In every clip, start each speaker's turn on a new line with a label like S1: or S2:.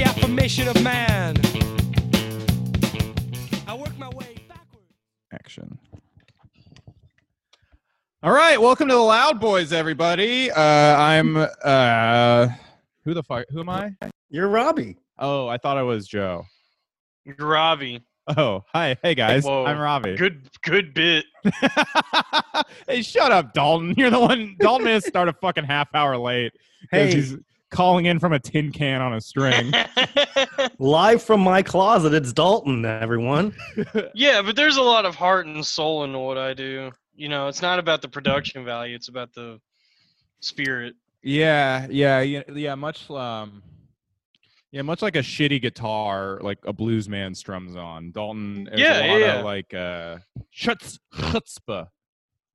S1: creation of man. I work my way backwards.
S2: action. All right, welcome to the Loud Boys, everybody. Uh, I'm uh, who the fuck? Who am I?
S3: You're Robbie.
S2: Oh, I thought I was Joe.
S4: Ravi,
S2: Oh, hi, hey guys,
S4: Whoa.
S2: I'm Robbie.
S4: good good bit.
S2: hey, shut up, Dalton. You're the one. Dalton made us start a fucking half hour late. 'cause
S3: Hey,
S2: he's calling in from a tin can on a string.
S3: live from my closet, it's Dalton, everyone.
S4: yeah, but there's a lot of heart and soul in what I do. You know, it's not about the production value; it's about the spirit.
S2: Yeah, yeah, yeah, yeah. Much, um, yeah, much like a shitty guitar, like a blues man strums on. Dalton, there's
S4: Yeah,
S2: a
S4: yeah,
S2: lot
S4: yeah.
S2: of like uh, chutz, chutzpah.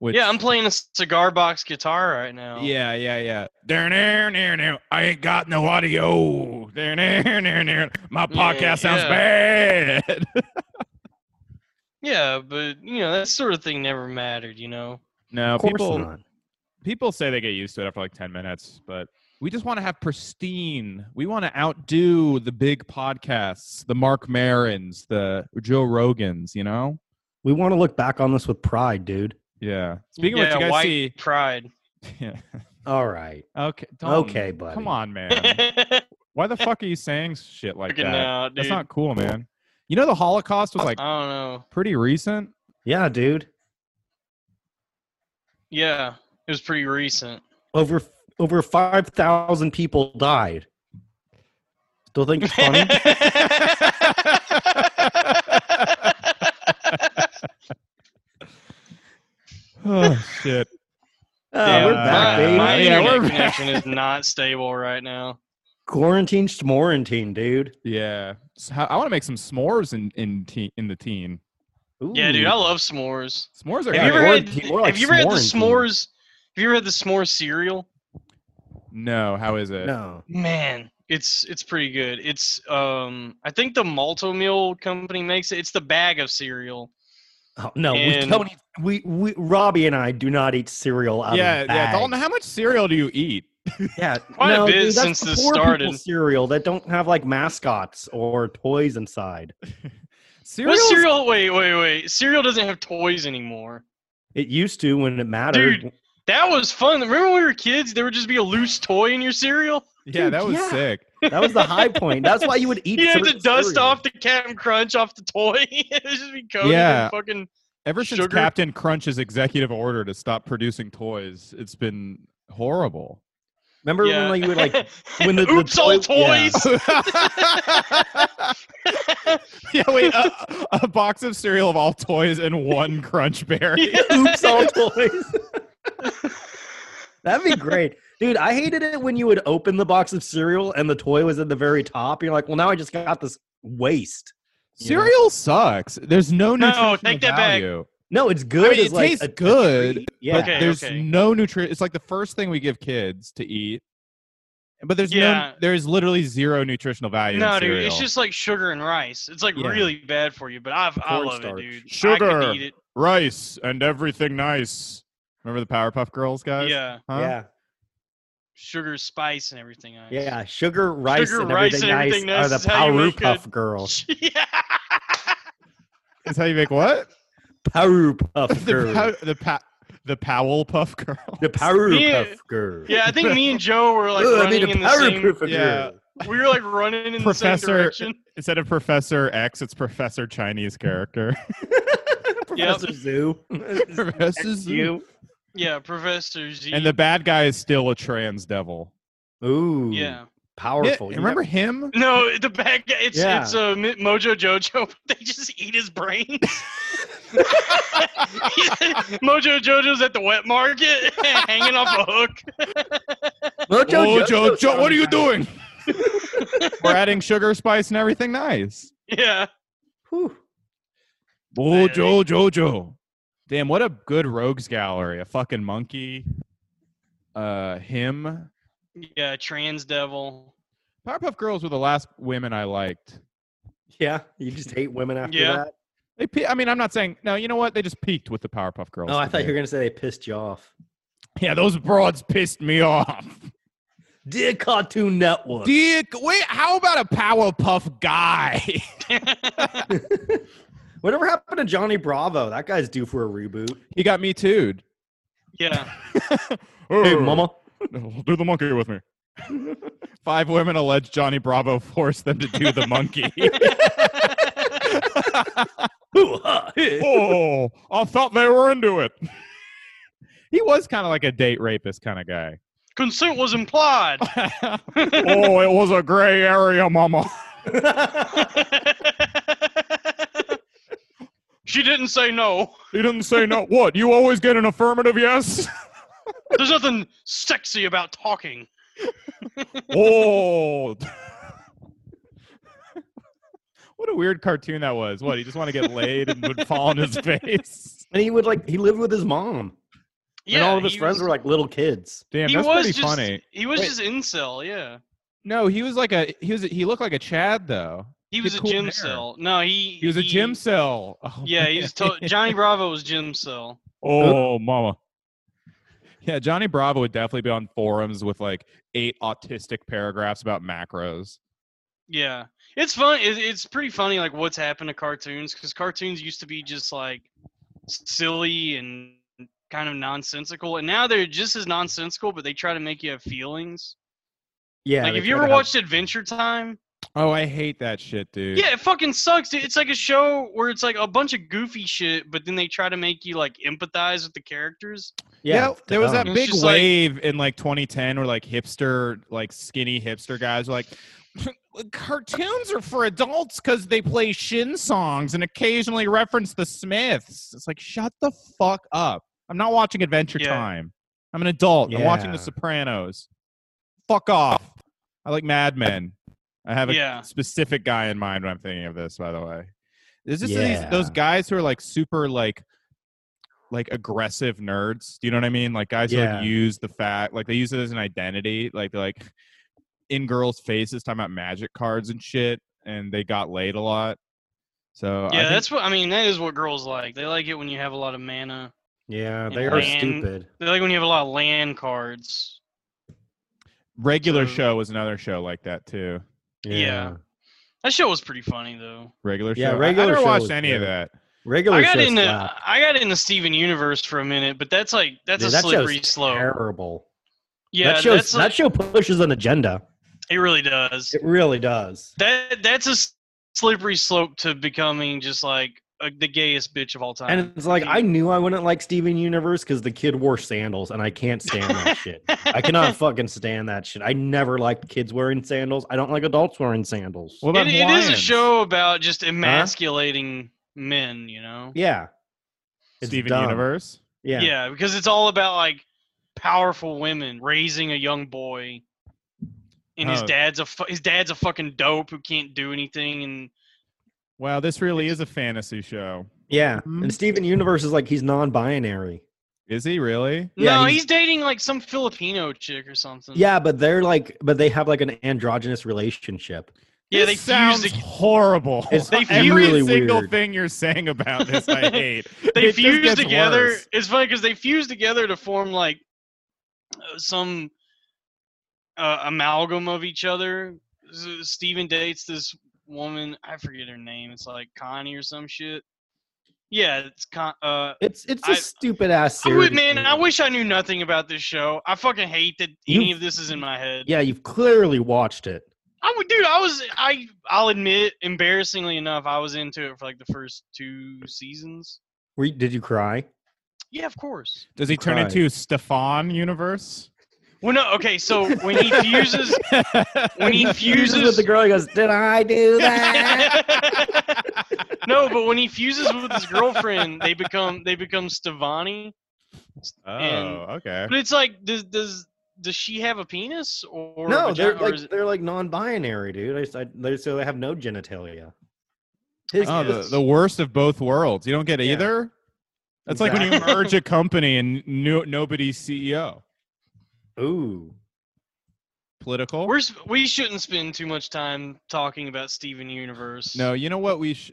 S2: Which,
S4: Yeah, I'm playing a cigar box guitar right now.
S2: yeah, yeah, yeah. There, there, there, there. I ain't got no audio. There, there, there, there. My
S4: Yeah,
S2: podcast sounds
S4: yeah.
S2: bad.
S4: yeah, but you know that sort of thing never mattered. You know,
S2: no,
S3: of course
S2: people,
S3: not.
S2: people say they get used to it after like 10 minutes, but we just want to have pristine. We want to outdo the big podcasts, the Mark Marins, the Joe Rogans, you know?
S3: We want to look back on this with pride, dude.
S2: Yeah. Speaking of which,
S4: yeah,
S2: you guys
S4: white
S2: see.
S4: pride.
S2: Yeah.
S3: All right.
S2: Okay. Dalton,
S3: okay, buddy.
S2: Come on, man. Why the fuck are you saying shit like
S4: Freaking
S2: that?
S4: out,
S2: That's
S4: dude. Uh,
S2: not cool, man. You know, the Holocaust was like
S4: I don't know.
S2: pretty recent.
S3: Yeah, dude.
S4: Yeah, it was pretty recent.
S3: Over over 5,000 people died. Still think it's funny?
S2: Oh, shit.
S3: Ah, we're
S2: Yeah,
S3: back,
S4: my,
S3: baby.
S4: my
S2: Yeah,
S4: internet
S2: we're back.
S4: connection is not stable right now.
S3: Quarantine schmorantine, dude.
S2: Yeah. So how- I want to make some s'mores in, in, teen, in the teen.
S3: Ooh.
S4: Yeah, dude, I love s'mores.
S2: S'mores are
S4: Have you
S2: great.
S4: ever had?
S3: quarantine- we're like
S4: have you ever had the
S3: s'morantine.
S4: s'mores? Have you ever had the s'more cereal?
S2: No, how is it?
S3: No.
S4: Man, it's it's pretty good. It's um, I think the Malto Meal company makes it. It's the bag of cereal.
S3: Oh, no, we
S4: And-
S3: don't eat. We, we, Robbie and I do not eat cereal out
S2: yeah, yeah.
S3: of bags.
S2: Dalton, how much cereal do you eat?
S3: Yeah,
S4: Quite a bit
S3: dude, that's
S4: since
S3: the
S4: this
S3: poor people
S4: started.
S3: Cereal that don't have like mascots or toys inside.
S2: Cereal.
S4: What cereal? Wait, wait, wait. Cereal doesn't have toys anymore.
S3: It used to when it mattered.
S4: Dude, That was fun. Remember when we were kids? There would just be a loose toy in your cereal.
S2: Yeah,
S3: Dude,
S2: that was
S3: yeah.
S2: sick.
S3: That was the high point. That's why you would eat.
S4: You had to
S3: certain
S4: dust
S3: cereal.
S4: off the Captain Crunch off the toy. it would just be coated
S2: Yeah.
S4: in fucking.
S2: Ever since
S4: Sugar?
S2: Captain Crunch's executive order to stop producing toys, it's been horrible.
S3: Remember when
S4: yeah.
S3: like, you would like when the- the
S4: oops all
S3: toy- yeah.
S4: toys.
S2: yeah, wait, a, a box of cereal of all toys and one Crunch Berry.
S3: oops all toys. That'd be great, dude. I hated it when you would open the box of cereal and the toy was at the very top. You're like, well, now I just got this waste. you know?
S2: Cereal sucks. There's no
S4: No,
S2: nutritional
S4: take that back.
S2: value.
S3: No, it's good.
S2: I mean,
S3: as,
S2: it
S3: like,
S2: tastes
S3: a- a
S2: good,
S3: treat. Yeah,
S2: But there's
S4: okay.
S2: no nutrition. It's like the first thing we give kids to eat. But there's
S4: Yeah.
S2: no, there's literally zero nutritional value.
S4: No,
S2: in
S4: dude,
S2: cereal.
S4: it's just like sugar and rice. It's like
S2: Yeah.
S4: really bad for you, but I've, I love
S3: Cornstarch.
S4: it, dude. I
S2: Sugar.
S4: could eat
S2: rice and everything nice. Remember the Powerpuff Girls
S4: it.
S2: guys?
S4: Yeah,
S2: Huh?
S3: yeah,
S4: sugar, spice, and everything. Nice.
S3: yeah. Sugar, rice,
S4: Sugar,
S3: and
S4: rice,
S3: everything,
S4: and everything
S3: nice,
S4: nice
S3: are
S4: is
S3: the
S4: how you make
S3: Powerpuff Girls.
S4: yeah.
S2: Is how you make what?
S3: Powerpuff
S2: the
S3: Girls.
S2: pow- the pa- the Powell Puff Girl.
S3: The Powerpuff
S4: Yeah.
S3: Girl.
S4: Yeah, I think me and Joe were like
S3: Ugh, I
S4: running
S3: need a
S4: in the same.
S3: Powerpuff
S2: Yeah.
S3: Girl.
S4: We were like running in the
S2: Professor-
S4: same direction.
S2: Instead of Professor X, it's Professor Chinese character.
S3: Professor Zoo.
S2: Professor
S3: Next to
S2: Zoo.
S3: you.
S4: Yeah, Professor Z.
S2: And the bad guy is still a trans devil.
S3: Ooh.
S4: yeah.
S3: Powerful.
S2: Yeah,
S3: You
S2: remember him?
S4: No, the bad guy. It's
S3: Yeah.
S4: it's uh, Mi- Mojo Jojo. But they just eat his brains. Mojo Jojo's at the wet market, hanging off a hook.
S3: got- Mojo
S2: Oh,
S3: Jojo
S2: Joe, Joe, what are you
S3: sounds
S2: doing? We're adding sugar, spice, and everything nice.
S4: Yeah.
S3: nice. Whew.
S2: Oh,
S4: Yeah.
S2: Joe, Jojo. Damn, what a good rogues gallery. A fucking monkey. Uh, him.
S4: Yeah, trans devil.
S2: Powerpuff Girls were the last women I liked.
S3: Yeah. You just hate women after
S4: Yeah.
S3: that.
S2: They, pe- I mean, I'm not saying no. You know what? They just peaked with the Powerpuff Girls.
S3: Oh, I
S2: to
S3: thought you
S2: me.
S3: were gonna say they pissed you off.
S2: Yeah, those broads pissed me off.
S3: Dear Cartoon Network.
S2: Dick, wait, how about a Powerpuff guy?
S3: Whatever happened to Johnny Bravo? That guy's due for a reboot.
S2: he got me too.
S4: yeah.
S3: Hey, mama.
S2: do the monkey with me. Five women allege Johnny Bravo forced them to do the monkey.
S3: Hoo-ha, hey.
S2: oh, I thought they were into it. He was kind of like a date rapist kind of guy.
S4: Consent was implied.
S2: oh, it was a gray area, mama.
S4: she didn't say no.
S2: He didn't say no. What? You always get an affirmative yes?
S4: There's nothing sexy about talking.
S2: oh. what a weird cartoon that was. What? He just wanted to get laid and would fall on his face.
S3: and he would like he lived with his mom.
S4: Yeah,
S3: and all of his
S4: he
S3: friends
S4: was-
S3: were like little kids.
S2: Damn,
S4: he
S2: that's
S4: was
S2: pretty
S4: just,
S2: funny.
S4: He was
S3: Wait.
S4: just incel, yeah.
S2: No, he was like a he was he looked like a Chad though.
S4: He
S2: Did
S4: was a
S2: cool
S4: gym
S2: hair.
S4: cell. No, he
S2: He was a gym cell. Oh,
S4: Yeah, he was to- Johnny Bravo was gym cell.
S2: Oh, mama. Yeah, Johnny Bravo would definitely be on forums with like eight autistic paragraphs about macros.
S4: Yeah, it's fun. It, it's pretty funny, like what's happened to cartoons because cartoons used to be just like silly and kind of nonsensical, and now they're just as nonsensical, but they try to make you have feelings.
S3: Yeah.
S4: like,
S3: they
S4: have you
S3: tried
S4: ever
S3: to have-
S4: watched Adventure Time?
S2: Oh, I hate that shit, dude.
S4: Yeah, it fucking sucks. Dude. It's like a show where it's like a bunch of goofy shit, but then they try to make you like empathize with the characters.
S2: Yeah,
S3: it's
S2: there was that
S3: dumb.
S4: It's
S2: big
S4: just like-
S2: wave in like 2010 where like hipster, like skinny hipster guys were like, cartoons are for adults because they play shin songs and occasionally reference the Smiths. It's like, shut the fuck up. I'm not watching Adventure
S4: Yeah.
S2: Time. I'm an adult. I'm watching The
S3: Yeah.
S2: Sopranos. Fuck off. I like Mad Men. I have a
S4: Yeah.
S2: specific guy in mind when I'm thinking of this, by the way. Is this
S3: Yeah.
S2: these, those guys who are like super like like aggressive nerds? Do you know what I mean? Like guys who
S3: Yeah.
S2: like use the fact like they use it as an identity. Like they're like in girls' faces talking about magic cards and shit, and they got laid a lot. So I
S4: yeah,
S2: think-
S4: that's what I mean. That is what girls like. They like it when you have a lot of mana.
S3: Yeah, they
S4: Yeah.
S3: are
S4: Man.
S3: stupid.
S4: They like when you have a lot of land cards.
S2: regular
S4: so-
S2: show was another show like that too.
S4: Yeah. That show was pretty funny though.
S2: Regular
S3: Yeah,
S2: show. I-
S3: Regular
S2: I never
S3: Show
S2: watched
S3: was
S2: any of
S3: good.
S2: that.
S3: Regular
S4: I got
S3: show
S4: into
S3: slapped.
S4: I got into Steven Universe for a minute, but that's like that's
S3: Dude,
S4: a
S3: that show's
S4: slippery slope.
S3: Terrible.
S4: Yeah,
S3: that, show's,
S4: that's like,
S3: that show pushes an agenda.
S4: it really does.
S3: It really does.
S4: that that's a s- slippery slope to becoming just like a, the gayest bitch of all time.
S3: And it's like I knew I wouldn't like Steven Universe because the kid wore sandals, and I can't stand that shit. I cannot fucking stand that shit. I never liked kids wearing sandals. I don't like adults wearing sandals.
S2: Well,
S4: It, it is a show about just emasculating men, you know?
S3: yeah, It's
S2: Steven
S3: dumb.
S2: Universe.
S3: yeah,
S4: because it's all about like powerful women raising a young boy, and his
S2: Oh.
S4: dad's a fu- his dad's a fucking dope who can't do anything, and
S2: Wow, this really is a fantasy show.
S3: yeah.
S2: Mhm.
S3: And Steven Universe is like he's non-binary.
S2: Is he really?
S3: Yeah,
S4: no,
S3: he's-
S4: he's, dating like some Filipino chick or something.
S3: Yeah, but they're like, but they have like an androgynous relationship.
S4: yeah,
S2: This
S4: they fuse
S2: sounds
S4: the
S2: horrible.
S3: It's
S4: They
S2: Every
S3: really
S2: single
S3: weird.
S2: thing you're saying about this, I hate. It
S4: they
S2: just
S4: fuse
S2: gets
S4: together.
S2: worse.
S4: It's funny because they fuse together to form like uh, some uh, amalgam of each other. S- Steven dates this woman. I forget her name. It's like Connie or some shit. Yeah, it's Con. Uh,
S3: It's it's a
S4: I-
S3: stupid ass.
S4: I would, man.
S3: series.
S4: I wish I knew nothing about this show. I fucking hate that any
S3: You-
S4: of this is in my head.
S3: Yeah, you've clearly watched it.
S4: I would, dude. I was. I. I'll admit, embarrassingly enough, I was into it for like the first two seasons.
S3: Were you, did you cry?
S4: Yeah, of course.
S2: Does he turn
S3: Right.
S2: into Stefan Universe? Oh,
S4: Well, no. Okay, so when he fuses, when he
S3: Fuses with
S4: fuses
S3: the girl. He goes, "Did I do that?"
S4: no, but when he fuses with his girlfriend, they become they become Stevani.
S2: oh,
S4: And-
S2: okay.
S4: But it's like, does does does she have a penis or a
S3: no, they're
S4: vagina, or
S3: like
S4: is it-
S3: they're like non-binary, dude. I, s- I- they so they have no genitalia. His,
S2: Oh, the,
S3: his-
S2: the worst of both worlds. You don't get
S3: Yeah.
S2: either. That's like when you
S3: Exactly.
S2: merge a company and no, E nobody's CEO.
S3: ooh,
S2: Political.
S4: we're sp- we shouldn't spend too much time talking about Steven Universe.
S2: No, you know what we. Sh-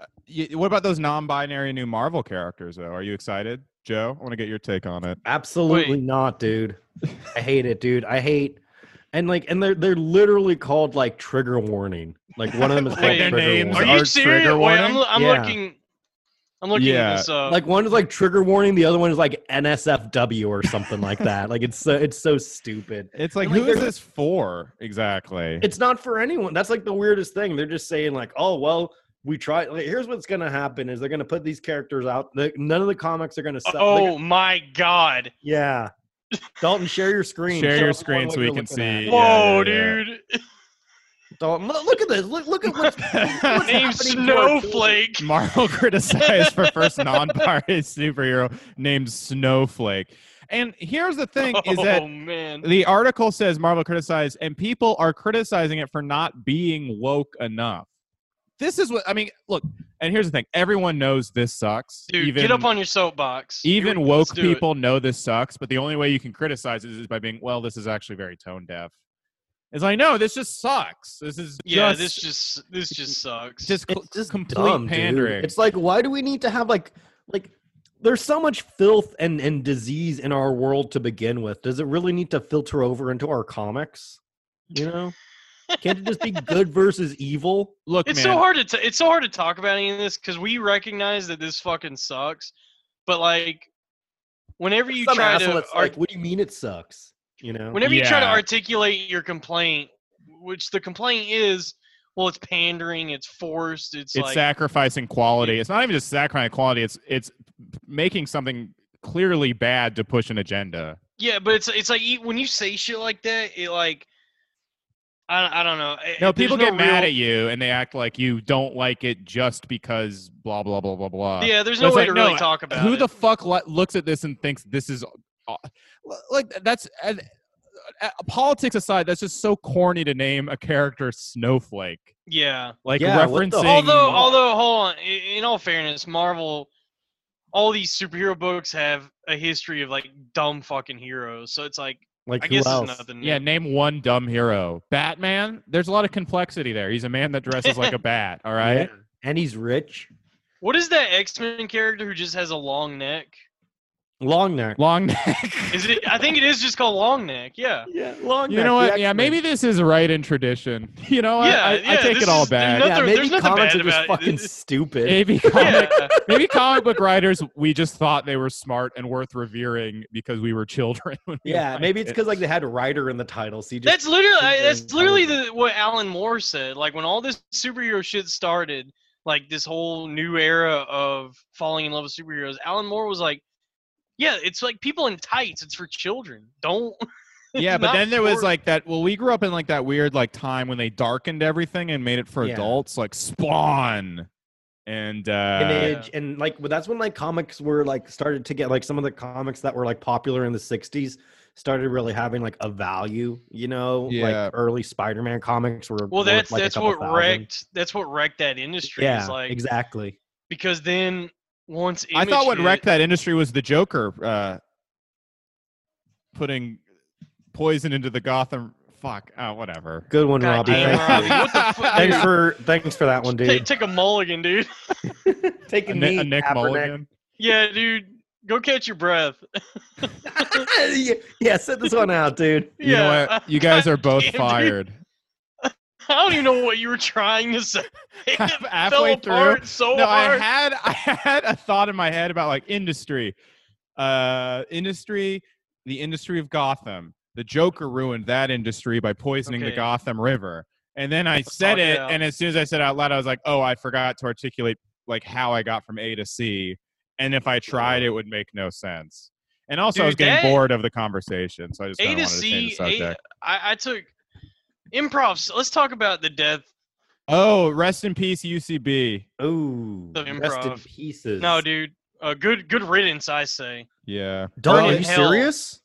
S2: uh, y- what about those non-binary new Marvel characters, though? Are you excited, Joe? I want to get your take on it.
S3: absolutely
S4: Wait.
S3: not, dude. I hate it, dude. I hate And like, and they're they're literally called like trigger warning. Like one of them is
S4: Wait,
S3: called
S4: their
S3: trigger
S2: names
S4: Are
S3: warning.
S4: you
S2: Art
S4: serious?
S2: trigger
S4: Wait, I'm,
S2: warning?
S4: lo- I'm
S3: Yeah.
S4: looking. I'm looking
S2: Yeah.
S4: at this up.
S3: like one is like trigger warning, the other one is like NSFW or something like that. Like it's so it's so stupid.
S2: It's like,
S3: And, like,
S2: who is
S3: they're-
S2: this for exactly?
S3: It's not for anyone. That's like the weirdest thing. They're just saying like, oh well, we try. Like, here's what's gonna happen is they're gonna put these characters out. Like, none of the comics are gonna sell. they're
S4: oh my god!
S3: Yeah. Dalton, share your screen.
S2: Share
S3: Show
S2: your
S3: us
S2: screen
S3: what
S2: so
S3: you're
S2: we can
S3: looking at.
S2: see. Yeah, yeah,
S4: Whoa,
S2: yeah.
S4: dude!
S3: Dalton, look, look at this. Look, look at what's, what's
S4: Name
S3: happening to our children.
S4: Snowflake.
S2: Marvel criticized for first non-party superhero named Snowflake. And here's the thing: is that
S4: Oh man.
S2: the article says Marvel criticized, and people are criticizing it for not being woke enough. This is what I mean. Look, and here's the thing: everyone knows this sucks.
S4: Dude,
S2: even
S4: get up on your soapbox. Here
S2: even
S4: we go,
S2: woke
S4: let's do it.
S2: people know this sucks. But the only way you can criticize it is by being, well, this is actually very tone deaf. It's like, no, this just sucks. This is
S4: Yeah,
S2: just,
S4: this just this just sucks.
S2: just, cl-
S3: It's just
S2: complete
S3: dumb, dude.
S2: pandering.
S3: It's like, why do we need to have like, like, there's so much filth and and disease in our world to begin with. Does it really need to filter over into our comics? You know, can't it just be good versus evil?
S2: Look,
S4: it's
S2: man,
S4: so hard to t- it's so hard to talk about any of this because we recognize that this fucking sucks, but like whenever you
S3: Some
S4: try
S3: asshole
S4: to
S3: that's
S4: art-
S3: like, what do you mean it sucks? You know,
S4: whenever you try to
S2: Yeah.
S4: articulate your complaint, which the complaint is, well, it's pandering, it's forced, it's,
S2: it's
S4: like
S2: sacrificing quality. It's not even just sacrificing quality. It's it's making something clearly bad to push an agenda.
S4: yeah, but it's it's like you- when you say shit like that, it like I, I don't know. eh,
S2: No,
S4: there's
S2: people get mad
S4: real-
S2: at you and they act like you don't like it just because blah blah blah blah blah.
S4: Yeah, there's
S2: But
S4: no
S2: it's
S4: way
S2: like,
S4: to really
S2: no,
S4: talk about
S2: Who
S4: it.
S2: the fuck li- looks at this and thinks this is aw- like that's uh, uh, politics aside? That's just so corny to name a character Snowflake.
S4: yeah.
S2: Like
S3: Yeah, what the-
S2: referencing.
S4: Although, although, hold on. i- In all fairness, Marvel, all these superhero books have a history of like dumb fucking heroes. So it's like,
S3: like
S4: I
S3: who
S4: guess
S3: else?
S4: it's nothing. new.
S2: Yeah, name one dumb hero. Batman. There's a lot of complexity there. He's a man that dresses like a bat. All right.
S3: Yeah. And he's rich,
S4: What is that X Men character who just has a long neck?
S3: long neck.
S2: Long neck.
S4: Is it? I think it is just called Long Neck. Yeah.
S3: Yeah, long.
S2: you know what? Yeah, maybe this is right in tradition. You know, what?
S4: Yeah,
S2: I, I
S4: yeah,
S2: take
S4: this
S2: it all
S4: is-
S2: back.
S4: there's nothing-
S3: yeah, maybe
S4: there's nothing
S3: comics
S4: bad
S3: are just
S4: about it.
S3: fucking
S4: It's-
S3: stupid.
S2: Maybe comic,
S4: Yeah.
S2: maybe comic book writers, we just thought they were smart and worth revering because we were children. When we
S3: Yeah,
S2: liked
S3: maybe it's
S2: it.
S3: because like they had writer in the title, so you just
S4: That's literally I, that's
S3: Superman
S4: literally
S3: Power.
S4: the, what Alan Moore said. Like when all this superhero shit started, like this whole new era of falling in love with superheroes. Alan Moore was like, "Yeah, it's like people in tights. It's for children. Don't." it's
S2: yeah, but
S4: not
S2: then there was
S4: for-
S2: like that. Well, we grew up in like that weird like time when they darkened everything and made it for
S3: Yeah.
S2: adults, like Spawn, and uh,
S3: image and like well, that's when like comics were like started to get like some of the comics that were like popular in the 60s started really having like a value, you know,
S2: Yeah.
S3: like early Spider-Man comics were
S4: Well,
S3: worth,
S4: that's
S3: like, a
S4: that's
S3: couple
S4: what
S3: thousand.
S4: wrecked that's what wrecked that industry.
S3: Yeah,
S4: is like
S3: exactly.
S4: because then once
S2: I thought
S4: Image
S2: what
S4: hit-
S2: wrecked that industry was the Joker uh, putting poison into the Gotham. Fuck, oh, whatever.
S3: Good one,
S4: God
S3: Robbie.
S4: damn,
S3: Thank
S4: Robbie,
S3: you.
S4: what the fuck?
S3: Thanks
S4: dude?
S3: for thanks for that one,
S4: Take,
S3: dude.
S4: take a mulligan, dude.
S2: A,
S3: Taking
S2: Ni-
S3: me,
S2: a Nick
S3: Kaepernick.
S2: Mulligan.
S4: Yeah, dude, go catch your breath.
S3: yeah, yeah, set this one out, dude.
S2: You know
S4: Yeah,
S2: what? You guys are both
S4: goddamn, dude.
S2: fired.
S4: I don't even know what you were trying to say. It
S2: Half-
S4: fell
S2: halfway through,
S4: apart so
S2: no, I
S4: hard.
S2: had I had a thought in my head about like industry, uh, industry, the industry of Gotham. The Joker ruined that industry by poisoning
S4: Okay. Oh,
S2: the Gotham River. And then I said
S4: talk it
S2: it,
S4: out.
S2: and as soon as I said it out loud, I was like, "Oh, I forgot to articulate like how I got from A to C." And if I tried, it would make no sense. And also, I
S4: Dude,
S2: was getting
S4: that-
S2: bored of the conversation, so I just
S4: A
S2: kinda
S4: to
S2: wanted to change
S4: C.
S2: the
S4: A,
S2: subject.
S4: I, I took improv. So let's talk about the death.
S2: Oh, rest in peace, UCB.
S3: Oh,
S4: The
S3: rest in
S4: improv.
S3: pieces.
S4: No, dude. Uh, good, good riddance, I say.
S2: Yeah,
S3: Dog,
S4: Burn
S3: are
S4: in
S3: you
S4: hell.
S3: serious?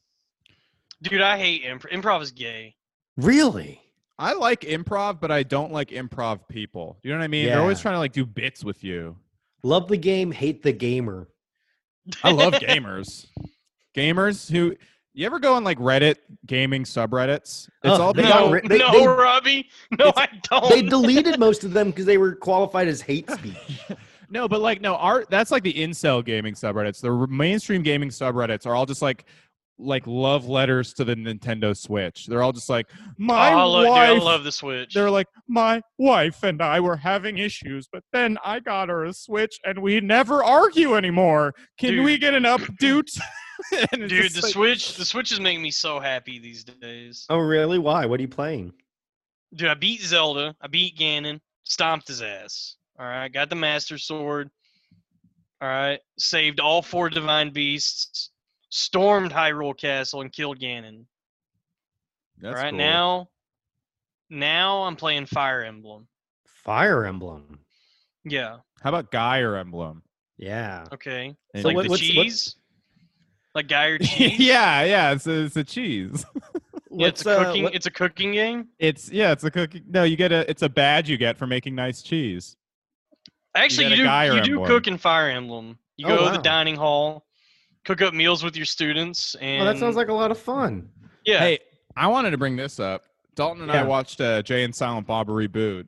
S4: Dude, I hate improv. Improv is gay.
S3: Really?
S2: I like improv, but I don't like improv people. You know what I mean? They're always
S3: Yeah.
S2: trying to like do bits with you.
S3: Love the game, hate the gamer.
S2: I love gamers. Gamers who you ever go on like Reddit gaming subreddits? It's
S3: Ugh,
S2: all
S3: they
S2: about-
S3: got
S4: No,
S3: ri- they-
S4: no,
S3: they-
S4: Robbie. No, I don't.
S3: They deleted most of them because they were qualified as hate speech.
S2: no, but like no art. That's like the incel gaming subreddits. The r- mainstream gaming subreddits are all just like like love letters to the Nintendo Switch. They're all just like my
S4: oh, look, dude, I
S2: wife.
S4: love the Switch.
S2: They're like my wife and I were having issues, but then I got her a Switch and we never argue anymore. Can
S4: Dude.
S2: we get an update? And it's
S4: Dude,
S2: just
S4: the
S2: like-
S4: Switch, the Switch is making me so happy these days.
S3: Oh, really? Why? What are you playing?
S4: Dude, I beat Zelda. I beat Ganon. Stomped his ass. All right, got the Master Sword. All right, saved all four Divine Beasts. Stormed Hyrule Castle and killed Ganon.
S2: That's
S4: all right
S2: cool.
S4: now, now I'm playing Fire Emblem.
S3: Fire Emblem.
S4: Yeah.
S2: How about Geyer Emblem?
S3: Yeah.
S4: Okay.
S2: And
S3: So
S4: like
S3: what-
S4: the
S3: what's- what-
S4: cheese. Like guy or cheese.
S2: yeah, yeah, it's a, it's a cheese.
S4: Yeah, it's
S3: What's,
S4: a
S3: uh,
S4: cooking.
S3: what-
S4: It's a cooking game.
S2: It's yeah, it's a cookie. No, you get a it's a badge you get for making nice cheese.
S4: Actually,
S2: got
S4: you,
S2: a guy or
S4: do. You do
S2: emblem.
S4: cook in Fire Emblem. You
S3: Oh,
S4: go to
S3: wow.
S4: the dining hall, cook up meals with your students, and
S3: Oh, that sounds like a lot of fun.
S4: yeah.
S2: Hey, I wanted to bring this up. Dalton and I
S3: Yeah.
S2: watched uh, Jay and Silent Bob reboot.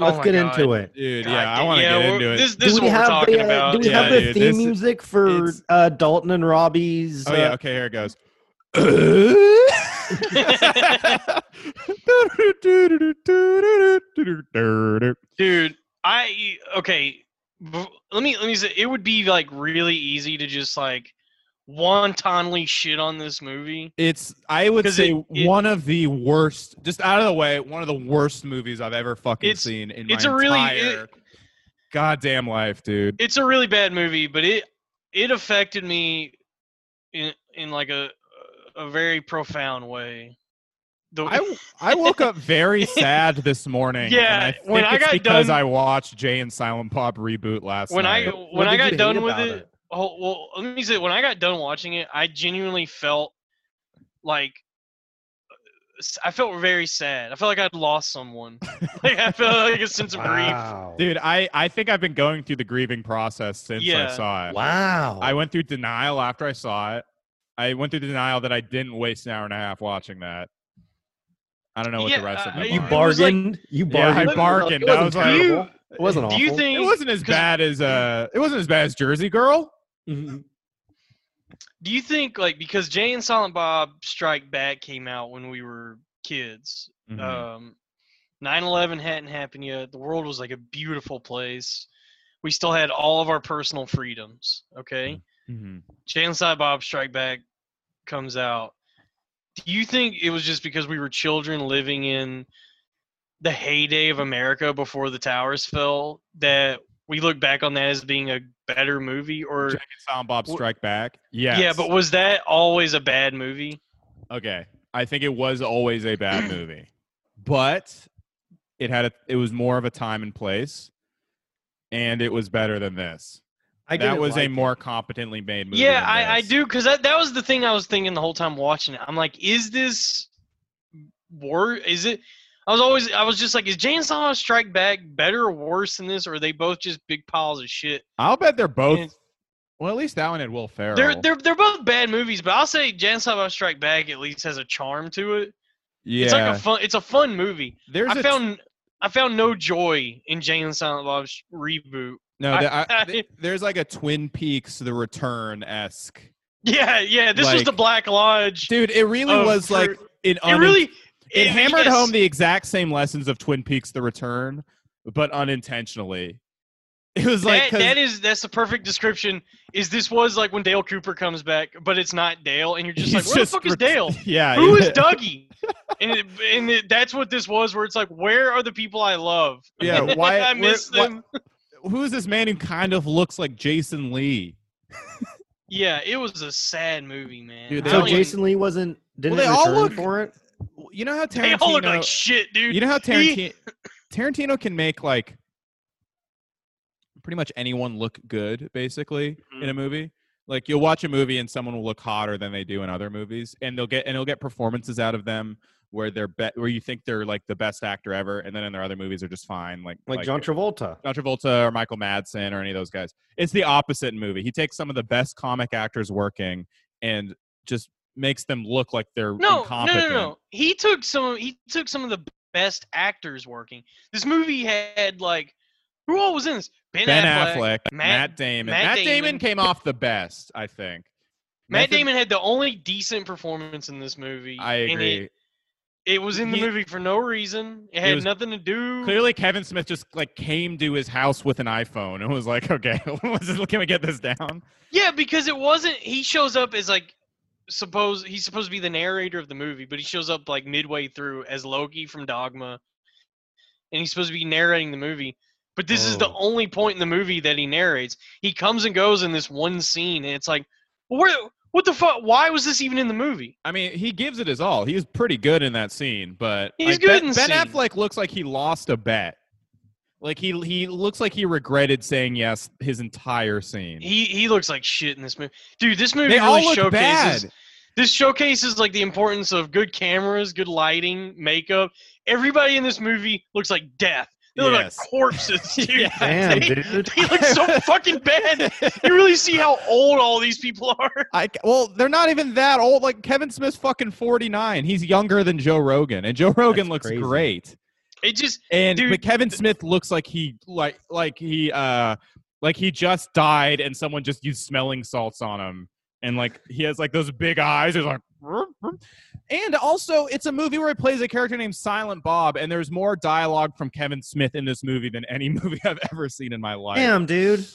S4: Oh
S3: Let's
S4: my
S3: get
S4: God.
S3: into it.
S2: Dude,
S4: God
S2: yeah, I
S4: damn-
S2: want to
S4: yeah,
S2: get
S4: we're-
S2: into it.
S4: This, this is
S3: do we
S4: what we're
S3: have
S4: talking
S3: the, uh,
S4: about.
S3: Do we
S2: Yeah,
S3: have the
S2: dude,
S3: theme
S2: this is-
S3: music for
S2: it's-
S3: uh, Dalton and Robbie's?
S2: Oh yeah,
S3: uh,
S2: okay, here it goes.
S4: dude i okay b- let me let me say it would be like really easy to just like wantonly shit on this movie
S2: It's I would
S4: 'Cause
S2: say
S4: it- it-
S2: one of the worst, just out of the way, one of the worst movies I've ever fucking
S4: It's-
S2: seen in
S4: it's
S2: my
S4: a really-
S2: entire
S4: it-
S2: goddamn life, dude.
S4: it's a really bad movie but it it affected me in in like a a very profound way the,
S2: I I woke up very sad this morning. and
S4: Yeah,
S2: I think
S4: when I
S2: it's
S4: got
S2: because
S4: done-
S2: I watched Jay and Silent Bob reboot last
S4: when i
S2: night.
S3: What
S4: when i
S3: did you
S4: got
S3: hate
S4: done with
S3: about
S4: it Oh well, let me say when I got done watching it, I genuinely felt like uh, s- I felt very sad. I felt like I'd lost someone. like I felt like a sense of grief.
S3: Wow.
S2: Dude, I, I think I've been going through the grieving process since I
S4: Yeah.
S2: saw it.
S3: Wow.
S2: I went through denial after I saw it. I went through denial that I didn't waste an hour and a half watching that. I don't know what
S4: Yeah,
S2: the rest of
S4: uh,
S2: my
S4: you
S3: you
S2: mind-
S4: bar- was like-
S3: bargained. you
S2: Yeah, I
S3: bargained.
S2: bargained.
S3: It
S2: I
S3: wasn't
S2: was like-
S3: terrible. it wasn't
S4: Do
S3: awful.
S4: you think
S2: It wasn't as
S4: 'cause- mm-hmm.
S2: bad as uh it wasn't as bad as Jersey Girl.
S3: Mhm.
S4: do you think like because Jay and Silent Bob Strike Back came out when we were kids?
S3: Mm-hmm.
S4: Um 9/11 hadn't happened yet. The world was like a beautiful place. We still had all of our personal freedoms, okay?
S3: Mm-hmm.
S2: Mhm.
S4: Jay and Silent Bob Strike Back comes out. Do you think it was just because we were children living in the heyday of America before the towers fell that we look back on that as being a better movie? Or
S2: Jack and Silent Bob
S4: Wh-
S2: Strike Back. Yes.
S4: yeah, but was that always a bad movie?
S2: okay. I think it was always a bad movie, but it had a, it was more of a time and place, and it was better than this.
S3: I
S2: that
S3: didn't
S2: was
S3: like
S2: a
S3: it.
S2: more competently made movie.
S4: yeah,
S2: than
S4: I, I
S2: this.
S4: do because that that was the thing I was thinking the whole time watching it. I'm like, is this wor Is it? I was always I was just like, is Jay and Silent Bob Strike Back better or worse than this, or are they both just big piles of shit?
S2: I'll bet they're both.
S4: And-
S2: well, at least that one had Will Ferrell.
S4: They're they're they're both bad movies, but I'll say Jan Silent Strike Back at least has a charm to it.
S2: yeah.
S4: It's like a fun it's a fun movie.
S2: There's
S4: I
S2: a-
S4: found I found no joy in Jane and Silent Bob's reboot.
S2: no.
S4: I-
S2: the- I-
S4: I-
S2: th- there's like a Twin Peaks: The Return esque.
S4: Yeah, yeah, this was
S2: Like-
S4: the Black Lodge.
S2: Dude, it really
S4: Oh,
S2: was
S4: for-
S2: like an.
S4: it
S2: unin-
S4: really
S2: it hammered
S4: yes.
S2: home the exact same lessons of Twin Peaks: The Return, but unintentionally. It was like
S4: that, that is that's the perfect description. Is this was like when Dale Cooper comes back, but it's not Dale, and you're just like, where the fuck is Dale?
S2: Yeah,
S4: Who
S2: yeah.
S4: is Dougie? and it, and it, that's what this was, where it's like, where are the people I love?
S2: Yeah, why-
S4: I
S2: where-
S4: miss
S2: why-
S4: them.
S2: Who is this man who kind of looks like Jason Lee?
S4: Yeah, it was a sad movie, man.
S2: Dude,
S4: I
S2: they
S3: So
S4: don't even-
S3: Jason Lee wasn't. Didn't
S2: they
S3: return
S2: all look-
S3: for it.
S2: You know how Tarantino.
S4: they all look like shit, dude.
S2: You know how
S4: He-
S2: Tarantino, Tarantino can make like pretty much anyone look good, basically,
S4: Mm-hmm.
S2: in a movie. Like you'll watch a movie and someone will look hotter than they do in other movies, and they'll get and they'll get performances out of them where they're be- where you think they're like the best actor ever, and then in their other movies are just fine, like
S3: Like, John Travolta.
S2: John Travolta or Michael Madsen or any of those guys. It's the opposite in movie. He takes some of the best comic actors working and just makes them look like they're
S4: no, no,
S2: incompetent.
S4: no, no. He took some. He took some of the best actors working. This movie had like, who all was in this?
S2: Ben Affleck, Matt,
S4: Matt-
S2: Damon. Matt,
S4: Matt
S2: Damon.
S4: Damon.
S2: came off the best, I think.
S4: Matt
S2: Method-
S4: Damon had the only decent performance in this movie.
S2: I
S4: and
S2: agree.
S4: it, it was in the
S2: He-
S4: movie for no reason. It had
S2: was-
S4: nothing to do.
S2: Clearly, Kevin Smith just like came to his house with an iPhone and was like, "Okay, can we get this down?"
S4: Yeah, because it wasn't. He shows up as like suppose he's supposed to be the narrator of the movie, but he shows up like midway through as Loki from Dogma, and he's supposed to be narrating the movie. But this is the
S3: Oh.
S4: only point in the movie that he narrates. He comes and goes in this one scene, and it's like, where? What the fuck? Why was this even in the movie?
S2: I mean, he gives it his all. He was pretty good in that scene, but
S4: He's
S2: like,
S4: good
S2: Ben,
S4: in
S2: Ben
S4: scenes.
S2: Affleck looks like he lost a bet. Like he he looks like he regretted saying yes his entire scene.
S4: He he looks like shit in this movie, dude. This movie
S2: they all
S4: really
S2: look
S4: showcases
S2: bad.
S4: this showcases like the importance of good cameras, good lighting, makeup. Everybody in this movie looks like death. They look
S2: Yes.
S4: like corpses, dude.
S2: Yeah.
S3: Damn,
S4: they,
S3: dude.
S4: they look so fucking bad. You really see how old all these people are.
S2: I ca- well, they're not even that old. Like Kevin Smith's fucking forty nine. He's younger than Joe Rogan, and Joe Rogan
S3: That's
S2: looks
S3: crazy.
S2: great.
S4: It just
S2: And
S4: Dude,
S2: but Kevin Smith looks like he like like he uh like he just died and someone just used smelling salts on him. And like he has like those big eyes. He's like "Ruh, ruh." and also it's a movie where he plays a character named Silent Bob, and there's more dialogue from Kevin Smith in this movie than any movie I've ever seen in my life.
S3: Damn, dude.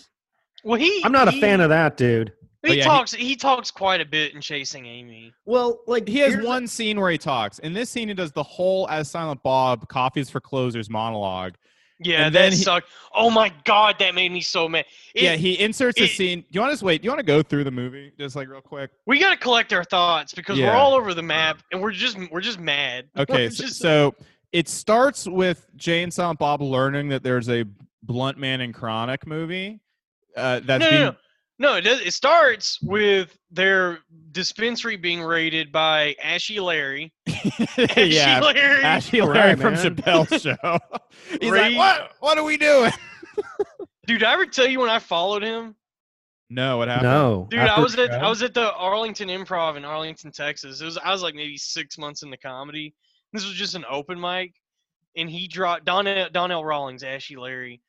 S4: well he
S3: I'm not a
S4: he-
S3: fan of that, dude.
S2: But Oh,
S4: He
S2: yeah, he-
S4: talks he, talks quite a bit in Chasing Amy.
S3: Well, like
S2: He has
S3: here's-
S2: one scene where he talks. In this scene, he does the whole as Silent Bob, coffees for closers monologue.
S4: Yeah,
S2: And then
S4: that
S2: he-
S4: sucked. Oh my god, that made me so mad. It-
S2: yeah, he inserts a
S4: it-
S2: scene. Do you want to just wait? Do you want to go through the movie just like real quick?
S4: we gotta collect our thoughts because we're
S2: Yeah.
S4: all over the map and we're just we're just mad.
S2: Okay,
S4: We're
S2: so,
S4: just-
S2: so it starts with Jay and Silent Bob learning that there's a Blunt Man and Chronic movie. Uh, that's
S4: no, no,
S2: being,
S4: no. No, it, does, it starts with their dispensary being raided by Ashy Larry. Ashy
S2: yeah,
S4: Larry.
S2: Ashley
S3: All
S2: Larry
S3: right,
S2: from
S3: man.
S2: Chappelle's show. He's
S4: Ray-
S2: like, what? What are we doing?
S4: Dude, did I ever tell you when I followed him?
S2: No, what happened?
S3: No,
S4: Dude, I
S3: after
S4: was at
S3: Crow?
S4: I was at the Arlington Improv in Arlington, Texas. It was I was like maybe six months into comedy. This was just an open mic, and he dropped Donnell Donnell Rawlings, Ashy Larry,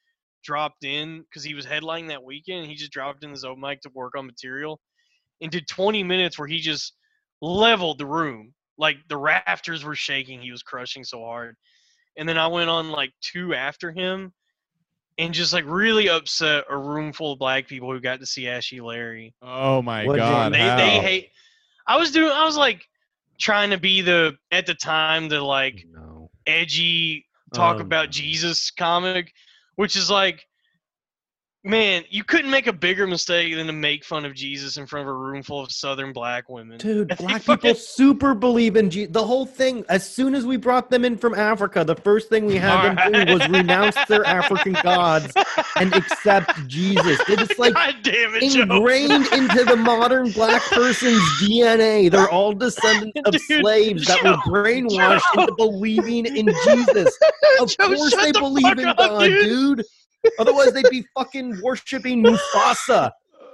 S4: dropped in because he was headlining that weekend. and he just dropped in this open mic to work on material, and did 20 minutes where he just leveled the room. Like the rafters were shaking. He was crushing so hard, and then I went on like two after him. And just like really upset a room full of black people who got to see Ashy Larry.
S2: Oh my
S3: What, Jay?
S2: god!
S4: They
S2: how?
S4: they hate. I was doing. I was like trying to be the at the time the like
S3: No.
S4: edgy talk
S3: Oh,
S4: about E.
S3: no.
S4: Jesus comic, which is like, man, you couldn't make a bigger mistake than to make fun of Jesus in front of a room full of Southern black women.
S3: Dude,
S4: They
S3: black
S4: fucking-
S3: people super believe in Jesus. The whole thing, as soon as we brought them in from Africa, the first thing we had them
S4: Alright.
S3: do was renounce their African gods and accept Jesus. It is like
S4: God damn it, Joe.
S3: ingrained into the modern black person's DNA. They're all descendants of
S4: Dude,
S3: slaves that
S4: Joe,
S3: were brainwashed
S4: Joe.
S3: into believing in Jesus. Of
S4: Joe,
S3: course
S4: shut
S3: they
S4: the
S3: believe
S4: fuck
S3: in
S4: up,
S3: God,
S4: dude.
S3: dude. Otherwise, they'd be fucking worshiping Mufasa.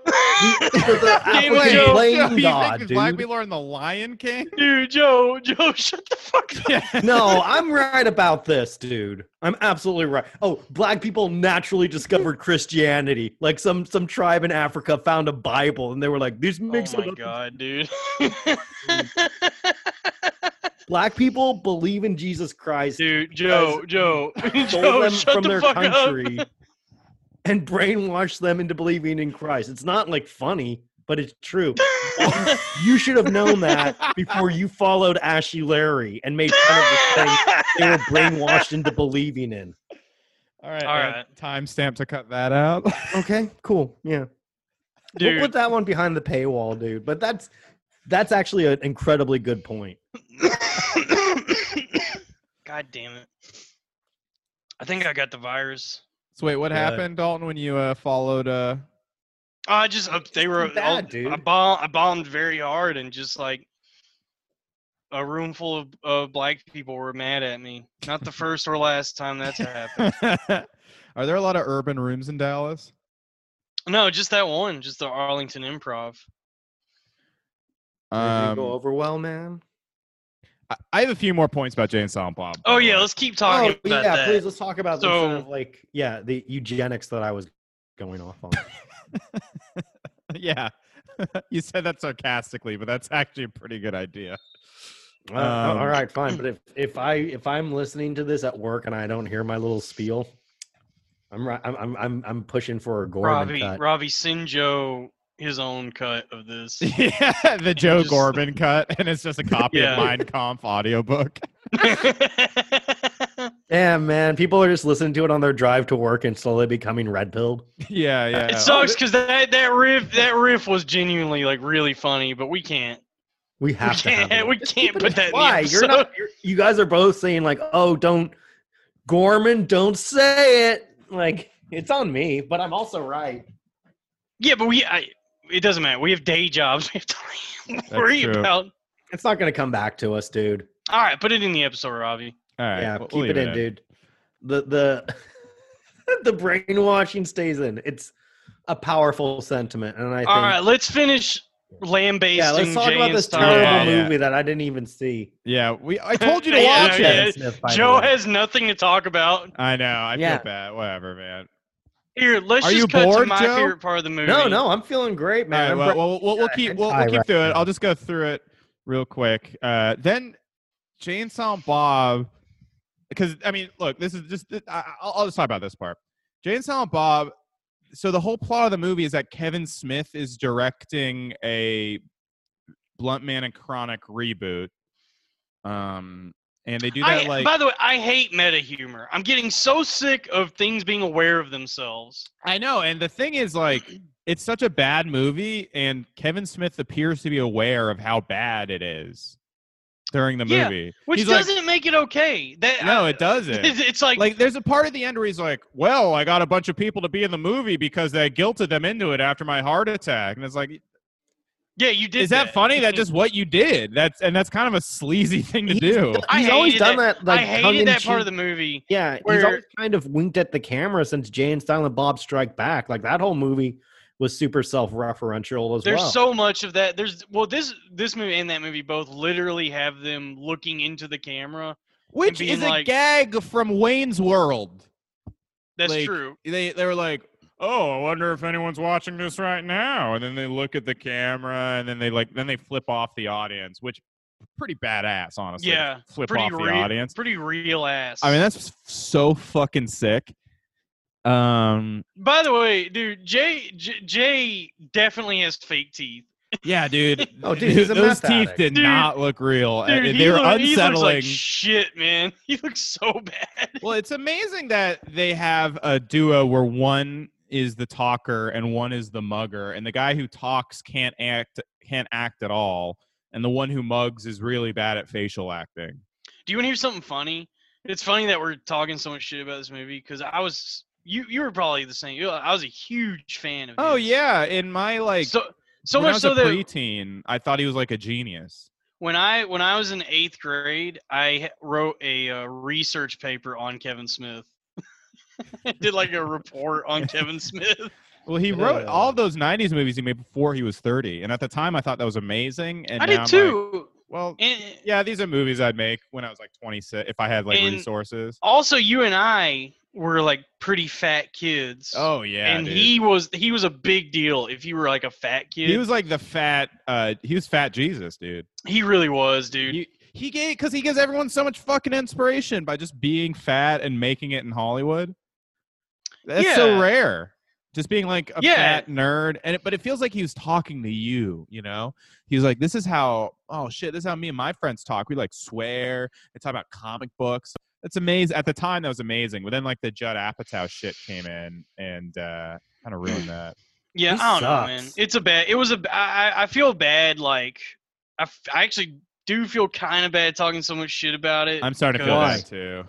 S3: the
S4: Game of
S3: African
S4: Joe.
S3: playing
S2: Joe, you think
S3: god,
S2: that Black
S3: dude.
S2: people are in the Lion King.
S4: Dude, Joe, Joe, shut the fuck up.
S3: No, I'm right about this, dude. I'm absolutely right. Oh, black people naturally discovered Christianity. Like some some tribe in Africa found a Bible and they were like, "This makes
S4: oh my
S3: up
S4: god, dude.
S3: black people believe in Jesus Christ."
S4: dude, Joe, Joe,
S3: stole
S4: Joe,
S3: them
S4: shut
S3: from
S4: the
S3: their
S4: fuck up.
S3: country and brainwash them into believing in Christ. It's not like funny, but it's true. you should have known that before you followed Ashy Larry and made fun of the thing they were brainwashed into believing in.
S2: All right,
S4: All
S2: uh,
S4: right.
S2: Timestamp to cut that out.
S3: Okay, cool. Yeah.
S4: Dude,
S3: We'll put that one behind the paywall, dude. But that's that's actually an incredibly good point.
S4: God damn it. I think I got the virus.
S2: so wait, what
S3: Yeah.
S2: happened, Dalton, when you uh, followed? Uh...
S4: Oh, I just up, they were
S3: bad,
S4: oh, I
S3: dude.
S4: bombed, I bombed very hard and just like a room full of, of black people were mad at me. Not the first or last time that's happened.
S2: are there a lot of urban rooms in Dallas?
S4: No, just that one, just the Arlington Improv.
S3: Did
S2: Um,
S3: it go over well, man?
S2: I, I have a few more points about Jay and Silent Bob. by
S4: Oh
S2: the
S4: yeah,
S2: way.
S4: let's keep talking
S3: oh,
S4: about
S3: yeah,
S4: that.
S3: please let's talk about the kind
S4: So-
S3: of like yeah, the eugenics that I was going off on.
S2: yeah. you said that sarcastically, but that's actually a pretty good idea.
S3: Uh, oh, all
S2: Um,
S3: right, fine. But if if I if I'm listening to this at work and I don't hear my little spiel, I'm ri- I'm I'm I'm, I'm pushing for a Gorman
S4: Robbie
S3: cut.
S4: Robbie Sinjo his own cut of this.
S2: Yeah, the Joe
S4: just-
S2: Gorman cut, and it's just a copy
S4: Yeah.
S2: of Mein Kampf audiobook.
S3: Damn, man, people are just listening to it on their drive to work and slowly becoming red pilled.
S2: yeah, yeah.
S4: It
S2: Oh,
S4: sucks because that, that riff that riff was genuinely like really funny, but we can't
S3: We
S4: we
S3: have to. Have
S4: can't
S3: it.
S4: we can't put that.
S3: Why?
S4: In the
S3: You're not. You're, you guys are both saying like, oh, don't Gorman, don't say it. Like it's on me, but I'm also right.
S4: Yeah, but we I, it doesn't matter. We have day jobs. We have to worry
S2: true.
S4: about.
S3: It's not gonna come back to us, dude.
S4: All right, put it in the episode, Robbie.
S2: all right,
S3: yeah,
S2: we'll- we'll
S3: keep
S2: leave
S3: it in, dude. The the the brainwashing stays in. It's a powerful sentiment, and I think
S4: All right, let's finish lambasting
S3: yeah. Let's talk
S4: Jay
S3: about
S4: and
S3: this
S4: Stein.
S3: terrible
S2: Yeah, yeah.
S3: movie that I didn't even see.
S2: Yeah, we. I told you to
S4: Yeah,
S2: watch
S4: yeah.
S2: it.
S3: Kevin Smith, by the
S4: Joe
S3: way.
S4: has nothing to talk about.
S2: I know. I
S3: Yeah.
S2: feel bad. Whatever, man.
S4: Here, let's
S2: Are
S4: just
S2: you
S4: cut to
S2: bored,
S4: my
S2: Joe?
S4: favorite part of the movie.
S3: no, no. I'm feeling great,
S2: All right,
S3: man. I'm
S2: well,
S3: bra-
S2: well, we'll, we'll
S3: yeah,
S2: keep we'll,
S3: anti-
S2: we'll keep through it.
S3: right.
S2: I'll just go through it real quick. Uh, then Jane Silent Bob, because I mean, look, this is just I- I, I'll, I'll just talk about this part. Jane Silent Bob. So the whole plot of the movie is that Kevin Smith is directing a Blunt Man and Chronic reboot. Um, and they do that
S4: I,
S2: like
S4: by the way, I hate meta humor. I'm getting so sick of things being aware of themselves.
S2: I know, and the thing is, like, it's such a bad movie, and Kevin Smith appears to be aware of how bad it is during the
S4: Yeah,
S2: movie.
S4: Which
S2: He's like-
S4: doesn't make it okay. That
S2: no,
S4: I-
S2: uh, it doesn't.
S4: It's, it's like,
S2: like, there's a part at the end where he's like, "Well, I got a bunch of people to be in the movie because they guilted them into it after my heart attack," and it's like,
S4: yeah, you did.
S2: "Is that, funny? That's just what you did. That's and that's kind of a sleazy thing to do."
S3: he's,
S4: I
S3: he's always
S4: hated
S3: done that. like
S4: I
S3: tongue in
S4: hated that part of
S3: cheek.
S4: the movie.
S3: Yeah, he's
S4: where-
S3: always kind of winked at the camera since Jay and Silent Bob Strike Back. Like that whole movie was super self-referential as
S4: There's
S3: well.
S4: so much of that. There's well, this this movie and that movie both literally have them looking into the camera.
S2: Which
S4: being
S2: is a
S4: like-
S2: gag from Wayne's World.
S4: That's
S2: Like,
S4: true.
S2: they they were like, "Oh, I wonder if anyone's watching this right now." And then they look at the camera, and then they like, then they flip off the audience, which pretty badass, honestly. to
S4: Yeah,
S2: flip
S4: pretty
S2: off the
S4: real-
S2: audience.
S4: Pretty real ass.
S2: I mean, that's so fucking sick. Um,
S4: By the way, dude, Jay J, Jay definitely has fake teeth.
S2: yeah, dude.
S3: Oh, dude, he's a
S2: those
S3: meth
S2: teeth
S3: addict.
S2: did
S4: Dude,
S2: not look real.
S4: Dude,
S2: and
S4: he,
S2: they were
S4: look- he looks
S2: Uh, unsettling.
S4: like shit, man. He looks so bad.
S2: well, it's amazing that they have a duo where one is the talker and one is the mugger, and the guy who talks can't act can't act at all, and the one who mugs is really bad at facial acting.
S4: Do you want to hear something funny? It's funny that we're talking so much shit about this movie because I was you you were probably the same. I was a huge fan of.
S2: Oh
S4: his.
S2: yeah, in my like
S4: so so
S2: when I
S4: much
S2: was
S4: so
S2: a
S4: that
S2: preteen, I thought he was like a genius.
S4: when I when I was in eighth grade, I h- wrote a uh, research paper on Kevin Smith. Did like a report on Kevin Smith.
S2: Well,
S4: Oh,
S2: he wrote all
S3: Ugh.
S2: those '90s movies he made before he was 30, and at the time I thought that was amazing. And
S4: I
S2: now
S4: did
S2: I'm like,
S4: too.
S2: well,
S4: and
S2: yeah, these are movies I'd make when I was like 26 if I had like
S4: And-
S2: resources.
S4: also, you and I were like pretty fat kids.
S2: Oh yeah,
S4: and
S2: dude.
S4: he was he was a big deal. If you were like a fat kid,
S2: He was like the fat. Uh, he was fat Jesus, dude.
S4: he really was, dude.
S2: He, he gave because he gives everyone so much fucking inspiration by just being fat and making it in Hollywood. That's so
S4: Yeah.
S2: rare. Just being like a
S4: Yeah.
S2: fat nerd, and it, but it feels like he was talking to you. You know, he was like, "This is how oh shit, this is how me and my friends talk. We like swear and talk about comic books. That's amazing. At the time, that was amazing. But then like the Judd Apatow shit came in and uh, kind of ruined that.
S4: yeah,
S3: he
S4: I don't know, man.
S3: sucks.
S4: It's a bad. It was a. b- I I- I feel bad. Like I, f- I actually do feel kind of bad talking so much shit about it.
S2: I'm starting to feel
S3: Why?
S2: that too.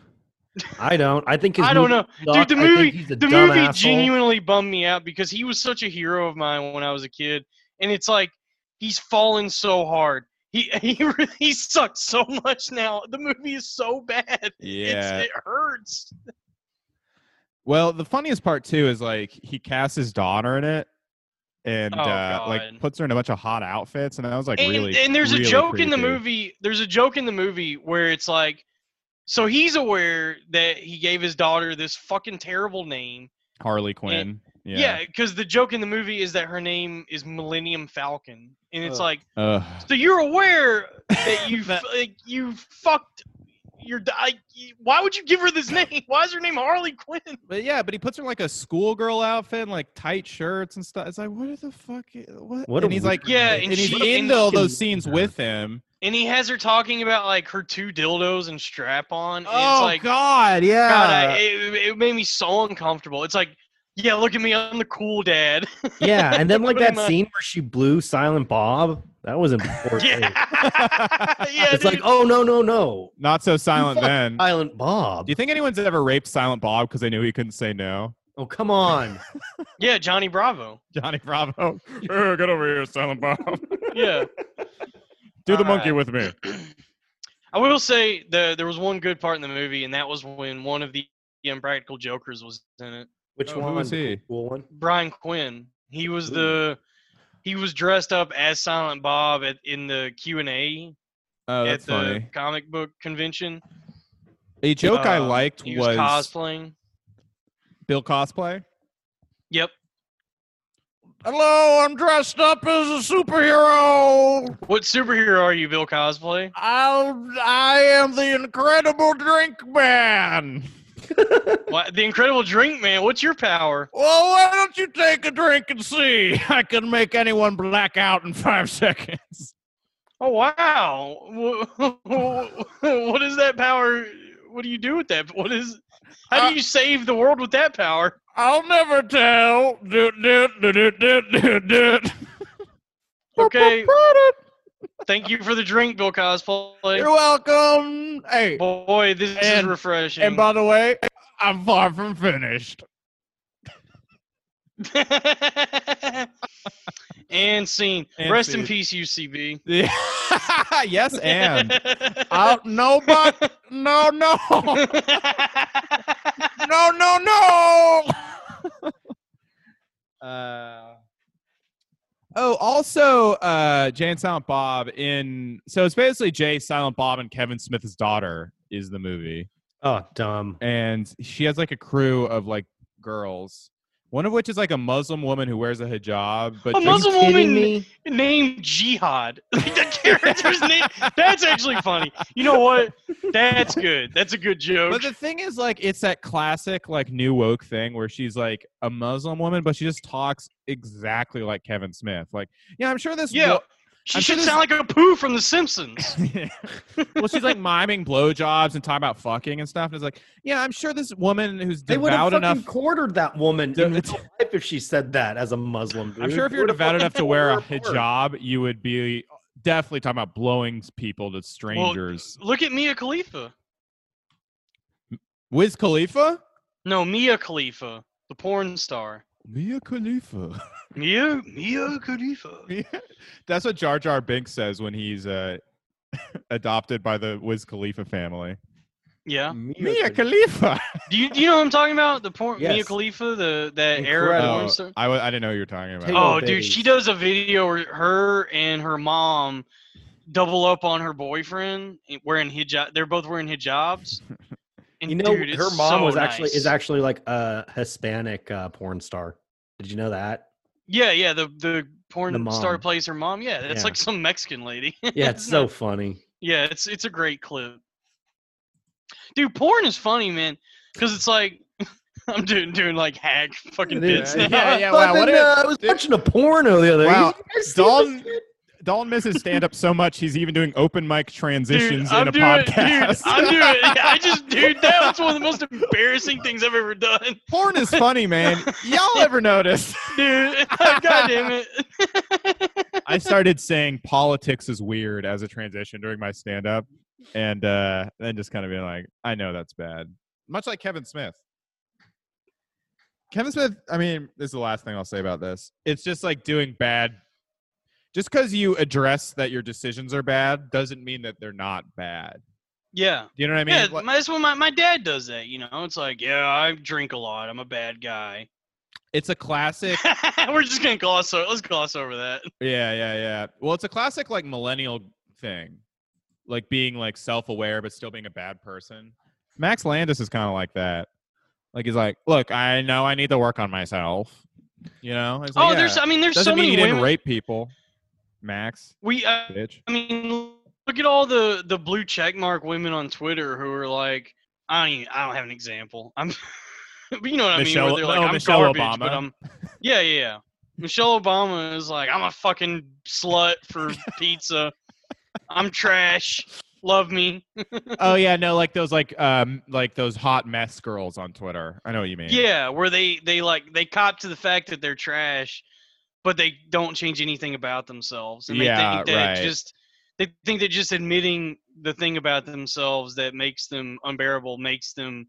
S3: I don't. I think his
S4: I don't
S3: movie
S4: know. Dude,
S3: sucked.
S4: the
S3: I think
S4: movie-
S3: he's a
S4: the
S3: dumb
S4: movie
S3: asshole.
S4: genuinely bummed me out because he was such a hero of mine when I was a kid, and it's like he's fallen so hard. He he really he sucks so much now. The movie is so bad.
S2: Yeah.
S4: it's, it hurts.
S2: Well, the funniest part too is like he casts his daughter in it, and
S4: Oh,
S2: uh,
S4: God.
S2: like puts her in a bunch of hot outfits, and that was like
S4: and,
S2: really.
S4: and there's a
S2: really
S4: joke in the
S2: creepy.
S4: movie. There's a joke in the movie where it's like, so he's aware that he gave his daughter this fucking terrible name,
S2: Harley Quinn.
S4: Yeah, because the joke in the movie is that her name is Millennium Falcon, and it's
S3: Ugh.
S4: like,
S2: Ugh.
S4: so you're aware that you
S2: That-
S4: like, you fucked your. d- I, why would you give her this name? Why is her name Harley Quinn?
S2: But yeah, but he puts her in like a schoolgirl outfit, and, like tight shirts and stuff. It's like, what the fuck? i- What?
S3: What a
S2: and he's like,
S3: weird-
S4: Yeah,
S2: and,
S4: and
S2: he's
S4: she-
S2: into all
S3: and-
S2: those scenes with him.
S4: And he has her talking about like her two dildos and strap on. And
S2: Oh
S4: it's like,
S2: God, yeah.
S4: God, I, it, it made me so uncomfortable. It's like, yeah, look at me, I'm the cool dad.
S3: Yeah, and then like
S4: Pretty
S3: that
S4: much.
S3: scene where she blew Silent Bob. That was important.
S4: yeah, yeah.
S3: It's like,
S4: dude.
S3: oh no, no, no,
S2: Not so silent
S3: fuck-
S2: then.
S3: Silent Bob.
S2: Do you think anyone's ever raped Silent Bob because they knew he couldn't say no?
S3: Oh come on.
S2: oh.
S4: yeah, Johnny Bravo.
S2: Johnny Bravo, hey, get over here, Silent Bob.
S4: Yeah.
S2: Do the
S4: All
S2: monkey
S4: right.
S2: with me.
S4: I will say the there was one good part in the movie, and that was when one of the Impractical Jokers was in it.
S3: Which
S2: Oh, who
S3: one?
S2: was he?
S3: Cool one.
S4: Brian Quinn. He was
S3: Ooh.
S4: the he was dressed up as Silent Bob at, in the Q and A
S2: Oh,
S4: at
S2: that's
S4: the
S2: funny.
S4: comic book convention.
S2: A joke I
S4: Um,
S2: liked
S4: He
S2: was
S4: was cosplaying.
S2: Bill cosplay.
S4: Yep.
S2: Hello, I'm dressed up as a superhero.
S4: What superhero are you, Bill Cosplay?
S2: I'll, I am the Incredible Drink Man.
S4: Why, the Incredible Drink Man. What's your power?
S2: Well, why don't you take a drink and see? I can make anyone black out in five seconds.
S4: Oh wow! Wh- what is that power? What do you do with that? What is? How
S2: Uh,
S4: do you save the world with that power?
S2: I'll never tell. Doot, doot, doot, doot, doot, doot, doot.
S4: Okay. Thank you for the drink, Bill
S2: You're
S4: Cosplay.
S2: welcome. Hey,
S4: Boy, this is
S2: And-
S4: refreshing.
S2: and by the way, I'm far from finished.
S4: And scene.
S2: And
S4: Rest in
S2: scene.
S4: peace, UCB.
S2: yes, and I, no, but no, no, no, no, no.
S4: uh,
S2: Oh, also, uh, Jay and Silent Bob in so it's basically Jay, Silent Bob, and Kevin Smith's daughter is the movie,
S3: Oh, dumb.
S2: and she has like a crew of like girls, one of which is like a Muslim woman who wears a hijab. But
S4: A
S2: Jay-
S4: Muslim-
S3: Are you kidding
S4: woman-
S3: me?
S4: named Jihad. Like, the character's name. That's actually funny. You know what? That's good. That's a good joke.
S2: But the thing is, like, it's that classic like new woke thing where she's like a Muslim woman, but she just talks exactly like Kevin Smith. Like, yeah, I'm sure this.
S4: Yeah.
S2: wo-
S4: She
S2: I'm sure
S4: should
S2: this-
S4: sound like a poo from The Simpsons.
S2: well, she's like miming blowjobs and talking about fucking and stuff. And it's like, yeah, I'm sure this woman who's
S3: They would have
S2: devout
S3: fucking
S2: enough.
S3: quartered that woman
S2: The-
S3: in real life if she said that as a Muslim.
S2: I'm
S3: dude.
S2: sure if
S3: They
S2: you're
S3: would've
S2: devout enough to wear a
S3: fucking quartered her.
S2: hijab, you would be definitely talking about blowing people to strangers.
S4: Look at Mia Khalifa.
S2: Wiz Khalifa?
S4: No, Mia Khalifa, the porn star.
S2: Mia Khalifa.
S4: Mia Mia Khalifa.
S2: That's what Jar Jar Binks says when he's uh, adopted by the Wiz Khalifa family.
S4: Yeah.
S2: Mia Khalifa.
S4: Do you, do you know what I'm talking about? The porn Mia
S3: Yes.
S4: Khalifa, the that Arab
S3: Incredible.
S4: porn
S2: Oh,
S4: star.
S2: I, w- I didn't know what you were talking
S3: Take
S2: about.
S3: off
S4: Oh, dude,
S3: babies.
S4: she does a video where her and her mom double up on her boyfriend eh, wearing hijab. They're both wearing hijabs. And
S3: You know,
S4: dude, it's
S3: her mom
S4: so
S3: was actually
S4: nice.
S3: is actually like a Hispanic uh, porn star. Did you know that?
S4: yeah, yeah. The the porn
S3: The
S4: star
S3: mom.
S4: plays her mom. Yeah, that's
S3: Yeah.
S4: like some Mexican lady.
S3: Yeah, it's so funny.
S4: Yeah, it's it's a great clip. Dude, porn is funny, man, because it's like I'm doing doing like hack fucking
S3: It
S4: bits
S3: is.
S4: now.
S2: Yeah, yeah, wow, what
S3: Fucking,
S2: if-
S3: uh, I was
S2: dude-
S3: watching a porno the other
S2: Wow,
S3: day. You guys see this
S2: Dalton-
S3: shit?
S2: Dalton misses stand up so much, he's even doing open mic transitions in a
S4: doing,
S2: podcast.
S4: Dude, I'm doing. yeah, I just, dude, that was one of the most embarrassing things I've ever done,
S2: Porn is funny, man. Y'all ever notice?
S4: dude. God damn it.
S2: I started saying politics is weird as a transition during my stand up, and uh, then just kind of being like, I know that's bad. Much like Kevin Smith. Kevin Smith, I mean, this is the last thing I'll say about this. It's just like doing bad. Just because you address that your decisions are bad doesn't mean that they're not bad.
S4: yeah,
S2: Do you know what I mean?
S4: yeah.
S2: Like-
S4: my- that's when my, my dad does that. You know, it's like, yeah, I drink a lot. I'm a bad guy.
S2: It's a classic.
S4: We're just gonna gloss over. Let's gloss over that.
S2: yeah, yeah, yeah. Well, it's a classic like millennial thing, like being like self-aware but still being a bad person. Max Landis is kind of like that. Like he's like, look, I know I need to work on myself, You know? It's like,
S4: Oh,
S2: yeah,
S4: there's. I mean, there's
S2: doesn't
S4: so
S2: mean
S4: many
S2: you didn't
S4: women.
S2: rape people, Max.
S4: We. uh, I,
S2: Bitch.
S4: I mean, look at all the the blue checkmark women on Twitter who are like, I don't. Even, I don't have an example. I'm. but you know what I mean?
S2: Michelle-
S4: Where they're like,
S2: oh,
S4: I'm
S2: Michelle
S4: garbage,
S2: Obama.
S4: but I'm. Yeah, yeah, yeah. Michelle Obama is like, I'm a fucking slut for pizza. I'm trash. Love me.
S2: oh yeah, no, like those like um like those hot mess girls on Twitter. I know what you mean.
S4: Yeah, where they they like they cop to the fact that they're trash, but they don't change anything about themselves, and they
S2: Yeah,
S4: think that
S2: right.
S4: just they think that just admitting the thing about themselves that makes them unbearable makes them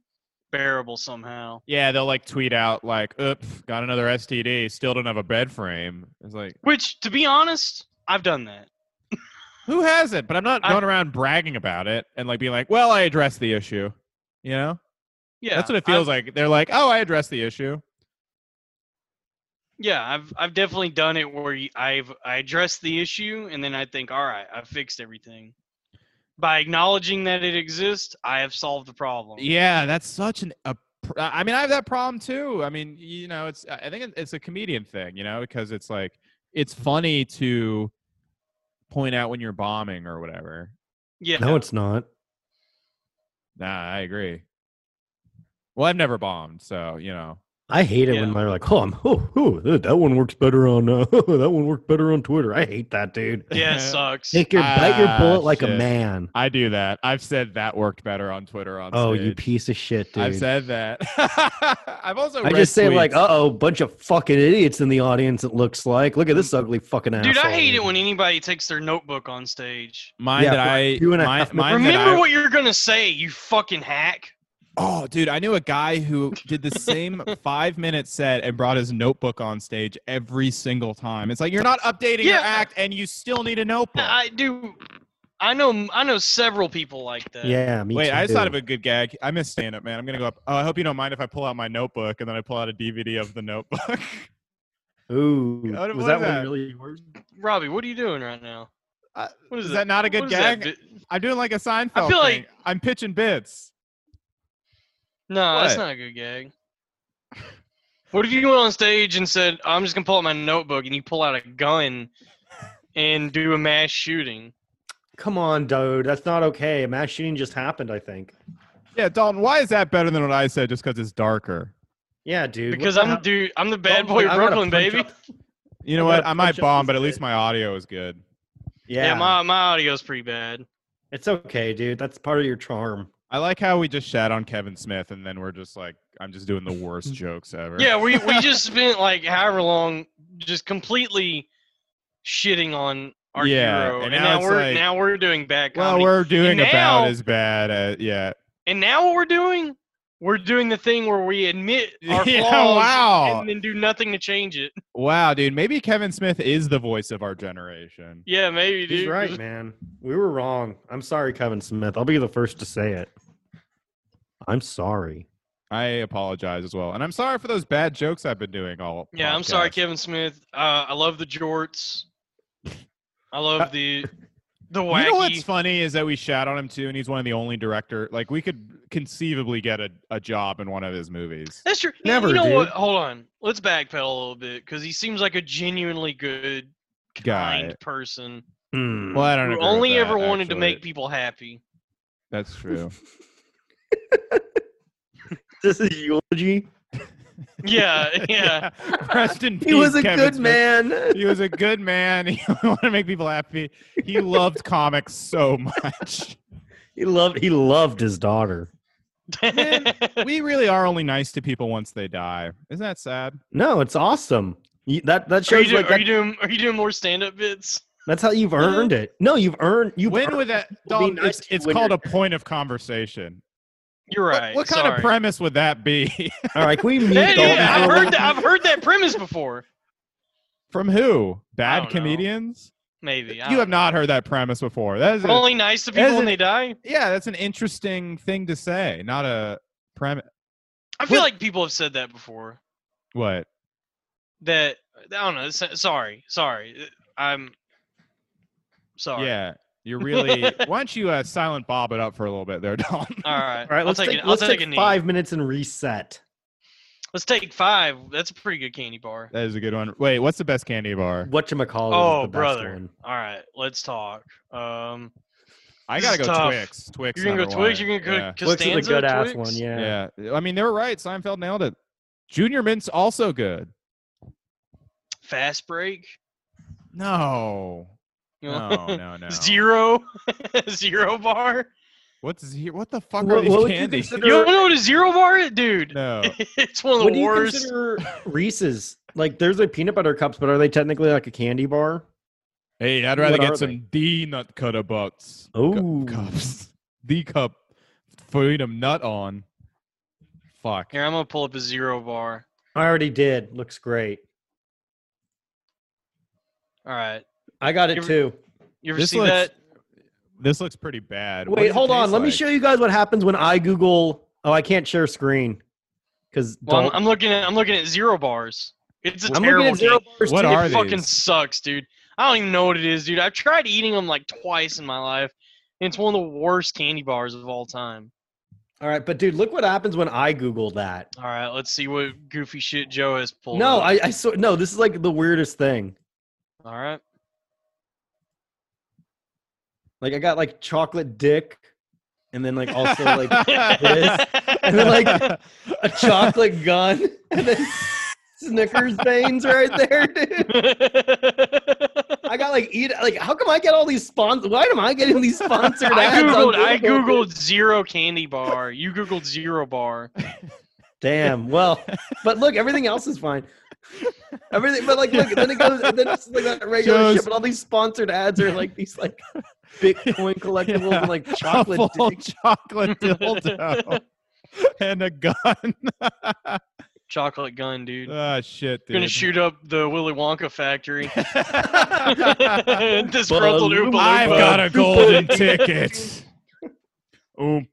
S4: bearable somehow.
S2: Yeah, they'll like tweet out like, "Oops, got another STD. Still don't have a bed frame." It's like,
S4: Which, to be honest, I've done that.
S2: who has it? But I'm not
S4: I-
S2: going around bragging about it and like being like, "Well, I addressed the issue." You know,
S4: Yeah,
S2: that's what it feels
S4: I've,
S2: like. They're like, "Oh, I addressed the issue."
S4: Yeah, I've I've definitely done it where y- I've I addressed the issue and then I think, all right, I fixed everything. By acknowledging that it exists, I have solved the problem.
S2: Yeah, that's such an. A, pr- I mean, I have that problem too. I mean, you know, it's. I I think it- it's a comedian thing, you know, because it's like it's funny to point out when you're bombing or whatever.
S4: Yeah.
S3: No, it's not.
S2: Nah, I agree. Well, I've never bombed, so you know.
S3: I hate it when
S4: Yeah.
S3: they're like, "Oh, I'm, oh, oh, that that one works better on uh, that one worked better on Twitter." I hate that, dude.
S4: Yeah, it sucks.
S3: Take your bite your
S2: Ah,
S3: bullet like a
S2: shit.
S3: man.
S2: I do that. I've said that worked better on Twitter. On
S3: Oh, you
S2: stage.
S3: piece of shit, dude.
S2: I've said that. I've also.
S3: I
S2: read
S3: just say
S2: tweets.
S3: like, "Uh oh, bunch of fucking idiots in the audience." It looks like. Look at this ugly fucking asshole.
S4: Mm. Dude, I hate it when anybody takes their notebook on stage.
S2: mine
S3: Yeah,
S2: that
S3: for
S2: I.
S3: two and a
S2: mine-
S3: half
S2: mine that
S4: Remember
S2: I-
S4: what you're gonna say, you fucking hack.
S2: Oh, dude, I knew a guy who did the same five minute set and brought his notebook on stage every single time. It's like you're not updating your
S4: Yeah.
S2: act and you still need a notebook.
S4: I do. I know. I know several people like that.
S3: Yeah, me
S2: Wait,
S3: too.
S2: I just thought of a good gag. I miss stand up, man. I'm going to go up. Oh, I hope you don't mind if I pull out my notebook and then I pull out a DVD of the notebook.
S3: Ooh,
S2: What
S3: was
S2: was
S3: that, one
S2: that?
S3: really yours?
S4: Robbie, what are you doing right now?
S2: Uh,
S4: what
S2: is that not a good
S4: what is that
S2: gag?
S4: vi-
S2: I'm doing like a Seinfeld
S4: feel
S2: thing.
S4: like-
S2: I'm pitching bits.
S4: no, that's
S2: What?
S4: not a good gag. What if you went on stage and said, "I'm just gonna pull out my notebook," and you pull out a gun and do a mass shooting?
S3: Come on, dude. That's not okay. A mass shooting just happened. I think.
S2: Yeah, Dalton, why is that better than what I said just because it's darker?
S3: Yeah, dude. what
S4: Because
S3: the
S4: I'm the
S3: hell-
S4: dude. I'm the bad
S3: Don't-
S4: boy
S3: I
S4: of
S3: wanna
S4: Brooklyn,
S3: punch
S4: baby.
S3: up-
S2: You know
S3: I gotta
S2: what? I might
S3: punch up
S2: bomb,
S3: this
S2: but at least
S3: bit.
S2: my audio is good.
S3: Yeah,
S4: Yeah, my my audio's pretty bad.
S3: it's okay, dude. That's part of your charm.
S2: I like how we just shat on Kevin Smith and then we're just like, I'm just doing the worst jokes ever.
S4: Yeah, we we just spent like however long just completely shitting on our
S2: Yeah,
S4: hero,
S2: and
S4: and,
S2: now
S4: now,
S2: it's
S4: we're
S2: like-
S4: now we're doing bad
S2: Well,
S4: comedy.
S2: we're doing about
S4: now-
S2: as bad as yeah.
S4: and now what we're doing, we're doing the thing where we admit our
S2: Yeah,
S4: flaws
S2: wow.
S4: and then do nothing to change it.
S2: Wow, dude. Maybe Kevin Smith is the voice of our generation.
S4: Yeah, maybe, dude.
S3: He's right, man. We were wrong. I'm sorry, Kevin Smith. I'll be the first to say it. I'm sorry.
S2: I apologize as well, and I'm sorry for those bad jokes I've been doing all.
S4: Yeah, I'm sorry,
S2: podcast.
S4: Kevin Smith. Uh, I love the jorts. I
S3: Uh,
S4: love the the
S2: You
S4: wacky.
S2: know what's funny is that we shat on him too, and he's one of the only director. Like we could conceivably get a, a job in one of his movies.
S4: That's true. You-
S3: Never,
S4: You know what?
S3: dude.
S4: Hold on. Let's backpedal a little bit because he seems like a genuinely good, kind
S2: Guy.
S4: person
S3: Hmm.
S2: Well, I don't
S4: who
S2: agree with
S4: only
S2: that,
S4: ever wanted to
S2: actually.
S4: make people happy.
S2: That's true.
S3: This is eulogy.
S4: Yeah, yeah.
S2: Rest in peace.
S3: He was a
S2: Kevin
S3: good
S2: Smith.
S3: man.
S2: He was a good man. He wanted to make people happy. He loved comics so much.
S3: He loved. He loved his daughter.
S2: we really are only nice to people once they die. Isn't that sad?
S3: No, it's awesome. You, that that
S4: are, you
S3: shows
S4: do,
S3: like
S4: are
S3: that,
S4: you doing? Are you doing more stand-up bits?
S3: that's how you've earned it. No, you've earned. You've
S2: When
S3: earned-
S2: would that?
S3: Well, being
S2: Dalton,
S3: nice
S2: it's
S3: to you
S2: it's
S3: when
S2: called
S3: you're
S2: a point of conversation.
S4: You're
S2: What-
S4: right.
S2: What, kind of
S4: sorry.
S2: premise would that be?
S3: All right, can we meet?
S4: Hey,
S3: Dalton
S4: dude,
S3: for a
S4: I've heard
S3: little-
S4: that. I've heard that premise before.
S2: From who? Bad
S4: don't know.
S2: comedians?
S4: Maybe I
S2: You have
S4: don't know.
S2: not heard that premise before. That is a-
S4: We're only nice to people
S2: Isn't-
S4: when they die.
S2: yeah, that's an interesting thing to say. Not a premise.
S4: I feel
S2: What-
S4: like people have said that before.
S2: What?
S4: That I don't know. s- Sorry, sorry. I'm sorry.
S2: Yeah, you're really. why don't you uh, silent bob it up for a little bit there, Dalton?
S4: All right.
S3: All right, let's
S4: I'll
S3: take,
S4: take, it. I'll
S3: let's
S4: take,
S3: take,
S4: a knee.
S3: five minutes and reset.
S4: Let's take five. That's a pretty good candy bar.
S2: That is a good one. Wait, what's the best candy bar?
S3: Whatchamacallit
S4: Oh,
S3: is the best
S4: brother.
S3: one.
S4: All right, let's talk. Um,
S2: I
S4: This
S2: gotta go
S4: is tough.
S2: Twix. Twix.
S4: you're gonna go
S2: number
S4: Twix.
S2: one.
S4: You're gonna go
S2: yeah.
S3: Twix is
S4: Costanza
S3: a good ass
S4: Twix?
S3: one, yeah.
S2: yeah. I mean, they were right. Seinfeld nailed it. Junior Mint's also good.
S4: Fast break.
S2: No.
S4: You know?
S2: No, no, no.
S4: Zero, zero bar.
S2: What's ze- what the fuck
S3: What-
S2: are these
S3: what would you
S2: candies?
S3: consider-
S4: You don't know what a zero bar is, dude.
S2: no.
S4: it's one of the
S3: What do you
S4: worst.
S3: consider Reese's? Like, there's like peanut butter cups, but are they technically like a candy bar?
S2: Hey, I'd rather
S3: What are
S2: get some D nut cutter butts. cu-
S3: Ooh.
S2: cups. D cup freedom nut on. Fuck.
S4: Here, I'm gonna pull up a zero bar.
S3: I already did. Looks great.
S4: All right.
S3: I got it
S4: Give-
S3: too.
S4: You ever
S2: This
S4: see
S2: looks
S4: that?
S2: this looks pretty bad. What
S3: Wait,
S2: does it
S3: hold on.
S2: taste
S3: Let me
S2: like?
S3: show you guys what happens when I Google. Oh, I can't share screen because
S4: Well, I'm, I'm looking at I'm looking at zero bars. It's a
S3: I'm
S4: terrible
S3: looking at zero
S4: game.
S3: bars.
S2: What
S3: too.
S2: are
S4: it fucking
S2: these?
S4: sucks, dude. I don't even know what it is, dude. I've tried eating them like twice in my life, and it's one of the worst candy bars of all time.
S3: All right, but dude, look what happens when I Google that.
S4: All right, let's see what goofy shit Joe has pulled.
S3: No,
S4: up.
S3: I, I saw. No, this is like the weirdest thing.
S4: All right.
S3: Like, I got like chocolate dick, and then like also like this, and then like a chocolate gun, and then Snickers veins right there, dude. I got like eat like how come I get all these sponsors? Why am I getting these sponsored
S4: I
S3: ads? on
S4: googled. I
S3: Google?
S4: googled zero candy bar. You googled zero bar.
S3: Damn. Well, but look, everything else is fine. Everything, but like, look, then it goes, and then it's like that regular
S2: Joe's-
S3: shit. But all these sponsored ads are like these like Bitcoin collectibles
S2: Yeah.
S3: and like
S2: A
S3: chocolate.
S2: full
S3: dick.
S2: chocolate dildo and a gun.
S4: Chocolate gun, dude.
S2: Ah, shit, dude.
S4: Gonna shoot up the Willy Wonka factory.
S2: I've
S4: Disgruntled Oompa Loompa.
S2: got a golden ticket. Oompa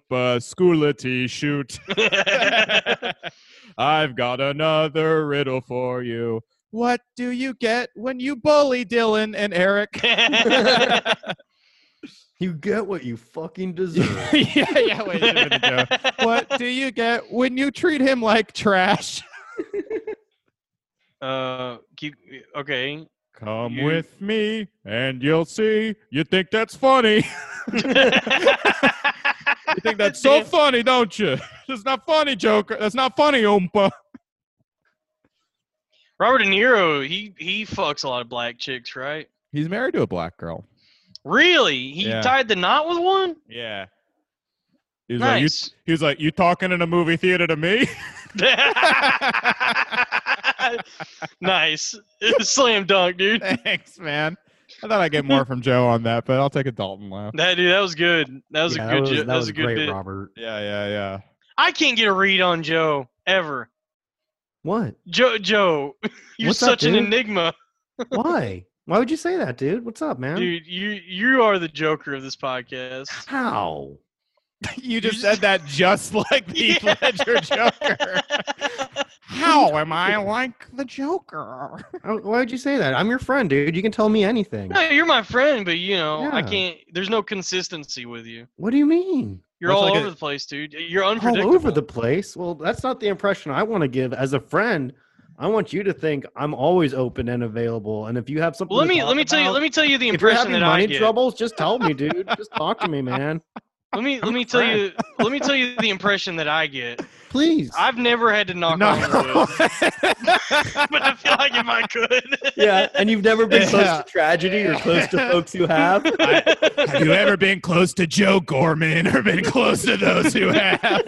S2: loompa schoolity shoot. I've got another riddle for you. What do you get when you bully Dylan and Eric?
S3: You get what you fucking
S2: yeah,
S3: deserve.
S2: yeah, wait. a minute, Joe. What do you get when you treat him like trash?
S4: uh, keep, okay.
S2: Come
S4: You-
S2: with me and you'll see. You think that's funny. You think that's so
S4: Damn.
S2: funny, don't you? That's not funny, Joker. That's not funny, Oompa.
S4: Robert De Niro, he he fucks a lot of black chicks, right?
S2: He's married to a black girl.
S4: Really? He
S2: Yeah.
S4: tied the knot with one?
S2: Yeah. He was, like,
S4: Nice.
S2: you, he was like, You talking in a movie theater to me?
S4: nice. Slam dunk, dude.
S2: Thanks, man. I thought I'd get more from Joe on that, but I'll take a Dalton laugh.
S4: That dude, that was good. That was
S3: Yeah,
S4: a good. jo- that was a good
S3: great,
S4: bit.
S3: Robert.
S2: Yeah, yeah, yeah.
S4: I can't get a read on Joe ever.
S3: What?
S4: Joe, Joe, you're
S3: What's up,
S4: such an
S3: dude?
S4: enigma,
S3: Why? Why would you say that, dude? What's up, man?
S4: dude. You you are the Joker of this podcast.
S3: How?
S2: You
S4: just-
S2: just said that just like the Heath
S4: Yeah.
S2: Ledger Joker. How am I like the Joker?
S3: How- Why would Oh, you say that? I'm your friend, dude. You can tell me anything.
S4: no, you're my friend, but you know I
S3: Yeah.
S4: can't. There's no consistency with you.
S3: What do you mean?
S4: You're
S2: That's
S4: all
S2: like
S4: over
S2: a-
S4: the place, dude. You're
S3: all
S4: unpredictable.
S3: over the place. Well, that's not the impression I want to give as a friend. I want you to think I'm always open and available. And if you have something,
S4: Well, let
S3: to
S4: me
S3: talk
S4: let me tell you
S3: about-
S4: let me tell you the
S3: if you're
S4: impression
S3: having
S4: that
S3: money
S4: I get.
S3: troubles, just tell me, dude. just talk to me, man.
S4: Let me
S3: I'm
S4: let me
S3: your
S4: tell
S3: friend.
S4: you let me tell you the impression that I get.
S3: Please.
S4: I've never had to knock on wood, but I feel like if I could,
S3: yeah, and you've never been
S2: Yeah.
S3: close to tragedy or close to folks who have.
S2: Have you ever been close to Joe Gorman or been close to those who have?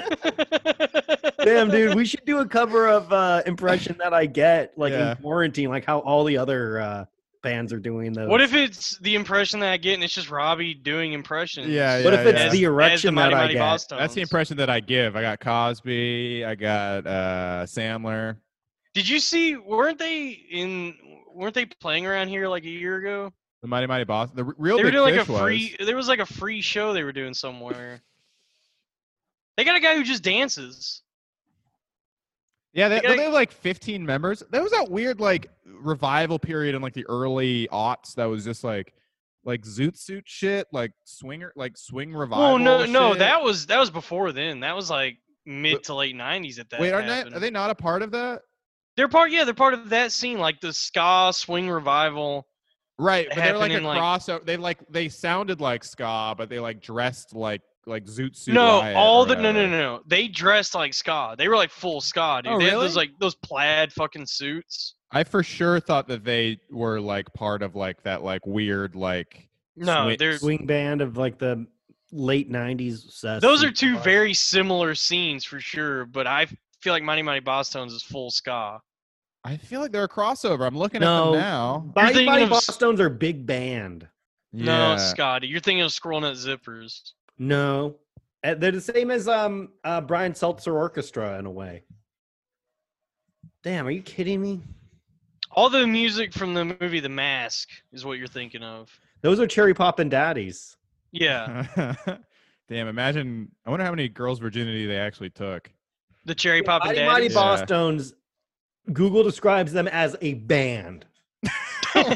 S3: Damn, dude, we should do a cover of uh, impression that I get, like
S2: Yeah.
S3: in quarantine, like how all the other uh, bands are doing those.
S4: What if it's the impression that I get and it's just Robbie doing impressions?
S2: Yeah,
S3: What if it's
S2: yeah.
S3: the erection that
S4: Mighty
S3: I
S4: Mighty
S3: get?
S4: Boss
S2: That's the
S4: Tones?
S2: impression that I give. I got Cosby. I got uh, Sandler.
S4: Did you see? Weren't they in? Weren't they playing around here like a year ago?
S2: The Mighty Mighty Boss. The r- real
S4: They were
S2: big
S4: doing like a
S2: fish
S4: free. There was like a free show they were doing somewhere. they got a guy who just dances.
S2: Yeah, they,
S4: They gotta-
S2: they have like 15 members. There was that weird like revival period in like the early aughts that was just like like zoot suit shit, like swinger, like swing revival.
S4: Oh no, no,
S2: shit.
S4: that was that was before then. That was like mid to late '90s at that.
S2: Wait, are
S4: happened.
S2: not are they not a part of that?
S4: They're part. Yeah, they're part of that scene, like the ska swing revival.
S2: Right, but they're like a
S4: happening, like-
S2: crossover. They like they sounded like ska, but they like dressed like like Zoot Suit.
S4: no,
S2: Riot
S4: all
S2: or
S4: the no, no,
S2: whatever.
S4: no, no. They dressed like ska. They were like full ska, dude.
S2: Oh,
S4: they had
S2: really?
S4: those like those plaid fucking suits.
S2: I for sure thought that they were like part of like that like weird like
S4: No,
S2: Swi-
S4: they're
S3: swing band of like the late '90s. Uh,
S4: those are
S3: Sweet
S4: two
S3: Spot.
S4: very similar scenes for sure. But I feel like Mighty Mighty Boss Tones is full ska.
S2: I feel like they're a crossover. I'm looking at
S3: No.
S2: them now.
S4: You're
S3: Body
S4: thinking
S3: Body
S4: of s-
S3: Bosstones are big band.
S4: No,
S2: Yeah.
S4: it's ska. dude. You're thinking of Squirrel Nut Zippers.
S3: No, Uh, they're the same as um uh, Brian Seltzer Orchestra in a way. Damn, are you kidding me?
S4: All the music from the movie The Mask is what you're thinking of.
S3: Those are Cherry Pop and Daddies.
S4: Yeah,
S2: Damn, imagine I wonder how many girls' virginity they actually took.
S4: the Cherry Pop and
S3: Mighty
S4: Daddy.
S3: Mighty
S2: Daddies? Yeah.
S3: Bosstones. Google describes them as a band.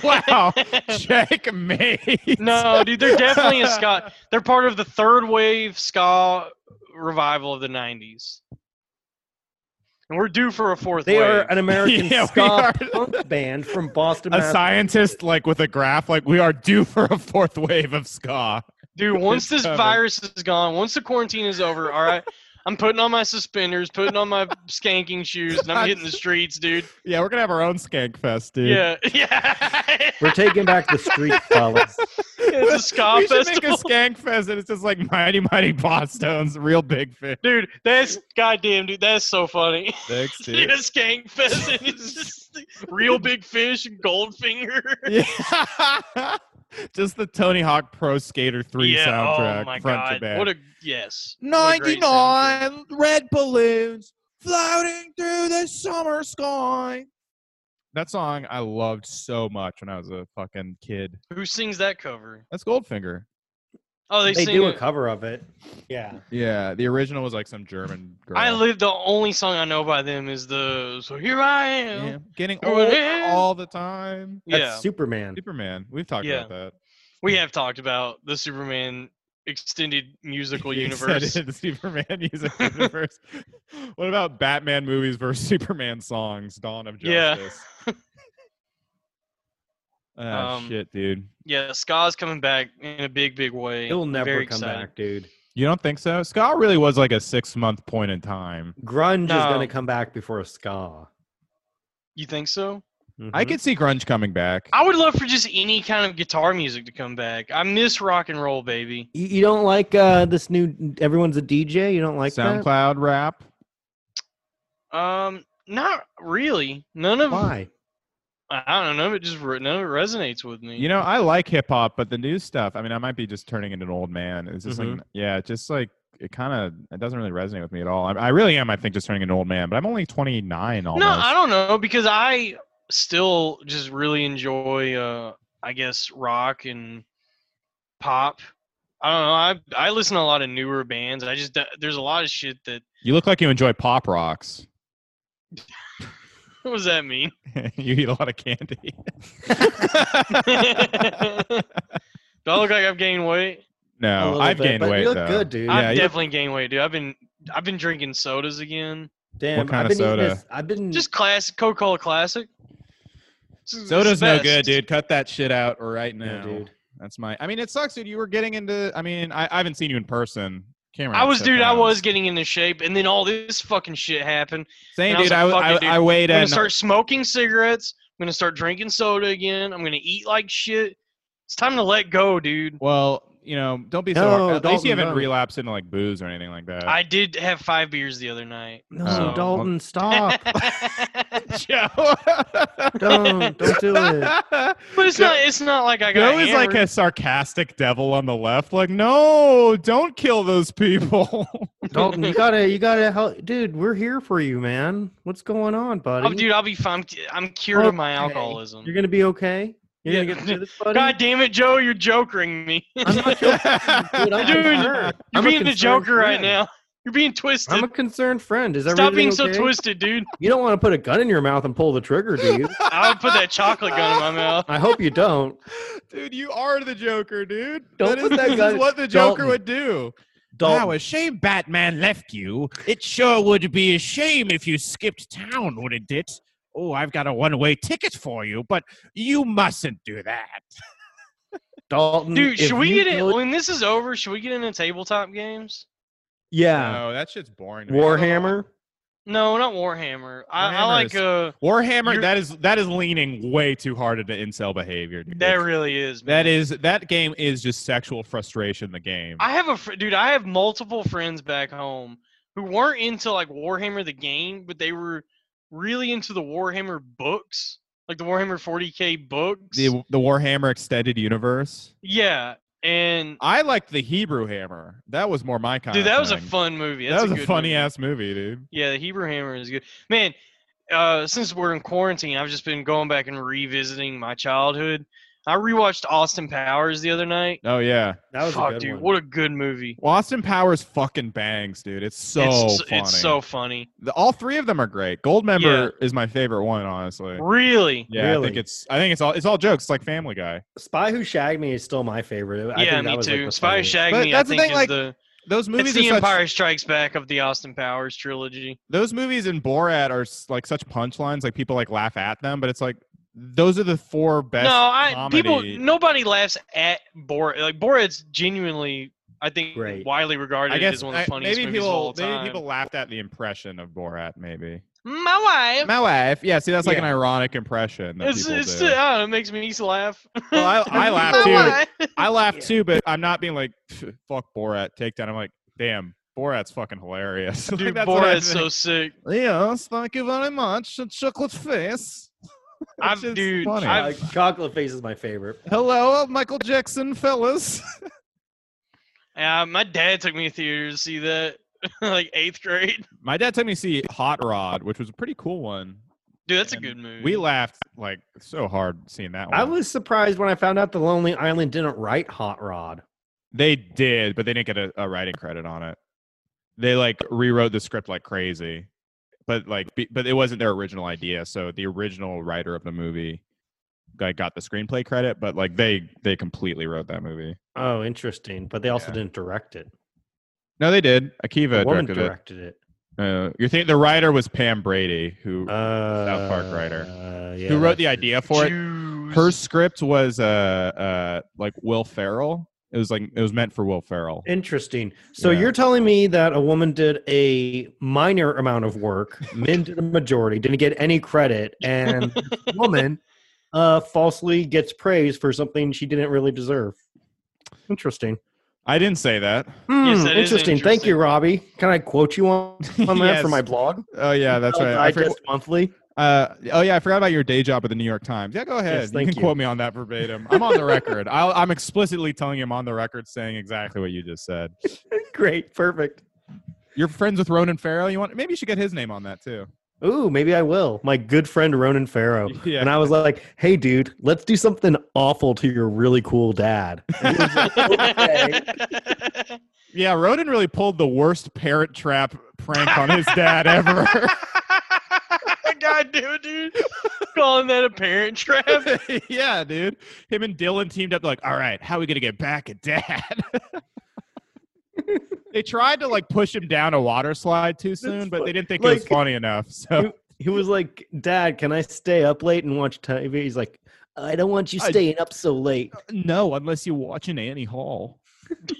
S2: wow. Checkmate.
S4: No, dude, they're definitely a ska. They're part of the third wave ska revival of the '90s, and we're due for a fourth
S3: They are
S4: wave.
S3: an American
S2: Yeah, we
S3: ska
S2: are.
S3: punk band from Boston.
S2: A
S3: Mass-
S2: scientist like with a graph like we are due for a fourth wave of ska.
S4: dude, once this
S2: coming.
S4: virus is gone, once the quarantine is over, all right, I'm putting on my suspenders, putting on my skanking shoes, and I'm hitting the streets, dude.
S2: Yeah, we're gonna have our own skank fest, dude.
S4: Yeah, yeah.
S3: We're taking back the street, fellas.
S4: it's a ska
S2: we should
S4: festival.
S2: make a skank fest and it's just like mighty mighty Boston's real big fish.
S4: Dude, that's goddamn, dude. That's so funny.
S2: Thanks,
S4: Dude. a skank fest, and it's just real big fish and Goldfinger.
S2: yeah. just the Tony Hawk Pro Skater 3 soundtrack
S4: Oh my
S2: front
S4: god.
S2: to back.
S4: What a yes. What a great
S2: 99 red balloons floating through the summer sky. That song I loved so much when I was a fucking kid.
S4: soundtrack. Who sings that cover?
S2: That's Goldfinger.
S4: Oh, they,
S3: They
S4: sing
S3: do a
S4: it.
S3: cover of it. Yeah.
S2: Yeah, the original was like some German girl.
S4: I live the only song I know by them is the So Here I Am.
S2: Yeah, getting
S4: Oh,
S2: old
S4: yeah.
S2: all the time.
S4: Yeah.
S3: That's Superman.
S2: Superman. We've talked
S4: Yeah.
S2: about that.
S4: We have talked about the Superman extended musical
S2: He
S4: universe.
S2: said it, the Superman music universe. What about Batman movies versus Superman songs? Dawn of
S4: Yeah.
S2: Justice. Ah,
S4: Um,
S2: shit, dude.
S4: Yeah, Ska's coming back in a big, big way.
S3: It'll never
S4: Very
S3: come
S4: excited.
S3: back, dude.
S2: You don't think so? Ska really was like a six month point in time.
S3: Grunge is
S4: No.
S3: going to come back before ska.
S4: You think
S2: I
S4: so? Mm-hmm.
S3: Mhm.
S2: could see grunge coming back.
S4: I would love for just any kind of guitar music to come back. I miss rock and roll, baby.
S3: You, you don't like uh, this new? Everyone's a DJ. You don't like that?
S2: SoundCloud rap.
S4: Um, not really. None of
S3: Why?
S4: I I don't know. It just re- none of it resonates with me.
S2: You know, I like hip hop, but the new stuff, I mean, I might be just turning into an old man. It's just
S4: Mm-hmm.
S2: like,
S3: Mhm.
S2: yeah, it's just like it kind of it doesn't really resonate with me at all. I, I really am, I think, just turning into an old man, but I'm only 29 almost.
S4: No, I don't know because I still just really enjoy, uh, I guess, rock and pop. I don't know. I I listen to a lot of newer bands. I just there's a lot of shit that.
S2: You look like you enjoy pop rocks.
S4: What does that mean?
S2: you eat a lot of candy.
S4: Do I look like I've gained weight?
S3: A
S2: no,
S3: little
S2: I've
S3: bit,
S2: gained
S3: but
S2: weight.
S3: You look
S2: though.
S3: good, dude.
S2: Yeah,
S4: I've
S2: you-
S4: definitely gained weight, dude. I've been I've been drinking sodas again.
S3: Damn,
S2: What kind
S3: I've
S2: of
S3: been eating
S2: soda?
S3: This, I've
S2: Hmm.
S3: been
S4: Just classic Coca Cola Classic. It's- it's the
S2: Soda's no
S4: best.
S2: good, dude. Cut that shit out right
S3: Yeah,
S2: now.
S3: dude.
S2: That's my. I mean, it sucks, dude. You were getting into. I mean, I, I haven't seen you in person. Cameron,
S4: I was,
S2: said
S4: dude. I
S2: that.
S4: was getting into shape, and then all this fucking shit happened.
S2: Same,
S4: and I was
S2: dude. I,
S4: like, "Fuck
S2: I,
S4: it, dude.
S2: I weighed
S4: I'm
S2: in.
S4: gonna start smoking cigarettes. I'm gonna start drinking soda again. I'm gonna eat like shit. It's time to let go, dude.
S2: Well, you know, don't be so.
S3: No,
S2: hard. At least
S3: Dalton,
S2: you haven't
S3: no.
S2: relapsed into like booze or anything like that.
S4: I did have five beers the other night.
S3: No,
S2: Oh.
S3: Dalton, stop!
S2: Joe.
S3: don't, don't do it.
S2: but
S4: but it's not. It's not like I got.
S2: Joe is like a
S4: hammered.
S2: sarcastic devil on the left. Like, no, don't kill those people.
S3: Dalton, you gotta, you gotta help, dude. We're here for you, man. What's going on, buddy?
S4: Oh, dude, I'll be fine. I'm, I'm cured of my
S3: Okay.
S4: alcoholism.
S3: You're gonna be okay. You're
S4: Yeah.
S3: gonna get through this, buddy.
S4: God damn it, Joe! You're jokering me. You're
S3: I'm not joking, dude. I'm
S4: Dude,
S3: concerned. I'm a
S4: being the
S3: concerned
S4: Joker right
S3: friend.
S4: now. You're being twisted.
S3: I'm a concerned friend. Is that
S4: Stop being so
S3: okay?
S4: twisted, dude.
S3: You don't want to put a gun in your mouth and pull the trigger, do you?
S4: I would put that chocolate gun in my mouth.
S3: I hope you don't.
S2: dude, you are the Joker, dude.
S3: Don't
S2: That is-
S3: put that
S2: this is
S3: gun-
S2: what the Joker
S3: Dalton.
S2: would do.
S3: Dalton.
S2: Wow, a shame Batman left you. It sure would be a shame if you skipped town, wouldn't it? Oh, I've got a one way ticket for you, but you mustn't do that.
S3: Dalton,
S4: Dude,
S3: Um, if
S4: should we
S3: you
S4: get in
S3: really-
S4: when this is over? Should we get into tabletop games?
S3: Yeah,
S2: that shit's boring.
S3: Uh, Warhammer.
S4: No, not Warhammer. I, I
S2: Warhammer is-
S4: like uh,
S2: Warhammer,
S4: You're-
S2: that is that is leaning way too hard into incel behavior. Dude.
S4: that really is.
S2: that
S4: man.
S2: is that game is just sexual frustration. The game.
S4: I have a fr- dude. I have multiple friends back home who weren't into like Warhammer the game, but they were really into the Warhammer books, like the Warhammer 40k books.
S2: the the Warhammer extended universe.
S4: yeah, and
S2: I liked the Hebrew Hammer. That was more my kind.
S4: dude,
S2: of
S4: that was a
S2: thing.
S4: fun movie.
S2: that
S4: That's
S2: was a,
S4: good
S2: funny
S4: movie.
S2: ass movie, dude.
S4: Yeah, the Hebrew Hammer is good, man. Uh, since we're in quarantine, I've just been going back and revisiting my childhood. I rewatched Austin Powers the other night.
S2: Oh yeah.
S3: That was
S4: Fuck,
S3: a good
S4: dude,
S3: one.
S4: what a good movie!
S2: Well, Austin Powers fucking bangs, dude. It's so
S4: it's,
S2: funny.
S4: it's so funny.
S2: The- all three of them are great. Goldmember is my favorite one, honestly.
S4: Really?
S2: Yeah, I think
S3: Really?
S2: it's I think it's all it's all jokes, like Family Guy.
S3: Spy Who Shagged Me is still my favorite. I think
S4: yeah,
S3: that
S4: me
S3: was, like,
S4: too.
S3: the
S4: Spy Who
S3: funniest.
S4: Shagged
S2: But
S4: Me,
S2: that's
S4: I
S2: the
S4: think,
S2: thing,
S4: is
S2: like,
S4: the
S2: Those movies
S4: it's the
S2: are such,
S4: Empire Strikes Back of the Austin Powers trilogy.
S2: those movies in Borat are s- like such punchlines, like people like laugh at them, but it's like those are the four best.
S4: no, I people
S2: comedy.
S4: nobody laughs at Borat. Like Borat's genuinely, I think,
S3: Great.
S4: widely regarded
S2: I guess
S4: as one of the
S2: I-
S4: funniest
S2: maybe
S4: movies
S2: people
S4: of all time.
S2: maybe people laughed at the impression of Borat. Maybe
S4: My wife.
S2: my wife, yeah. See, that's like an
S3: Yeah.
S2: ironic impression that
S4: it's
S2: people
S4: it's
S2: do.
S4: I don't know, it makes me laugh.
S2: Well, I, I laugh
S4: My
S2: too.
S4: wife.
S2: I laugh
S3: Yeah.
S2: too, but I'm not being like, "Pff, fuck Borat, take down. I'm like, damn, Borat's fucking hilarious. Like,
S4: Dude,
S2: that's what I
S4: Borat's so
S2: think.
S4: sick.
S2: Yes, thank you very much. A chocolate face.
S4: I've-
S2: Which is
S4: dude,
S2: funny.
S4: I've-
S3: Uh, Chocolate Face is my favorite.
S2: Hello, Michael Jackson, fellas.
S4: Yeah, my dad took me to theater to see that, like eighth grade.
S2: My dad took me to see Hot Rod, which was a pretty cool one.
S4: Dude, that's
S2: And
S4: a good movie.
S2: We laughed like so hard seeing
S4: Oh.
S2: that one.
S3: I was surprised when I found out the Lonely Island didn't write Hot Rod.
S2: They did, but they didn't get a, a writing credit on it. They like rewrote the script like crazy, but like, be, but it wasn't their original idea. So the original writer of the movie like got the screenplay credit, but like they they completely wrote that movie.
S3: Oh, interesting. But they also
S2: Yeah.
S3: didn't direct it.
S2: No, they did.
S3: The
S2: Akiva
S3: woman
S2: directed
S3: directed it.
S2: it. Uh, you're thinking the writer was Pam Brady, who
S3: Uh,
S2: South Park writer.
S3: uh, yeah,
S2: who wrote
S3: that's
S2: the
S3: it.
S2: idea for it.
S4: Jews.
S2: Her script was uh uh like Will Ferrell. It was like it was meant for Will Ferrell.
S3: Interesting. So
S2: Yeah.
S3: you're telling me that a woman did a minor amount of work, men did the majority, didn't get any credit, and this woman uh, falsely gets praise for something she didn't really deserve. Interesting.
S2: I didn't say that.
S3: Hmm,
S4: that is
S3: interesting. Thank
S4: interesting.
S3: you, Robbie. Can I quote you on, on that
S2: Yes.
S3: for my blog?
S2: Oh yeah, that's right. I
S3: I
S2: forget-
S3: just monthly.
S2: Uh, oh yeah, I forgot about your day job at the New York Times. Yeah, go ahead. you
S3: thank
S2: can
S3: you.
S2: quote me on that verbatim. I'm on the record. I'll, I'm explicitly telling him on the record, saying exactly what you just said.
S3: Great. Perfect.
S2: You're friends with Ronan Farrow. You want? Maybe you should get his name on that too.
S3: Ooh, maybe I will. My good friend Ronan Farrow.
S2: Yeah.
S3: And I was like, hey, dude, let's do something awful to your really cool dad. And he was like, okay.
S2: Yeah, Ronan really pulled the worst parent trap prank on his dad ever.
S4: God damn it, dude. Calling that a parent trap.
S2: yeah, dude. Him and Dylan teamed up. Like, all right, how are we gonna get back at dad? they tried to like push him down a water slide too soon, but they didn't think it was
S3: like-
S2: funny enough. So.
S3: he was like, Dad, can I stay up late and watch TV? He's like, I don't want you
S2: I-
S3: staying up so late.
S2: No, unless you're watching Annie Hall.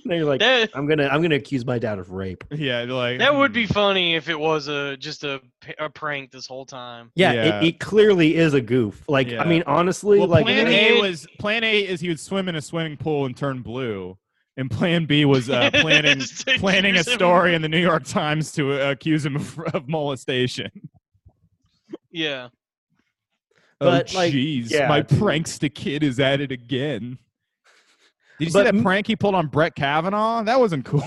S3: And you're like,
S4: That
S3: I'm gonna I'm gonna accuse my dad of rape.
S2: Yeah, like
S4: that would
S2: hmm.
S4: be funny if it was a just a, p- a prank this whole time.
S3: Yeah,
S2: Yeah.
S3: It, it clearly is a goof. Like,
S2: Yeah.
S3: I mean, honestly,
S2: Well,
S3: like
S2: plan
S4: and
S2: A
S4: then-
S2: was plan A is he would swim in a swimming pool and turn blue, and plan B was uh, planning
S4: Just to
S2: planning a
S4: accuse him.
S2: story in the New York Times to uh, accuse him of, of molestation.
S4: Yeah.
S3: But,
S2: oh,
S3: like,
S2: jeez,
S3: yeah,
S2: my
S3: dude.
S2: prankster kid is at it again. Did you
S3: But
S2: see that
S3: m-
S2: prank he pulled on Brett Kavanaugh? That wasn't cool.